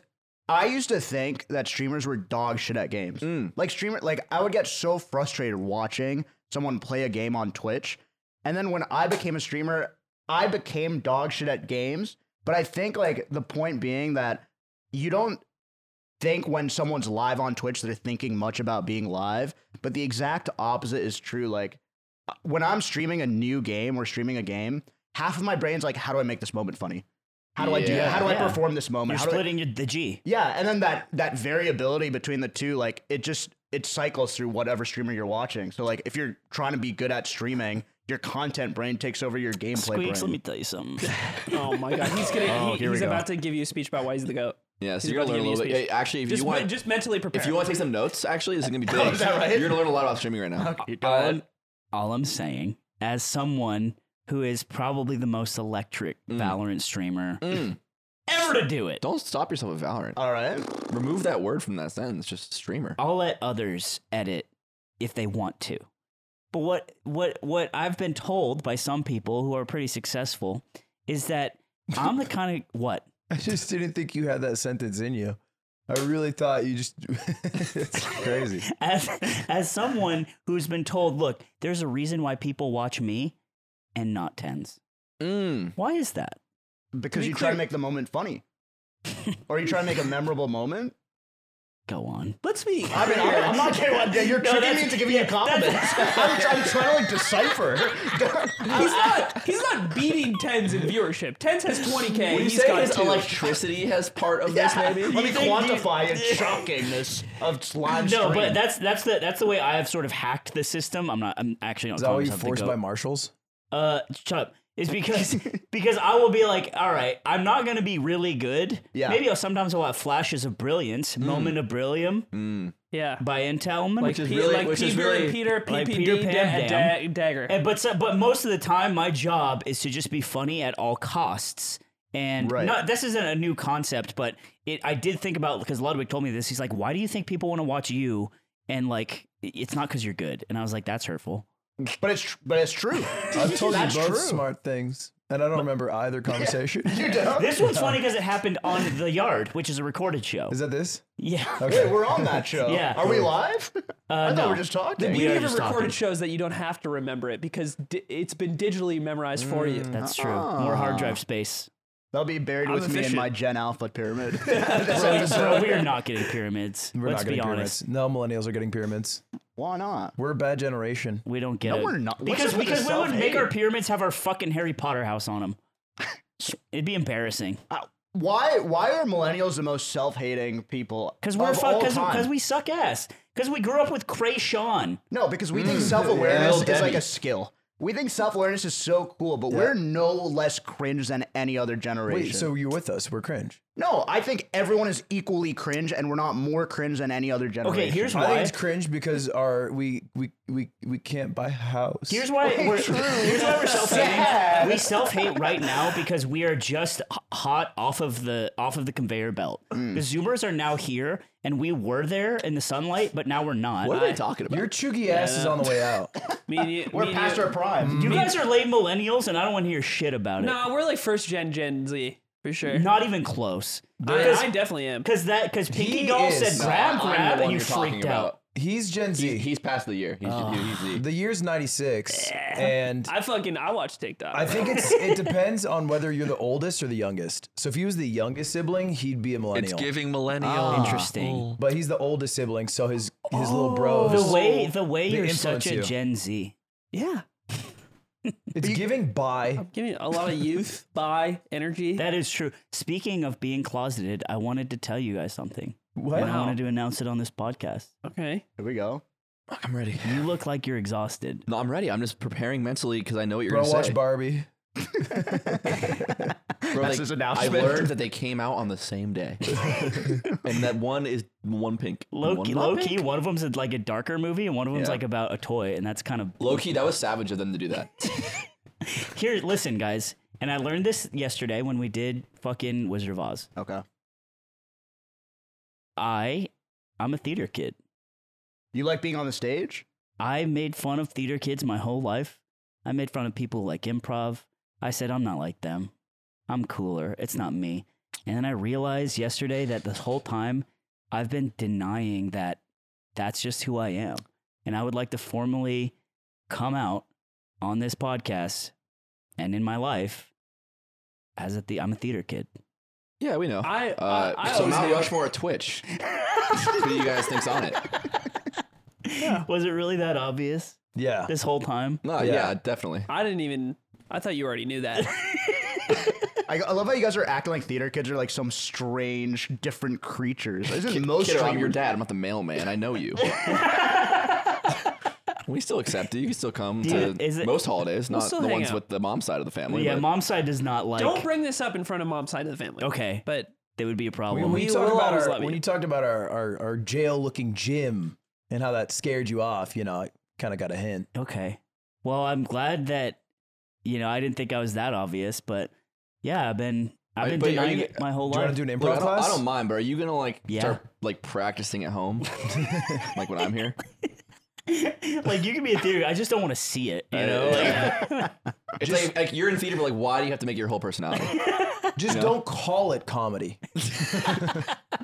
S4: I used to think that streamers were dog shit at games.
S2: Mm.
S1: Mm.
S4: Like streamer, like I would get so frustrated watching someone play a game on Twitch, and then when I became a streamer, I became dog shit at games. But I think like the point being that you don't think when someone's live on Twitch they're thinking much about being live, but the exact opposite is true. Like uh, when I'm streaming a new game or streaming a game, half of my brain's like, how do I make this moment funny? How do I do
S2: Yeah.
S4: that? How do I
S1: Yeah.
S4: perform this moment?
S1: You're
S4: How do I-
S1: splitting your, the G.
S4: yeah, and then that that variability between the two, like it just it cycles through whatever streamer you're watching. So like if you're trying to be good at streaming, your content brain takes over your gameplay
S1: Squeaks, let
S4: brain.
S1: me tell you something.
S5: Oh my god, he's gonna. he-
S4: here we
S5: he's
S4: go.
S5: about to give you a speech about why he's the goat.
S2: Yeah, so
S5: He's
S2: you're
S5: about
S2: gonna
S5: to
S2: learn a little
S5: give you
S2: bit.
S5: speech.
S2: Hey, actually, if
S5: Just,
S2: you
S5: me-
S2: want,
S5: just mentally prepare.
S2: if you want to take some notes, actually, this is gonna be big.
S4: is that right?
S1: Uh,
S2: You're gonna learn a lot about streaming right now.
S4: go
S2: All-
S4: ahead.
S1: All I'm saying, as someone who is probably the most electric
S4: Mm.
S1: Valorant streamer ever to do it.
S2: Mm. Don't stop yourself with Valorant.
S4: All right.
S2: Remove that word from that sentence. Just streamer.
S1: I'll let others edit if they want to. But what what what I've been told by some people who are pretty successful is that I'm the kind of what
S3: I just didn't think you had that sentence in you. I really thought you just. it's crazy.
S1: as as someone who's been told, look, there's a reason why people watch me and not tens.
S2: Mm.
S1: Why is that?
S4: Because
S1: Be
S4: you try
S1: clear.
S4: to make the moment funny. or you try to make a memorable moment.
S1: Go on.
S5: Let's be.
S4: I mean, I'm, I'm not kidding. Like, You're tricking me into giving you compliments. I'm, I'm trying to like decipher.
S5: He's not. He's not beating tens in viewership. Tens has 20k.
S2: Would you
S5: He's
S2: say
S5: got
S2: his
S5: two.
S2: electricity has part of this,
S4: Yeah.
S2: maybe?
S4: Let me quantify the shockingness of slime.
S1: No, but
S4: stream.
S1: that's that's the that's the way I have sort of hacked the system. I'm not. I'm actually not.
S3: Is that
S1: calling
S3: why you
S1: myself the
S3: forced
S1: goat.
S3: by marshals?
S1: Uh, shut up. It's because because I will be like, all right, I'm not gonna be really good.
S4: Yeah.
S1: Maybe I'll sometimes I'll have flashes of brilliance, moment of brillium
S5: Yeah.
S1: by Intelman.
S5: Like,
S2: is
S5: Pe-
S2: really-
S5: like
S2: which
S5: Peter
S2: is really-
S5: and Peter, PPD,
S1: like Peter Pan
S5: da- da- dagger.
S1: and, but so, but most of the time, my job is to just be funny at all costs. And
S4: Right.
S1: not, this isn't a new concept, but it, I did think about because Ludwig told me this. He's like, "Why do you think people want to watch you?" And like, it's not because you're good. And I was like, "That's hurtful."
S4: but it's tr- but it's true.
S3: I've told you
S4: That's
S3: both
S4: true.
S3: smart things, and I don't remember either conversation.
S4: You don't.
S1: This one's funny because it happened on the yard, which is a recorded show.
S3: Is that this?
S1: yeah.
S4: Hey, we're on that show.
S1: Yeah. Uh,
S4: Are we live? I thought
S1: no.
S4: we were just talking.
S5: We
S1: are
S5: never
S1: just
S5: recorded
S1: talking.
S5: shows that you don't have to remember it because di- it's been digitally memorized for you.
S1: That's true. More hard drive space.
S4: They'll be buried
S5: I'm
S4: with me in
S5: efficient.
S4: my Gen Alpha pyramid.
S1: Bro, we're not getting pyramids.
S3: We're
S1: Let's
S3: not
S1: be
S3: getting
S1: honest.
S3: pyramids. No millennials are getting pyramids.
S4: Why not?
S3: We're a bad generation.
S1: We don't get
S4: No,
S1: it.
S4: we're not. What's
S1: Because
S4: up with
S1: because
S4: the
S1: we would make
S4: self-hate?
S1: our pyramids have our fucking Harry Potter house on them. It'd be embarrassing.
S4: Uh, why? Why are millennials the most self-hating people?
S1: Because we're
S4: of all
S1: fuck.
S4: time?
S1: Because we suck ass. Because we grew up with Cray Sean.
S4: No, because we
S1: Mm.
S4: think self-awareness
S2: Little
S4: is like
S2: Debbie.
S4: a skill. We think self-awareness is so cool, but we're no less cringe than any other generation.
S3: Wait, so you're with us? We're cringe.
S4: no, I think everyone is equally cringe, and we're not more cringe than any other generation.
S1: Okay, here's
S3: I think
S1: why.
S3: it's cringe because our we we we we can't buy a house.
S1: Here's why we're here's why we're self hating. We self hate right now because we are just h- hot off of the off of the conveyor belt. The Zoomers are now here, and we were there in the sunlight, but now we're not.
S2: What are
S1: I-
S2: they talking about?
S3: your chuggy ass is on the way out.
S5: Me and you-
S4: we're
S5: me and
S4: past
S5: you-
S4: our
S2: Mm.
S4: prime.
S1: You guys are late millennials, and I don't want to hear shit about it.
S5: Nah, we're like first gen Gen Z for sure.
S1: Not even close.
S5: I, I definitely am.
S1: Because that because Pinky
S3: He
S1: Doll
S3: is-
S1: said
S3: No,
S1: grab
S2: I'm the
S1: grab,
S2: one
S1: and you
S2: you're talking
S1: freaked
S2: about.
S1: out.
S3: He's Gen Z.
S2: He's past the year. He's, he's Z.
S3: the year's '96, and
S5: I fucking I watch TikTok.
S3: I think it's it depends on whether you're the oldest or the youngest. So if he was the youngest sibling, he'd be a millennial.
S2: millennial.
S1: Interesting.
S3: but he's the oldest sibling, so his his
S5: Oh,
S3: little bros.
S1: The way the way
S3: They
S1: you're such
S3: influence
S1: a
S3: you.
S1: Gen Z.
S5: yeah,
S3: it's giving by.
S5: give me a lot of youth, by energy.
S1: That is true. Speaking of being closeted, I wanted to tell you guys something.
S3: What?
S1: And I wanted to announce it on this podcast.
S5: okay,
S4: Here we go.
S2: I'm ready.
S1: You look like you're exhausted.
S2: No, I'm ready. I'm just preparing mentally because I know what you're
S3: Bro,
S2: going to
S3: watch
S2: say.
S3: Barbie.
S2: Bro,
S4: That's
S2: like,
S4: his
S2: I
S4: announcement.
S2: learned that they came out on the same day, and that one is one pink.
S1: Low
S2: one
S1: key,
S2: not
S1: low
S2: pink.
S1: key, one of them's like a darker movie, and one of them's
S2: Yeah.
S1: like about a toy, and that's kind of
S2: Low key, that was savage of them to do that.
S1: here. Listen, guys, and I learned this yesterday when we did fucking Wizard of Oz.
S4: Okay.
S1: I, I'm a theater kid.
S4: You like being on the stage?
S1: I made fun of theater kids my whole life. I made fun of people like improv. I said, I'm not like them. I'm cooler. It's not me. And then I realized yesterday that this whole time I've been denying that that's just who I am. And I would like to formally come out on this podcast and in my life as a the- I'm a theater kid.
S2: Yeah, we know.
S5: I-
S2: uh,
S5: I- I
S2: so
S5: always
S2: Mount
S5: knew-
S2: Rushmore at Twitch. Who do you guys think's on it?
S1: Was it really that obvious
S3: Yeah.
S1: this whole time?
S2: No, yeah,
S3: Yeah.
S2: definitely.
S5: I didn't even. I thought you already knew that.
S4: I, I love how you guys are acting like theater kids are like some strange, different creatures. Isn't most
S2: Kiddo, I'm your
S4: streamers-
S2: dad. I'm not the mailman. I know you. we still accept you. You can still come
S1: Dude,
S2: to
S1: is it-
S2: most holidays, not
S5: still
S2: the
S5: hang
S2: ones
S5: out.
S2: with the mom side of the family.
S1: yeah,
S2: but-
S1: mom's side does not like.
S5: Don't bring this up in front of mom's side of the family.
S1: okay, but
S5: but
S1: there would be a problem.
S3: When
S5: we
S3: you talked
S5: will
S3: about
S5: always
S3: our,
S5: love
S3: when
S5: you.
S3: you talked about our, our, our jail looking gym and how that scared you off, you know, I kind of got a hint.
S1: Okay. Well, I'm glad that you know, I didn't think I was that obvious, but yeah, I've been I've
S2: Are-
S1: been
S2: but are
S1: denying
S2: you-
S1: it my whole
S3: Do you
S1: life.
S3: want to do an improv
S2: Look, I, don't,
S3: class?
S2: I don't mind, but are you gonna like
S1: Yeah.
S2: start like practicing at home, like when I'm here?
S1: like you can be a theory, I just don't want to see it. You know, like,
S2: Uh, It's like, like you're in theater, but like why do you have to make your whole personality?
S3: Just don't call it comedy.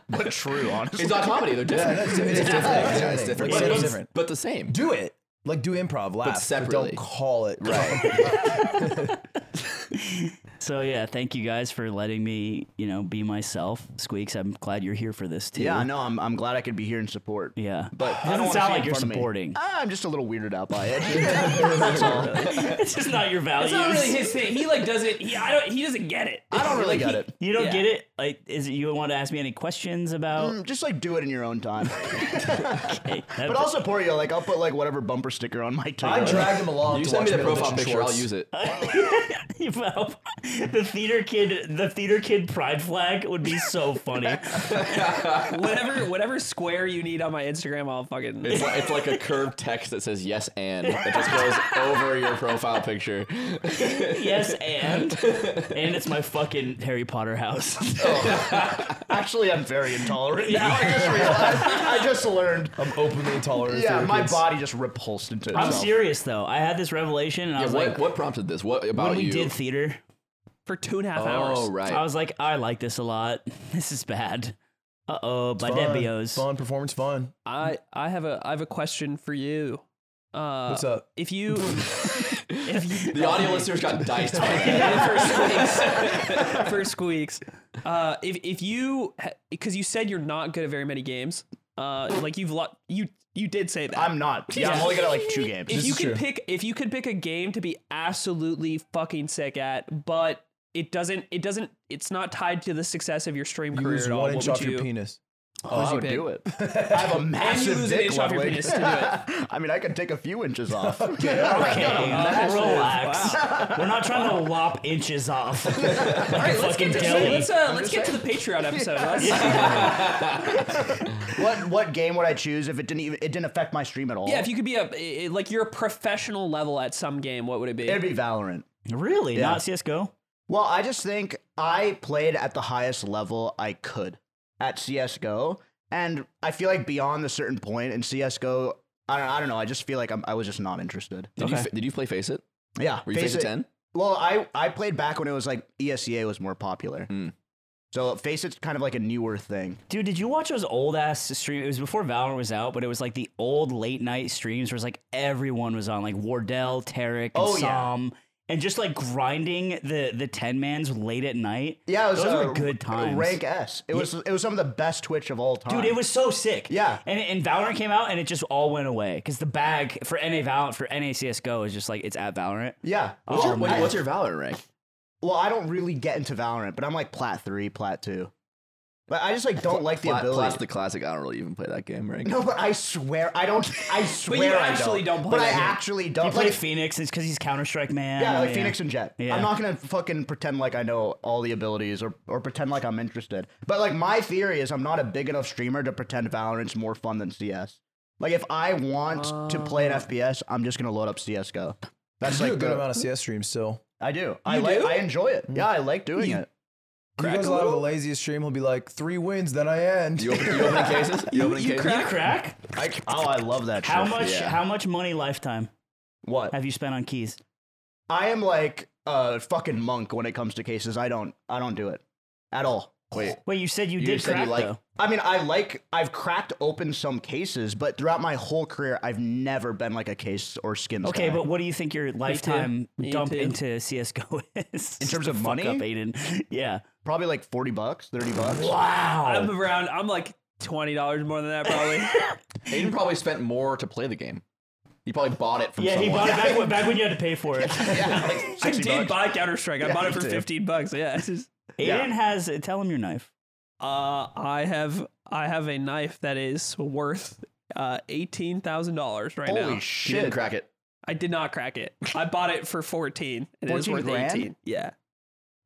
S4: But true, honestly.
S2: It's not comedy; they're different,
S3: It's different. It's different. Yeah, it's different.
S2: but,
S3: It's
S2: it's-
S3: different.
S2: but the same.
S3: Do it. Like do improv, laugh, but
S2: separately.
S3: don't call it right.
S1: so yeah, thank you guys for letting me, you know, be myself. Squeaks, I'm glad you're here for this too.
S4: Yeah, no, I'm I'm glad I could be here in support.
S1: Yeah.
S4: But I
S1: doesn't
S4: don't
S1: sound
S4: wanna see it
S1: like
S4: in
S1: you're
S4: front of me.
S1: supporting.
S4: I'm just a little weirded out by it.
S1: it's just not your values.
S5: It's not really his thing. He like doesn't. He, I don't. He doesn't get it.
S4: I don't really get it.
S1: you don't
S5: Yeah.
S1: get it. Like, is it, you want to ask me any questions about?
S4: Mm, Just like do it in your own time.
S1: Hey, that-
S4: But I'll support you. Like I'll put like whatever bumper sticker on my table.
S3: I dragged him along.
S2: You
S3: to
S2: send me
S3: watch
S2: the
S3: Middle
S2: profile
S3: Ditch
S2: picture; I'll
S3: Shorts.
S2: use it.
S1: Well, the theater kid, the theater kid pride flag would be so funny.
S5: Whatever. Whatever square you need on my Instagram, I'll fucking.
S2: It's like, it's like a curved text that says "yes and" that just goes over your profile picture.
S1: yes, and and it's my fucking Harry Potter house.
S4: Actually, I'm very intolerant now. I just realized. I just learned.
S3: I'm openly intolerant. to
S4: Yeah,
S3: theater
S4: my
S3: kids.
S4: body just repulsed into itself.
S1: I'm serious though. I had this revelation, and I
S2: Yeah,
S1: was
S2: what,
S1: like,
S2: what prompted this? What about
S1: when we
S2: you?
S1: did theater,
S5: for two and a half
S2: oh,
S5: hours.
S2: right.
S1: I was like, I like this a lot. This is bad. Uh oh, by
S3: Fun,
S1: Debios.
S3: Fun performance, fun.
S5: I I have a I have a question for you. Uh,
S3: What's up?
S5: If you
S2: the audio listeners got diced. by that.
S5: for squeaks, for squeaks, uh, if if you because you said you're not good at very many games, uh, like you've lo- you you did say that.
S4: I'm not. Yeah, I'm only gonna like two games.
S5: if you
S3: is
S5: could
S3: true.
S5: pick if you could pick a game to be absolutely fucking sick at, but it doesn't it doesn't it's not tied to the success of your stream
S3: You
S5: career
S3: lose
S5: at all.
S3: one
S5: what
S3: inch
S5: would
S3: off your
S5: you-
S3: penis.
S4: oh, I
S5: you
S4: would
S5: pick?
S4: do it. I have a
S5: And you
S4: massive
S5: lose an
S4: dick
S5: inch off your
S4: Ludwig.
S5: penis to do it.
S4: I mean, I could take a few inches off. okay,
S1: Okay, uh, relax. We're not trying to lop inches off.
S5: All right, let's get to,
S1: Fucking deli.
S5: let's, uh, let's get to the Patreon episode. Let's-
S4: What what game would I choose if it didn't even it didn't affect my stream at all?
S5: Yeah, if you could be a i- i- like you're a professional level at some game, what would it be?
S4: it'd be Valorant.
S1: Really? Not CS:GO?
S4: Well, I just think I played at the highest level I could at CS:GO, and I feel like beyond a certain point in CS:GO, I don't, I don't know. I just feel like I'm, I was just not interested.
S2: Did, you, did you play Face It?
S4: Yeah,
S2: Were you Face It
S4: basic-
S2: 10?
S4: Well, I I played back when it was like E ESEA was more popular. So face it's kind of like a newer thing.
S1: Dude, did you watch those old ass streams? It was before Valorant was out, but it was like the old late night streams where it's like everyone was on, like Wardell, Tarek, and
S4: Oh, yeah.
S1: Sam, and just like grinding the the ten mans late at night.
S4: Yeah, it was
S1: those
S4: uh,
S1: were good times.
S4: Rank S. It was it was some of the best Twitch of all time.
S1: Dude, it was so sick.
S4: Yeah.
S1: and and Valorant came out, and it just all went away because the bag for NA Valorant for NA CS:GO is just like it's at Valorant.
S4: yeah.
S2: What's, your,
S4: Oh,
S2: what-
S4: man.
S2: what's your Valorant rank?
S4: well, I don't really get into Valorant, but I'm like plat three, plat two. But I just like don't like the
S2: Pla-
S4: ability.
S2: Plas the classic. I don't really even play that game, right?
S4: no, but I swear I don't. I swear I
S5: actually don't play
S4: But I
S5: that game.
S4: actually don't.
S1: You play
S4: like,
S1: Phoenix, it's because he's Counter Strike man.
S4: yeah, like Phoenix and Jet.
S1: Yeah.
S4: I'm not gonna fucking pretend like I know all the abilities or, or pretend like I'm interested. But like my theory is I'm not a big enough streamer to pretend Valorant's more fun than CS. Like if I want to play an
S1: Uh.
S4: FPS, I'm just gonna load up CS:GO. That's
S3: You do a
S4: like
S3: good
S4: the-
S3: amount of CS streams still.
S4: I do. I like.
S5: do?
S4: I enjoy it. Yeah, I like doing it.
S3: He goes a lot of the laziest stream. He'll be like, three wins, then I end.
S2: You open, you opening cases? You opening cases?
S1: You crack?
S4: I, oh, I love that.
S1: How
S4: shit.
S1: much?
S2: yeah.
S1: How much money lifetime
S4: What?
S1: have you spent on keys?
S4: I am like a fucking monk when it comes to cases. I don't. I don't do it at all.
S2: Wait,
S1: Wait, you said you,
S2: You
S1: did
S2: said
S1: crack
S2: you like-
S1: though.
S4: I mean, I like I've cracked open some cases, but throughout my whole career, I've never been like a case or skins.
S1: Okay,
S4: guy.
S1: but what do you think your lifetime
S5: Me
S1: dump
S5: too.
S1: into CS:GO is in
S4: terms of money?
S1: Up, Aiden. yeah.
S4: probably like forty bucks, thirty bucks.
S1: Wow.
S5: I'm around. I'm like twenty dollars more than that probably.
S2: Aiden probably spent more to play the game. He probably bought it from
S1: yeah,
S2: someone.
S1: he bought it back, when- back when you had to pay for it.
S5: I did buy Counter Strike. I bought it
S4: me
S5: for
S4: too.
S5: fifteen bucks. Yeah. it's just-
S1: Aiden has. Tell him your knife.
S5: uh, I have I have a knife that is worth uh, eighteen thousand dollars right
S4: Holy
S5: now.
S2: He didn't
S4: shit!
S2: crack it.
S5: I did not crack it. I bought it for fourteen. And it is
S4: 14
S5: worth
S4: grand?
S5: eighteen. Yeah.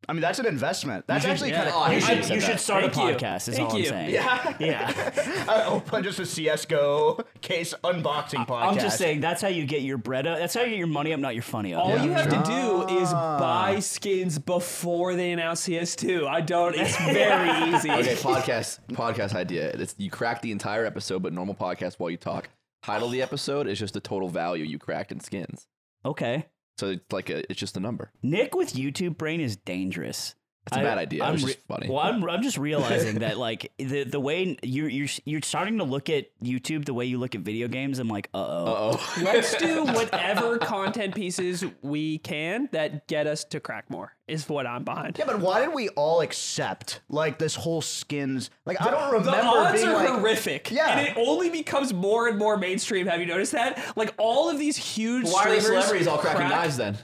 S4: I mean, that's an investment. That's actually kind of
S5: Oh,
S2: yeah.
S1: You
S2: I
S1: should,
S2: said
S1: you
S2: that.
S1: should start
S5: Thank
S1: a
S5: you.
S1: podcast. Is
S5: Thank
S1: all I'm
S5: you.
S1: saying.
S4: Yeah.
S1: yeah.
S4: I opened just a CS:GO case unboxing podcast.
S1: I'm just saying that's how you get your bread up. That's how you get your money up, not your funny up.
S5: All you have to do is buy skins before they announce CS2. I don't. It's very easy.
S2: Okay, podcast podcast idea. It's you crack the entire episode, but normal podcast while you talk. Title of the episode is just the total value you cracked in skins.
S1: okay.
S2: So it's like a, it's just a number.
S1: Nick with YouTube brain is dangerous. It's
S2: a bad idea. It was just funny.
S1: Well, I'm, I'm just realizing that like the the way you're you're you're starting to look at YouTube the way you look at video games. I'm like, uh oh.
S2: Oh,
S5: Let's do whatever content pieces we can that get us to crack more. Is what I'm behind.
S4: Yeah, but why did we all accept like this whole skins? Like I don't
S5: The
S4: remember
S5: odds
S4: being
S5: are
S4: like,
S5: horrific.
S4: Yeah.
S5: And it only becomes more and more mainstream. Have you noticed that? Like all of these huge
S2: why are the
S5: streamers
S2: celebrities all cracking
S5: crack-
S2: knives then?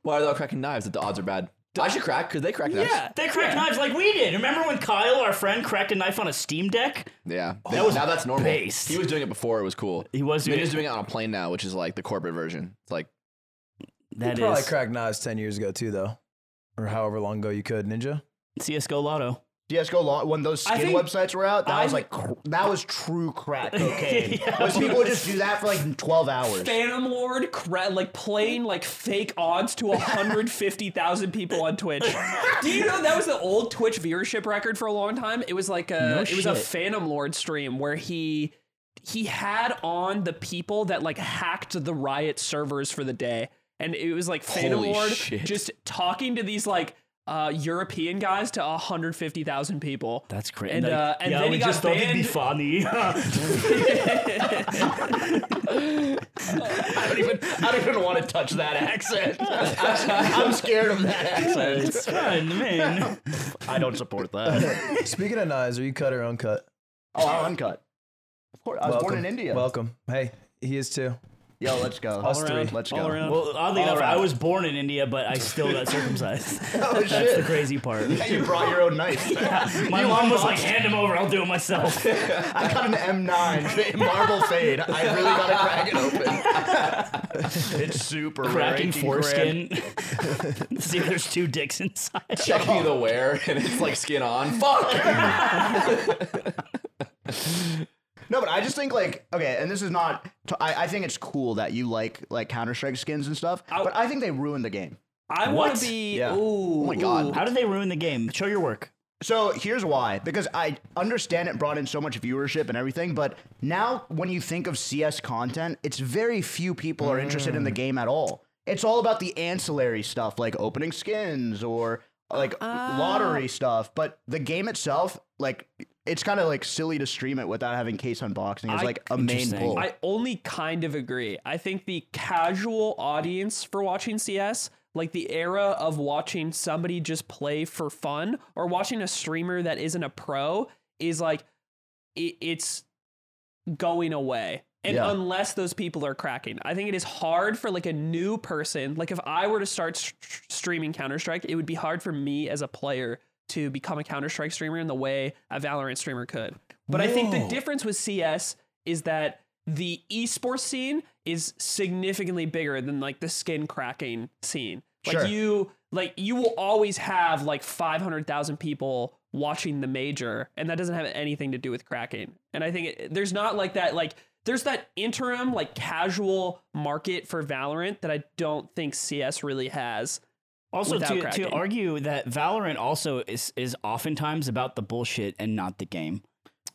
S2: Why are they all cracking knives? That the odds are bad. I should crack because they crack knives.
S5: Yeah.
S1: They cracked knives like we did. Remember when Kyle, our friend, cracked a knife on a Steam Deck?
S2: Yeah. That was now that's normal.
S1: based.
S2: He was doing it before. It was cool.
S1: He was doing
S2: doing,
S1: it-
S2: doing it on a plane now, which is like the corporate version. It's like
S1: That
S3: Probably
S1: is
S3: cracked knives 10 years ago, too, though. Or however long ago you could, Ninja.
S1: CS:GO Lotto.
S4: CS:GO law when those
S5: I
S4: skin
S5: think-
S4: websites were out. That was
S5: I'm-
S4: like cr- that was true crack cocaine. was people would just do that for like twelve hours.
S5: Phantom Lord, cra- like playing like fake odds to 150,000 people on Twitch. Do you know that was the old Twitch viewership record for a long time? It was like a it was a
S1: shit.
S5: Phantom Lord stream where he he had on the people that like hacked the Riot servers for the day, and it was like Phantom
S2: Holy
S5: Lord
S2: shit.
S5: just talking to these like. Uh, European guys to 150,000 people.
S1: That's crazy.
S5: And, uh, and
S1: yeah,
S5: then
S1: we
S5: he got
S1: just thought it'd be
S5: banned.
S1: funny.
S4: I don't even I don't even want to touch that accent. I'm scared of that accent.
S1: it's fun, man.
S4: I don't support that.
S3: Speaking of knives, are you cut or uncut?
S4: oh, I'm uncut. Of course, I was born in India.
S3: Welcome. Hey, he is too.
S4: Yo, let's go.
S3: Us three.
S4: Let's
S5: all
S4: go.
S5: around.
S1: Well, oddly
S4: All
S1: enough, I
S4: right.
S1: was born in India, but I still got circumcised.
S4: Oh
S1: That's the
S4: shit!
S1: crazy part.
S4: You brought your own knife.
S1: My mom was like, hand him over, I'll do it myself.
S4: I got an M9 marble fade. I really gotta crack it open. it's super rare,
S1: Cracking
S4: 18 grand.
S1: foreskin. See if there's two dicks inside.
S2: checking the wear, and it's like skin on. Fuck.
S4: No, but I just think like okay, and this is not. t- I I think it's cool that you like like Counter Strike skins and stuff, but I think they ruined the game.
S5: I want
S1: What?
S5: to be.
S4: Yeah.
S5: Ooh, oh
S2: my God.
S1: How did they ruin the game? Show your work.
S4: So here's why. Because I understand it brought in so much viewership and everything, but now when you think of CS content, it's very few people are interested in the game at all. It's all about the ancillary stuff like opening skins or like lottery stuff, but the game itself, like it's kind of like silly to stream it without having case unboxing as
S5: I-
S4: like a main
S1: Interesting.
S4: pull.
S5: I only kind of agree. I think the casual audience for watching CS, like the era of watching somebody just play for fun or watching a streamer that isn't a pro, is like it, it's going away. And
S4: Yeah.
S5: unless those people are cracking, I think it is hard for like a new person. Like if I were to start st- streaming Counter Strike, it would be hard for me as a player to become a Counter Strike streamer in the way a Valorant streamer could. But I think the difference with CS is that the esports scene is significantly bigger than like the skin cracking scene. Like
S4: Sure.
S5: you like you will always have like 500,000 people watching the major and that doesn't have anything to do with cracking. And I think it, there's not like that like there's that interim like casual market for Valorant that I don't think CS really has.
S1: Also,
S5: Without
S1: to, to
S5: cracking.
S1: argue that Valorant also is, is oftentimes about the bullshit and not the game.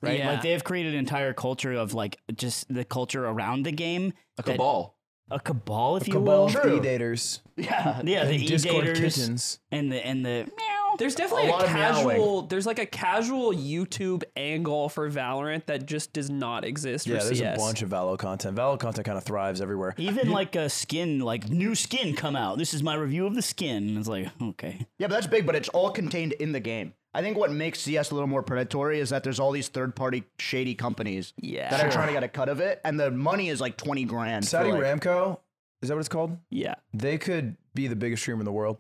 S1: Right?
S5: Yeah.
S1: Like, they have created an entire culture of, like, just the culture around the game.
S2: A cabal.
S1: A cabal, if you
S3: Cabal
S1: will.
S4: True.
S3: E-daters.
S4: yeah.
S1: Yeah, the
S3: Discord
S1: e-daters
S3: kittens.
S1: and the, and the meow.
S5: There's definitely a,
S4: lot of
S5: casual.
S4: meowing.
S5: There's like a casual YouTube angle for Valorant that just does not exist
S3: Yeah,
S5: for
S3: there's
S5: CS.
S3: a bunch of Valo content. Valo content kind of thrives everywhere.
S1: Even like a skin, like new skin come out. This is my review of the skin. And it's like, okay.
S4: Yeah, but that's big, but it's all contained in the game. I think what makes CS a little more predatory is that there's all these third party shady companies
S5: Yeah.
S4: that are trying to get a cut of it, and the money is like 20 grand. for,
S3: Saudi
S4: like-
S3: Ramco, is that what it's called?
S5: yeah.
S3: They could be the biggest streamer in the world.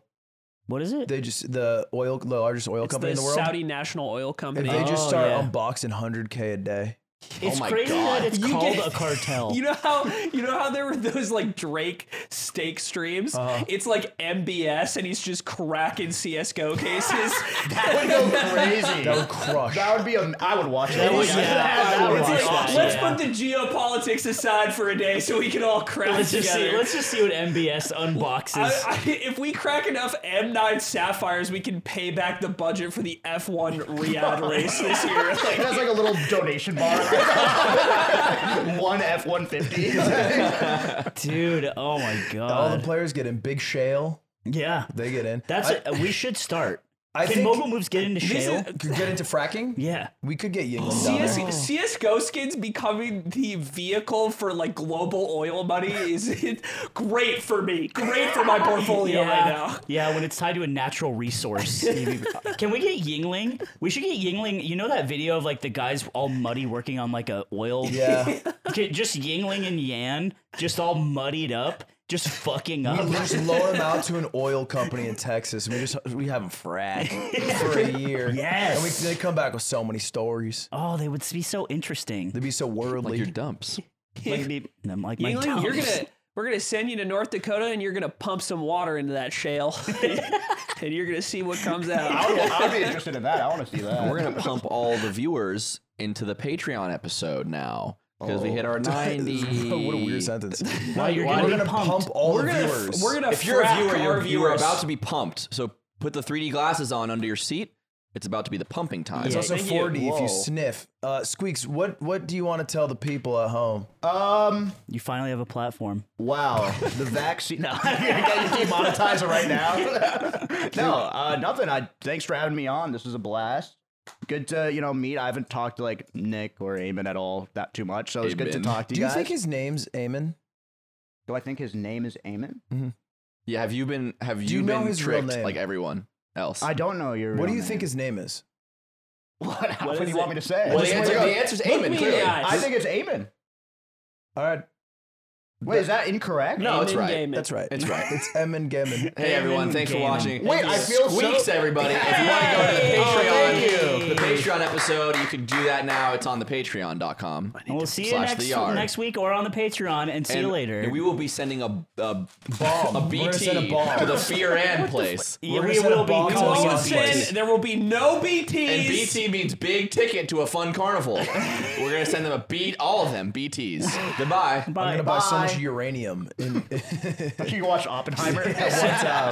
S1: What is it?
S3: They just the oil, the largest oil
S5: It's
S3: company in
S5: the
S3: the world.
S5: Saudi National Oil
S3: if
S5: Company.
S3: they
S1: Oh,
S3: just start
S1: yeah.
S3: unboxing 100k a day,
S1: It's
S2: my
S1: crazy
S2: God.
S1: that it's
S5: You
S1: called
S5: get-
S1: a cartel.
S5: You know how you know how there were those like Drake steak streams? It's like MBS and he's just cracking CSGO cases.
S4: That would go crazy.
S3: That would crush.
S4: That would be a. I would watch that.
S1: That would-
S4: Yeah,
S1: yeah, I would
S4: watch
S5: It's like,
S1: that,
S5: let's
S1: yeah.
S5: put the geopolitics aside for a day so we can all crack
S1: let's just
S5: together.
S1: see. Let's just see what MBS unboxes.
S5: I, I, if we crack enough M9 sapphires, we can pay back the budget for the F1 Riyadh race this year. Like,
S4: That's like a little donation bar. One F one fifty.
S1: Dude, oh my
S3: All the
S1: god.
S3: players get in. Big Shale,
S1: yeah.
S3: they get in.
S1: That's
S3: I,
S1: it. We should start.
S3: I
S1: Can
S3: think-
S1: mobile moves get into
S5: this
S1: shale?
S5: is,
S3: Could get into fracking.
S1: yeah.
S3: We could get Yingling down
S5: CS,
S3: there.
S5: CSGO skins becoming the vehicle for like global oil money is it great for me. Great for my portfolio
S1: yeah.
S5: right now.
S1: Yeah, when it's tied to a natural resource. Can we get Yingling? We should get Yingling. You know that video of like the guys all muddy working on like a oil.
S3: Yeah,
S1: Okay, just Yingling and Yan, just all muddied up, just fucking up.
S3: we just loan them out to an oil company in Texas. And we just we have them frack for a year.
S1: Yes.
S3: and we, they come back with so many stories.
S1: Oh, they would be so interesting.
S3: They'd be so
S2: Like
S3: worldly.
S2: your dumps.
S1: Like, be, I'm like my
S5: Yingling, you're
S1: dumps.
S5: gonna we're gonna send you to North Dakota and you're gonna pump some water into that shale. and you're gonna see what comes
S4: I
S5: out.
S4: would, I would be interested in that. I want to see that.
S2: We're gonna pump all the viewers into the Patreon episode now because we hit our ninety.
S3: Oh, what a weird sentence.
S1: Wow, you're
S3: We're
S1: gonna be
S3: gonna
S1: pumped.
S3: pump all
S5: We're
S3: the
S5: gonna
S3: viewers.
S5: we're gonna
S2: If you're a
S5: frack
S2: viewer,
S5: our
S2: you're, you're
S5: viewers.
S2: about to be pumped. So put the 3D glasses on under your seat. It's about to be the pumping time.
S3: it's also
S5: thank you.
S3: 4D if
S4: Whoa.
S3: you sniff. Uh, Squeaks, what what do you want to tell the people at home?
S4: Um.
S1: You finally have a platform.
S4: Wow. The vaccine. No. Can you demonetize it right now? no. Uh. Nothing. I. Thanks for having me on. This was a blast. Good to you know meet. I haven't talked to like Nick or Eamon at all that too much, so it's good to
S2: Eamon.
S4: talk to
S3: Do
S4: you
S3: you
S4: guys.
S3: think his name's Eamon?
S4: Do I think his name is Eamon?
S2: Yeah, have you been have you,
S3: you know
S2: been
S3: his real
S2: tricked
S3: name?
S2: like everyone else?
S4: I don't know your.
S3: What do
S4: real
S3: you think
S4: name.
S3: his name is?
S4: What, what
S5: What
S4: do
S5: is
S4: you
S5: it?
S4: want me to say?
S2: well,
S4: Just
S2: the
S4: wanna
S2: answer,
S4: go.
S2: the answer is
S5: me
S2: Eamon.
S5: in
S2: Clearly.
S5: the eye.
S4: I think it's Eamon.
S3: All right,
S4: Wait, is that incorrect?
S2: No, it's
S5: Eamon
S2: right.
S5: Damon.
S3: that's right.
S2: It's right.
S3: It's Emin Gammon.
S2: Hey everyone,
S1: Eamon
S2: thanks for
S1: Gaiman.
S2: watching.
S4: Wait, I feel so-
S2: Squeaks, everybody. If you want to go to the
S1: Hey!
S2: Patreon,
S1: Oh, thank you.
S2: the Patreon episode, you can do that now. It's on the Patreon.com.
S1: And we'll see you
S2: slash
S1: next
S2: the yard.
S1: next week or on the Patreon, and see you
S2: And-
S1: later.
S2: And we will be sending a a,
S3: Bomb.
S2: a
S3: We're gonna
S2: BT
S3: send a bomb.
S2: to the Fear and place.
S1: Yeah,
S3: We're
S1: we
S3: gonna set
S1: will
S3: a
S1: be
S3: bomb to
S1: calling
S3: us.
S1: it
S5: Listen, there will be no BTs.
S2: And BT means big ticket to a fun carnival. We're gonna send them a beat, all of them BTs. Goodbye.
S3: I'm
S1: Bye.
S3: gonna buy so
S4: Bye.
S3: much uranium in
S4: You watch Oppenheimer.
S3: one time.